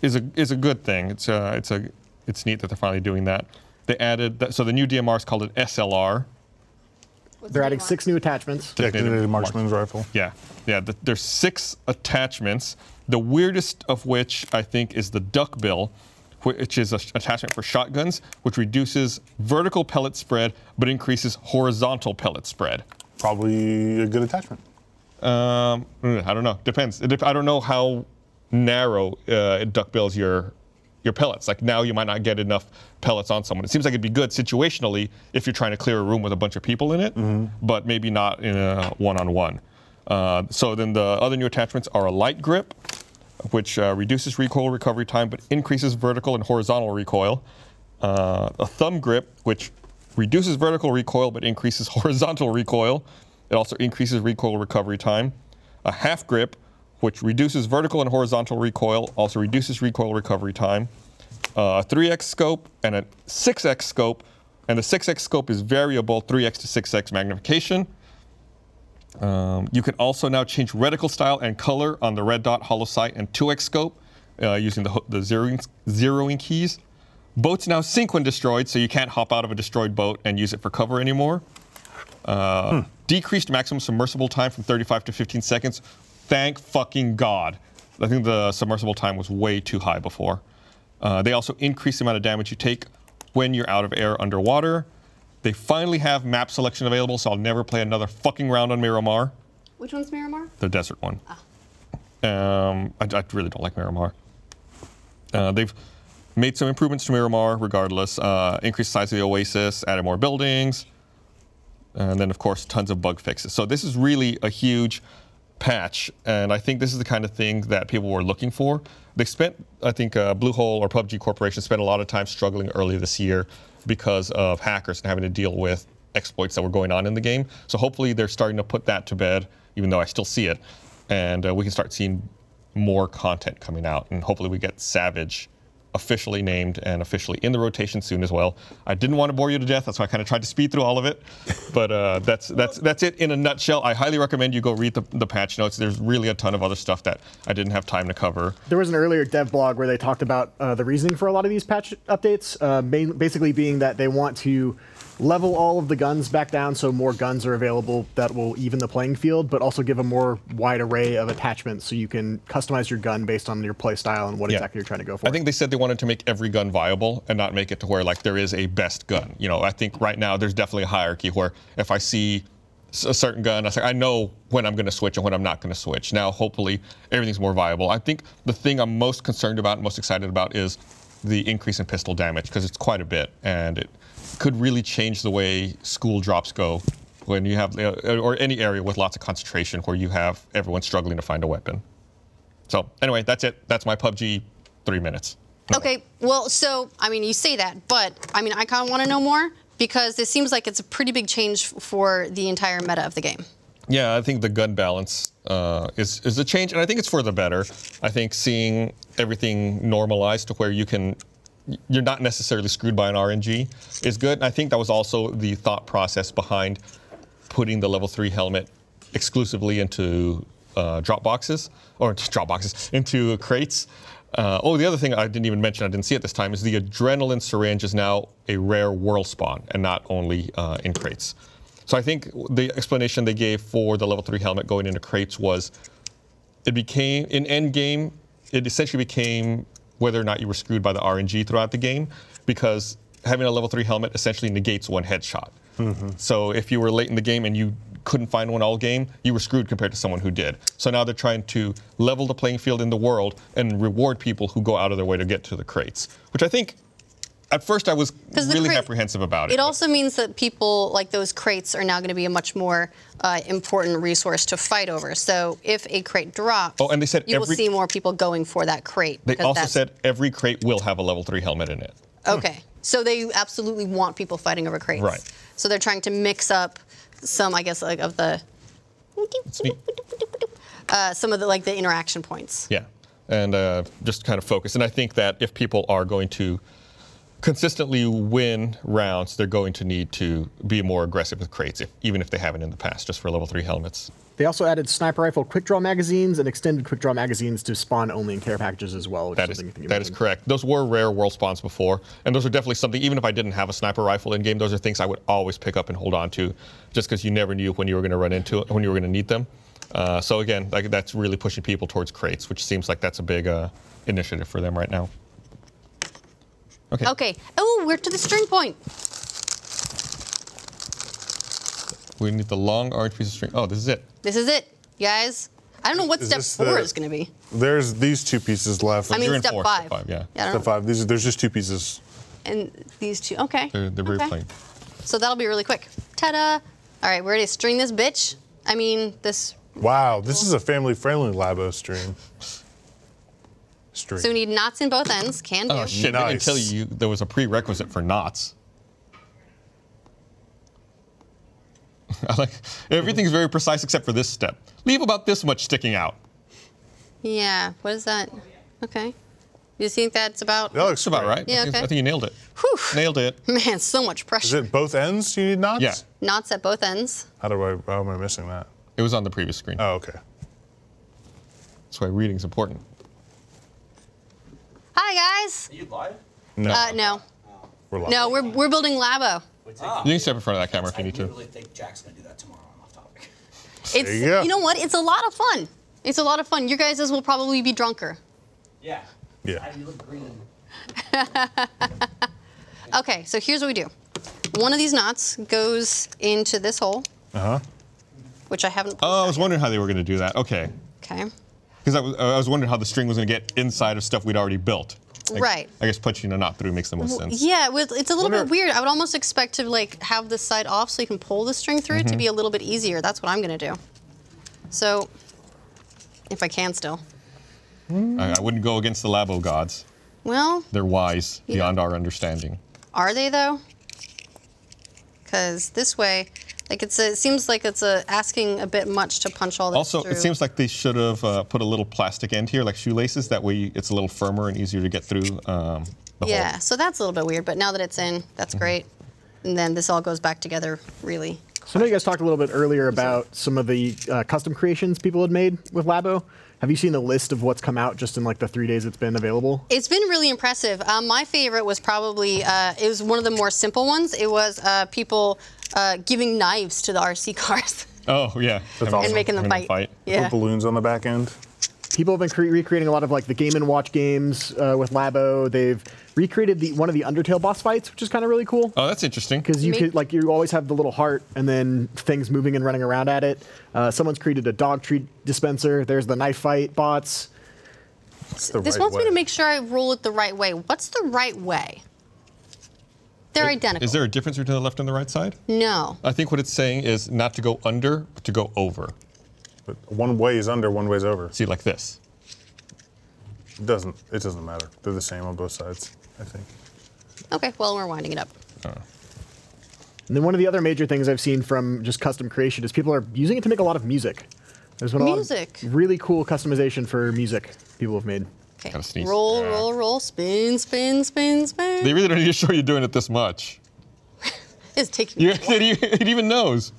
Speaker 2: is a is a good thing. It's uh, it's a it's neat that they're finally doing that. They added that, so the new DMR is called an SLR.
Speaker 5: They're adding six new attachments.
Speaker 3: Designated marksman's rifle.
Speaker 2: Yeah, yeah. The, there's six attachments. The weirdest of which I think is the duckbill, which is an attachment for shotguns, which reduces vertical pellet spread but increases horizontal pellet spread.
Speaker 3: Probably a good attachment.
Speaker 2: Um, mm, I don't know. Depends. It dep- I don't know how narrow uh, it duckbills your your pellets. Like now, you might not get enough pellets on someone. It seems like it'd be good situationally if you're trying to clear a room with a bunch of people in it, but maybe not in a one-on-one. Uh, so then the other new attachments are a light grip, which uh, reduces recoil recovery time but increases vertical and horizontal recoil. Uh, a thumb grip, which reduces vertical recoil but increases *laughs* horizontal recoil. It also increases recoil recovery time. A half grip, which reduces vertical and horizontal recoil, also reduces recoil recovery time. Uh, a 3x scope and a 6x scope, and the 6x scope is variable 3x to 6x magnification. Um, you can also now change reticle style and color on the red dot, hollow sight, and 2x scope uh, using the, ho- the zeroing, zeroing keys. Boats now sync when destroyed, so you can't hop out of a destroyed boat and use it for cover anymore. Uh, Decreased maximum submersible time from 35 to 15 seconds. Thank fucking God. I think the submersible time was way too high before. Uh, they also increase the amount of damage you take when you're out of air underwater. They finally have map selection available, so I'll never play another fucking round on Miramar,
Speaker 1: Which one's Miramar?
Speaker 2: the desert one. Um, I, I really don't like Miramar. Uh, they've made some improvements to Miramar, regardless. Uh, increased size of the oasis, added more buildings, and then of course tons of bug fixes. So this is really a huge patch, and I think this is the kind of thing that people were looking for. They spent, I think, uh, Bluehole or PUBG Corporation spent a lot of time struggling early this year because of hackers and having to deal with exploits that were going on in the game. So hopefully they're starting to put that to bed, even though I still see it, and uh, we can start seeing more content coming out, and hopefully we get Savage officially named and officially in the rotation soon as well. I didn't want to bore you to death, that's why I kind of tried to speed through all of it. But uh, that's that's that's it in a nutshell. I highly recommend you go read the, the patch notes. There's really a ton of other stuff that I didn't have time to cover.
Speaker 5: There was an earlier dev blog where they talked about uh, the reasoning for a lot of these patch updates, uh, main, basically being that they want to level all of the guns back down so more guns are available that will even the playing field, but also give a more wide array of attachments so you can customize your gun based on your play style and what
Speaker 2: Yeah.
Speaker 5: exactly you're trying to go for.
Speaker 2: I think they said they wanted to make every gun viable and not make it to where like there is a best gun. You know, I think right now there's definitely a hierarchy where if I see s- a certain gun, I say I know when I'm going to switch and when I'm not going to switch. Now, hopefully, everything's more viable. I think the thing I'm most concerned about, most excited about, is the increase in pistol damage because it's quite a bit and it could really change the way school drops go when you have uh, or any area with lots of concentration where you have everyone struggling to find a weapon. So anyway, that's it. That's my PUBG three minutes.
Speaker 1: Okay, well, so, I mean, you say that, but, I mean, I kind of want to know more because it seems like it's a pretty big change f- for the entire meta of the game.
Speaker 2: Yeah, I think the gun balance uh, is is a change, and I think it's for the better. I think seeing everything normalized to where you can, you're not necessarily screwed by an RNG is good. And I think that was also the thought process behind putting the level three helmet exclusively into uh, drop boxes or *laughs* into drop boxes into crates. Uh, oh, the other thing I didn't even mention, I didn't see it this time, is the adrenaline syringe is now a rare whirl spawn and not only uh, in crates. So I think the explanation they gave for the level three helmet going into crates was it became in endgame it essentially became whether or not you were screwed by the rng throughout the game because having a level 3 helmet essentially negates one headshot so if you were late in the game and you couldn't find one all game you were screwed compared to someone who did so now they're trying to level the playing field in the world and reward people who go out of their way to get to the crates which i think at first i was
Speaker 1: 'Cause the
Speaker 2: really
Speaker 1: crate-
Speaker 2: apprehensive about it
Speaker 1: It
Speaker 2: but-
Speaker 1: also means that people like those crates are now going to be a much more uh, important resource to fight over. So if a crate drops,
Speaker 2: Oh, and they said
Speaker 1: you will
Speaker 2: every-
Speaker 1: see more people going for that crate.
Speaker 2: they
Speaker 1: because
Speaker 2: also
Speaker 1: that's-
Speaker 2: said every crate will have a level 3 helmet in it
Speaker 1: okay, so they absolutely want people fighting over crates.
Speaker 2: Right.
Speaker 1: So they're trying to mix up some, I guess, like of the uh, some of the like the interaction points.
Speaker 2: Yeah, and uh, just kind of focus. And I think that if people are going to consistently win rounds, they're going to need to be more aggressive with crates, if, even if they haven't in the past, just for level three helmets.
Speaker 5: they also added sniper rifle quick draw magazines and extended quick draw magazines to spawn only in care packages as well. Which
Speaker 2: That is
Speaker 5: something I think you
Speaker 2: that is
Speaker 5: mentioned.
Speaker 2: correct. Those were rare world spawns before, and those are definitely something. Even if I didn't have a sniper rifle in game, those are things I would always pick up and hold on to, just because you never knew when you were going to run into it, when you were going to need them. Uh, so again, like, that's really pushing people towards crates, which seems like that's a big uh, initiative for them right now. Okay.
Speaker 1: Okay. Oh, we're to the string point.
Speaker 2: We need the long orange piece of string. Oh, this is it.
Speaker 1: This is it, guys. I don't know what
Speaker 3: Is
Speaker 1: step
Speaker 3: this
Speaker 1: four
Speaker 3: the-
Speaker 1: is going to be.
Speaker 3: There's these two pieces left.
Speaker 1: I mean,
Speaker 2: You're in
Speaker 1: step
Speaker 2: four,
Speaker 1: five.
Speaker 2: step five, yeah.
Speaker 1: I
Speaker 3: Step
Speaker 1: don't-
Speaker 3: five. These are, there's just two pieces.
Speaker 1: And these two. Okay.
Speaker 2: They're, they're very
Speaker 1: okay.
Speaker 2: plain.
Speaker 1: So that'll be really quick. Ta-da! All right, we're ready to string this bitch. I mean, this.
Speaker 3: Wow, this is a family-friendly Labo stream. Stream.
Speaker 1: So we need knots in both ends. Can do.
Speaker 2: Oh shit! I didn't
Speaker 3: Nice.
Speaker 2: tell you there was a prerequisite for knots. *laughs* I like everything's very precise except for this step. Leave about this much sticking out.
Speaker 1: Yeah. What is that? Okay. You think that's about?
Speaker 3: that looks
Speaker 2: That's about
Speaker 3: great.
Speaker 2: right.
Speaker 1: Yeah,
Speaker 2: I, think,
Speaker 1: okay.
Speaker 2: I think you nailed it.
Speaker 1: Whew.
Speaker 2: Nailed it.
Speaker 1: Man, so much
Speaker 3: Is
Speaker 1: pressure.
Speaker 3: it both ends? You need knots.
Speaker 2: Yeah.
Speaker 1: Knots at both ends.
Speaker 3: How do I? How am I missing that?
Speaker 2: It was on the previous screen.
Speaker 3: Oh, okay.
Speaker 2: That's why reading's important.
Speaker 1: Hi guys.
Speaker 4: Are you live?
Speaker 3: No,
Speaker 1: Uh, no.
Speaker 3: we're live.
Speaker 1: No, we're we're building Labo.
Speaker 6: Ah.
Speaker 2: You can step in front of that camera if
Speaker 4: I
Speaker 2: you need to.
Speaker 4: literally think Jack's gonna do that tomorrow. I'm off *laughs* topic.
Speaker 1: It's
Speaker 3: you go.
Speaker 1: know what? It's a lot of fun. It's a lot of fun. Your guys' will probably be drunker.
Speaker 4: Yeah.
Speaker 3: Yeah.
Speaker 4: I, you look green.
Speaker 1: Okay, so here's what we do. One of these knots goes into this hole,
Speaker 3: Uh huh.
Speaker 1: which I haven't.
Speaker 2: Oh, I was wondering how they were going to do that. Okay,
Speaker 1: Okay.
Speaker 2: because I was, I was wondering how the string was going to get inside of stuff we'd already built. Like,
Speaker 1: Right.
Speaker 2: I guess punching a knot through makes the most sense.
Speaker 1: Yeah, with, it's a little bit
Speaker 3: Wonder-
Speaker 1: weird. I would almost expect to like have this side off so you can pull the string through
Speaker 2: Mm-hmm.
Speaker 1: to be a little bit easier. That's what I'm gonna do. So, if I can still.
Speaker 2: I, I wouldn't go against the labo gods.
Speaker 1: Well,
Speaker 2: They're wise
Speaker 1: Yeah.
Speaker 2: beyond our understanding.
Speaker 1: Are they though? Because this way, like it's a, it seems like it's a asking a bit much to punch all this
Speaker 2: Also,
Speaker 1: through.
Speaker 2: it seems like they should have uh, put a little plastic end here, like shoelaces. That way, it's a little firmer and easier to get through um, the
Speaker 1: yeah.
Speaker 2: hole. Mm-hmm.
Speaker 1: So that's a little bit weird, but now that it's in, that's great. And then this all goes back together really.
Speaker 5: So I know you guys talked a little bit earlier about some of the uh, custom creations people had made with Labo. Have you seen the list of what's come out just in like the three days it's been available?
Speaker 1: It's been really impressive. Um, my favorite was probably uh, it was one of the more simple ones. It was uh, people uh, giving knives to the RC cars
Speaker 2: Oh, yeah.
Speaker 3: That's
Speaker 2: I mean,
Speaker 3: awesome.
Speaker 1: and making them
Speaker 2: Having
Speaker 1: fight.
Speaker 2: them fight.
Speaker 1: Yeah.
Speaker 3: Put balloons on the back end.
Speaker 5: People have been cre- recreating a lot of like the Game and Watch games uh, with Labo. They've recreated the one of the Undertale boss fights, which is kind of really cool.
Speaker 2: Oh, that's interesting.
Speaker 5: because you
Speaker 1: Make-
Speaker 5: could like you always have the little heart and then things moving and running around at it. Uh, someone's created a dog treat dispenser. There's the knife fight bots.
Speaker 1: *laughs*
Speaker 3: It's the
Speaker 1: This
Speaker 3: right
Speaker 1: wants
Speaker 3: way.
Speaker 1: me to make sure I roll it the right way. What's the right way? They're identical.
Speaker 2: Is there a difference between the left and the right side?
Speaker 1: no.
Speaker 2: I think what it's saying is not to go under, but to go over.
Speaker 3: But one way is under, one way is over.
Speaker 2: See, like this.
Speaker 3: It doesn't. It doesn't matter. They're the same on both sides. I think.
Speaker 1: Okay, well, we're winding it up.
Speaker 2: Uh,
Speaker 5: And then one of the other major things I've seen from just custom creation is people are using it to make a lot of music. There's been a lot of
Speaker 1: Music.
Speaker 5: really cool customization for music people have made.
Speaker 1: Okay.
Speaker 2: Gotta sneeze.
Speaker 1: Roll,
Speaker 3: Yeah.
Speaker 1: roll, roll. Spin, spin, spin, spin.
Speaker 2: They really don't need to show you doing it this much.
Speaker 1: it's taking
Speaker 2: You, *laughs* it, even, it even knows.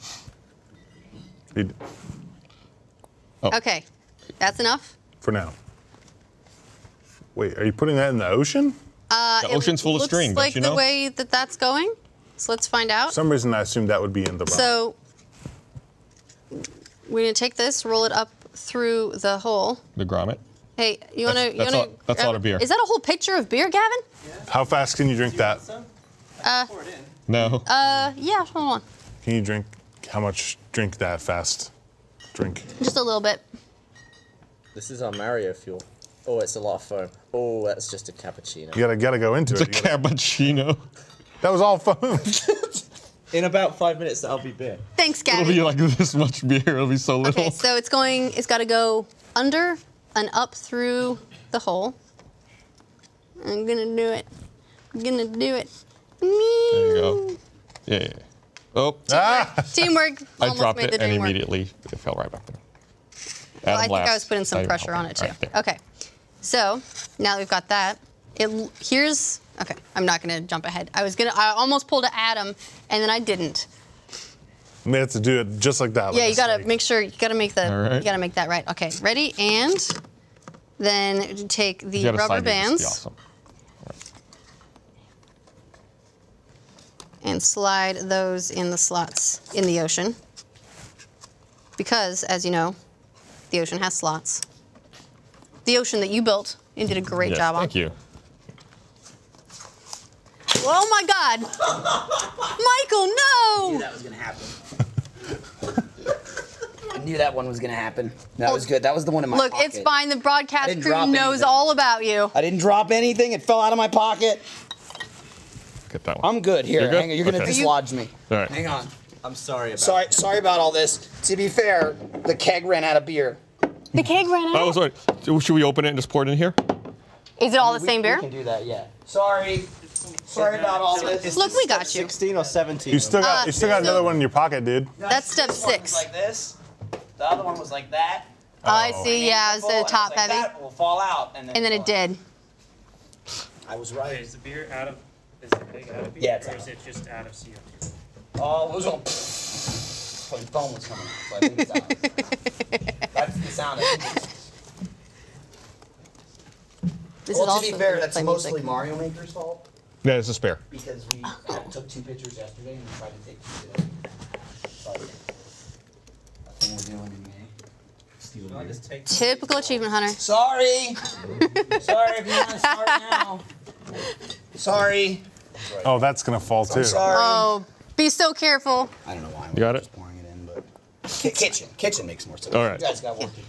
Speaker 3: It-
Speaker 1: Okay, that's enough.
Speaker 3: for now. Wait, are you putting that in the ocean?
Speaker 1: Uh,
Speaker 2: The
Speaker 1: it
Speaker 2: ocean's full of
Speaker 1: looks
Speaker 2: string, don't
Speaker 1: like
Speaker 2: you
Speaker 1: the
Speaker 2: know?
Speaker 1: way that that's going. So let's find out.
Speaker 3: For some reason, I assumed that would be in the rock.
Speaker 1: so we're gonna take this, roll it up through the hole.
Speaker 2: The grommet.
Speaker 1: Hey, you wanna?
Speaker 2: That's-
Speaker 1: you
Speaker 2: that's
Speaker 1: wanna
Speaker 2: a- that's a lot
Speaker 1: grab-
Speaker 2: of beer.
Speaker 1: Is that a whole pitcher of beer, Gavin?
Speaker 3: How fast can you drink that?
Speaker 4: Uh, pour it in.
Speaker 2: No. *laughs*
Speaker 1: Uh, yeah, hold on,
Speaker 3: Can you drink how much? Drink that fast. Drink.
Speaker 1: just a little bit.
Speaker 7: This is our Mario fuel. Oh, it's a lot of foam. Oh, that's just a cappuccino.
Speaker 3: You gotta gotta go into
Speaker 2: it's a
Speaker 3: it. You gotta-
Speaker 2: cappuccino.
Speaker 3: that was all foam. *laughs*
Speaker 7: In about five minutes, that'll be beer.
Speaker 1: Thanks,
Speaker 2: It'll
Speaker 1: Gavin.
Speaker 2: be like this much beer. It'll be so little.
Speaker 1: Okay, so it's going. It's got to go under and up through the hole. I'm gonna do it. I'm gonna do it.
Speaker 2: there
Speaker 1: Me.
Speaker 2: you go. Yeah. yeah, yeah. Oh,
Speaker 3: ah!
Speaker 1: Teamwork.
Speaker 2: I
Speaker 1: Almost
Speaker 2: dropped
Speaker 1: made
Speaker 2: it
Speaker 1: the
Speaker 2: and
Speaker 1: dream work.
Speaker 2: immediately it fell right back there.
Speaker 1: Well,
Speaker 2: Adam
Speaker 1: I think
Speaker 2: laughs.
Speaker 1: I was putting some
Speaker 2: Not even
Speaker 1: pressure on it too.
Speaker 2: helping. Right there.
Speaker 1: okay, so now that we've got that, it l- here's okay. I'm not gonna jump ahead. I was gonna. I almost pulled an Adam, and then I didn't.
Speaker 3: We have to do it just like that. like
Speaker 1: yeah,
Speaker 3: a
Speaker 1: you gotta
Speaker 3: snake.
Speaker 1: make sure you gotta make the
Speaker 2: All right.
Speaker 1: you gotta make that right. Okay, ready and then take
Speaker 2: You
Speaker 1: the
Speaker 2: gotta
Speaker 1: rubber
Speaker 2: side it, it's
Speaker 1: bands
Speaker 2: awesome.
Speaker 1: and slide those in the slots in the ocean. Because, as you know, the ocean has slots. The ocean that you built and did a great
Speaker 2: Yes,
Speaker 1: job on.
Speaker 2: Thank you.
Speaker 1: Oh my God, Michael,
Speaker 6: knew
Speaker 1: no!
Speaker 6: that was gonna happen. *laughs* I knew that one was gonna happen. That was good. That was the one in my
Speaker 1: Look,
Speaker 6: pocket.
Speaker 1: it's fine. The broadcast
Speaker 6: didn't
Speaker 1: crew
Speaker 6: drop
Speaker 1: knows
Speaker 6: anything.
Speaker 1: all about you.
Speaker 6: I didn't drop anything. It fell out of my pocket.
Speaker 2: Get that one.
Speaker 6: I'm good. Here,
Speaker 2: You're good?
Speaker 6: hang on. You're gonna
Speaker 2: Okay.
Speaker 6: dislodge me.
Speaker 2: All right.
Speaker 6: Hang on.
Speaker 7: I'm sorry about
Speaker 6: Sorry,
Speaker 7: him.
Speaker 6: sorry about all this. To be fair, the keg ran out of beer.
Speaker 1: The keg ran
Speaker 2: Oh,
Speaker 1: out.
Speaker 2: sorry. Should we open it and just pour it in here?
Speaker 1: Is it all the
Speaker 7: We-
Speaker 1: same beer?
Speaker 7: We can do that, yeah.
Speaker 6: Sorry. Sorry about all this.
Speaker 1: Look, we got you.
Speaker 7: 16 or 17.
Speaker 3: You still got
Speaker 1: Uh,
Speaker 3: you still got
Speaker 1: so-
Speaker 3: another one in your pocket, dude.
Speaker 1: That's step
Speaker 6: This one was
Speaker 1: six.
Speaker 6: Like this. The other one was like that.
Speaker 1: I
Speaker 3: Oh.
Speaker 1: see. Yeah, it
Speaker 6: it's
Speaker 1: was the top heavy,
Speaker 6: will fall out, and then,
Speaker 1: and then it did.
Speaker 6: I was
Speaker 8: Wait,
Speaker 6: right.
Speaker 8: is the beer out of? Is the pig out of beer?
Speaker 6: Yeah, it's
Speaker 8: or
Speaker 6: out.
Speaker 8: is it just out of CO2?
Speaker 6: Oh, it was all. *laughs* His phone was coming. out, So I think it's out. That's the sound. I think it's-
Speaker 1: This
Speaker 6: Well,
Speaker 1: is
Speaker 6: to be
Speaker 1: also
Speaker 6: fair,
Speaker 1: gonna
Speaker 6: that's
Speaker 1: play
Speaker 6: mostly
Speaker 1: music. Oh.
Speaker 6: Mario Maker's fault
Speaker 2: Yeah, it's a spare.
Speaker 6: because we took two pictures yesterday and we tried to take two today. So, that's what we're doing in May. Steal beer.
Speaker 1: Typical achievement hunter.
Speaker 6: Sorry. *laughs* sorry if you want to start now. Sorry.
Speaker 3: Oh, that's gonna fall too.
Speaker 6: Sorry.
Speaker 1: Oh, be so careful.
Speaker 6: I don't know why. I'm
Speaker 2: You got
Speaker 6: just
Speaker 2: it?
Speaker 6: pouring it in, but Ki- kitchen. Kitchen makes more sense.
Speaker 2: All right.
Speaker 6: You guys got work to do.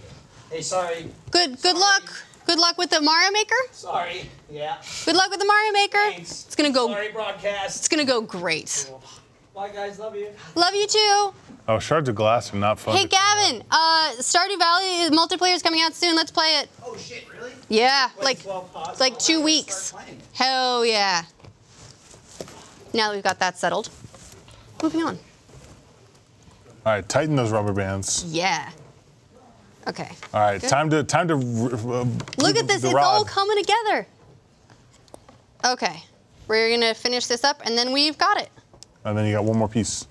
Speaker 6: Hey, sorry.
Speaker 1: Good, good luck. Good luck with the Mario Maker.
Speaker 6: Sorry. Yeah.
Speaker 1: Good luck with the Mario Maker.
Speaker 6: Thanks.
Speaker 1: It's gonna go.
Speaker 6: Sorry, broadcast.
Speaker 1: It's gonna go great.
Speaker 6: Bye, guys. Love you.
Speaker 1: Love you too.
Speaker 3: Oh, shards of glass are not fun.
Speaker 1: Hey
Speaker 3: to clean up.
Speaker 1: Gavin, uh, Stardew Valley multiplayer is coming out soon. Let's play it.
Speaker 6: Oh shit! Really?
Speaker 1: Yeah, like like two weeks. Hell yeah. Now that we've got that settled, moving on.
Speaker 3: All right, tighten those rubber bands.
Speaker 1: Yeah. Okay.
Speaker 3: All right,
Speaker 1: Good.
Speaker 3: time to time to. r- r-
Speaker 1: Look at this.
Speaker 3: the
Speaker 1: It's
Speaker 3: rod.
Speaker 1: all coming together. Okay. We're gonna finish this up, and then we've got it.
Speaker 3: And then you got one more piece.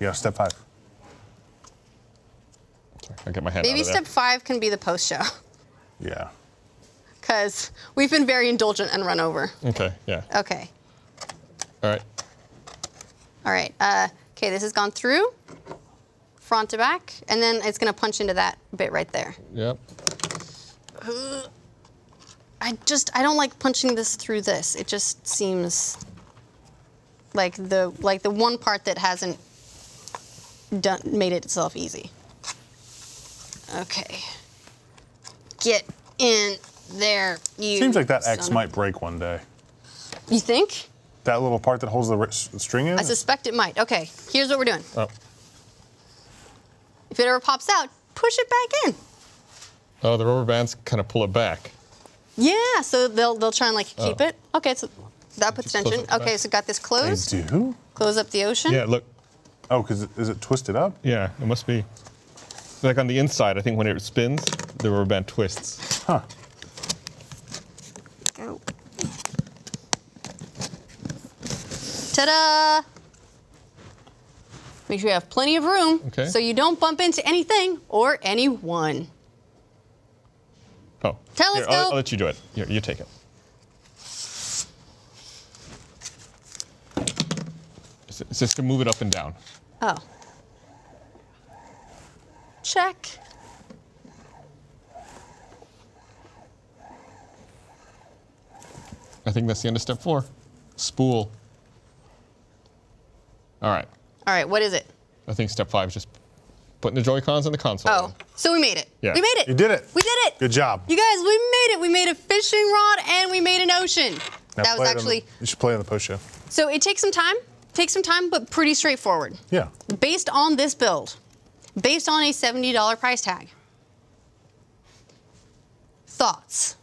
Speaker 3: You got step five.
Speaker 2: Sorry, I get my hand
Speaker 1: Maybe
Speaker 2: out of
Speaker 1: step
Speaker 2: there.
Speaker 1: five can be the post show, *laughs*
Speaker 3: Yeah.
Speaker 1: because we've been very indulgent and run over.
Speaker 2: Okay. Yeah.
Speaker 1: Okay.
Speaker 2: All right.
Speaker 1: All right. Uh, okay, this has gone through, front to back, and then it's gonna punch into that bit right there.
Speaker 2: Yep.
Speaker 1: I just I don't like punching this through this. It just seems like the like the one part that hasn't done made it itself easy. Okay. Get in there. You
Speaker 3: Seems like that X
Speaker 1: son of-
Speaker 3: might break one day.
Speaker 1: You think?
Speaker 3: That little part that holds the r- s- string in.
Speaker 1: I suspect it might. Okay, here's what we're doing.
Speaker 2: Oh.
Speaker 1: If it ever pops out, push it back in.
Speaker 2: Oh, the rubber bands kind of pull it back.
Speaker 1: Yeah, so they'll they'll try and like keep
Speaker 2: Oh.
Speaker 1: it. Okay, so that puts
Speaker 2: Just close
Speaker 1: tension.
Speaker 2: it back.
Speaker 1: Okay, so got this
Speaker 3: They
Speaker 1: closed.
Speaker 3: do.
Speaker 1: Close up the ocean.
Speaker 2: Yeah. Look.
Speaker 3: Oh, because is it twisted up?
Speaker 2: Yeah. It must be. Like on the inside, I think when it spins, the rubber band twists.
Speaker 3: Huh.
Speaker 1: Go. Ta-da! Make sure you have plenty of room
Speaker 2: Okay.
Speaker 1: so you don't bump into anything or anyone.
Speaker 2: Oh. Here, I'll,
Speaker 1: Telescope.
Speaker 2: I'll let you do it. Here, you take it. It's it's just to move it up and down.
Speaker 1: Oh. Check.
Speaker 2: I think that's the end of step four. Spool. All right.
Speaker 1: All right, what is it?
Speaker 2: I think step five is just putting the Joy Cons in the console.
Speaker 1: Oh, so we made it.
Speaker 2: Yeah.
Speaker 1: We made it.
Speaker 3: You did it.
Speaker 1: We did it.
Speaker 3: Good job.
Speaker 1: You guys, we made it. We made a fishing rod and we made an ocean.
Speaker 3: Now
Speaker 1: that
Speaker 3: play
Speaker 1: was
Speaker 3: it on the-
Speaker 1: actually
Speaker 3: you should play on the post show.
Speaker 1: so it takes some time. Takes some time, but pretty straightforward.
Speaker 3: Yeah.
Speaker 1: based on this build, based on a $70 price tag. Thoughts?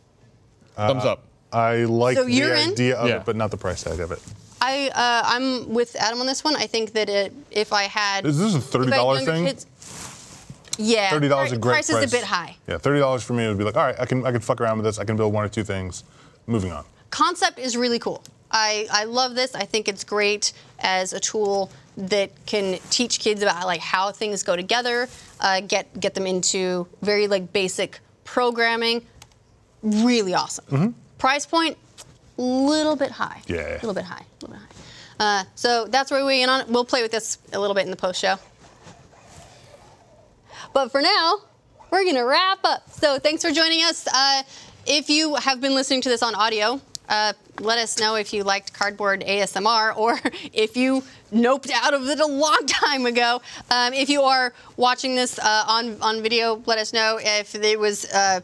Speaker 2: Thumbs up.
Speaker 3: I like
Speaker 1: So
Speaker 3: the
Speaker 1: you're in?
Speaker 3: idea of
Speaker 2: Yeah.
Speaker 3: it, but not the price tag of it.
Speaker 1: I uh, I'm with Adam on this one. I think that it, if I had
Speaker 3: Is this a
Speaker 1: if I had
Speaker 3: $30
Speaker 1: younger
Speaker 3: thing?
Speaker 1: yeah,
Speaker 3: Thirty dollars
Speaker 1: pri-
Speaker 3: a great price.
Speaker 1: price is a bit high.
Speaker 3: Yeah, thirty dollars for me would be like, all right, I can I can fuck around with this. I can build one or two things. Moving on.
Speaker 1: Concept is really cool. I I love this. I think it's great as a tool that can teach kids about like how things go together. Uh, get get them into very like basic programming. Really awesome. Price point little bit high.
Speaker 3: Yeah.
Speaker 1: A little bit high. A little bit high. Uh, so that's where we in on. it. We'll play with this a little bit in the post show. But for now, we're gonna wrap up. So thanks for joining us. Uh, if you have been listening to this on audio, Uh, let us know if you liked cardboard ASMR or *laughs* if you noped out of it a long time ago. Um, if you are watching this uh, on on video, let us know if it was. Uh,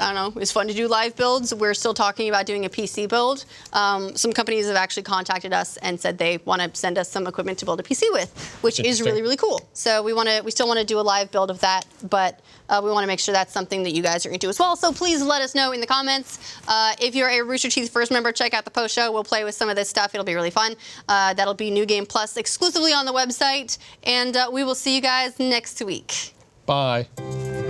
Speaker 1: I don't know. It's fun to do live builds. We're still talking about doing a PC build. Um, some companies have actually contacted us and said they want to send us some equipment to build a PC with, which is
Speaker 2: Interesting.
Speaker 1: really really cool. So we want to we still want to do a live build of that, but uh, we want to make sure that's something that you guys are into as well. So please let us know in the comments. Uh, if you're a Rooster Teeth first member, check out the post show. We'll play with some of this stuff. It'll be really fun. Uh, that'll be New Game Plus exclusively on the website, and uh, we will see you guys next week.
Speaker 2: Bye.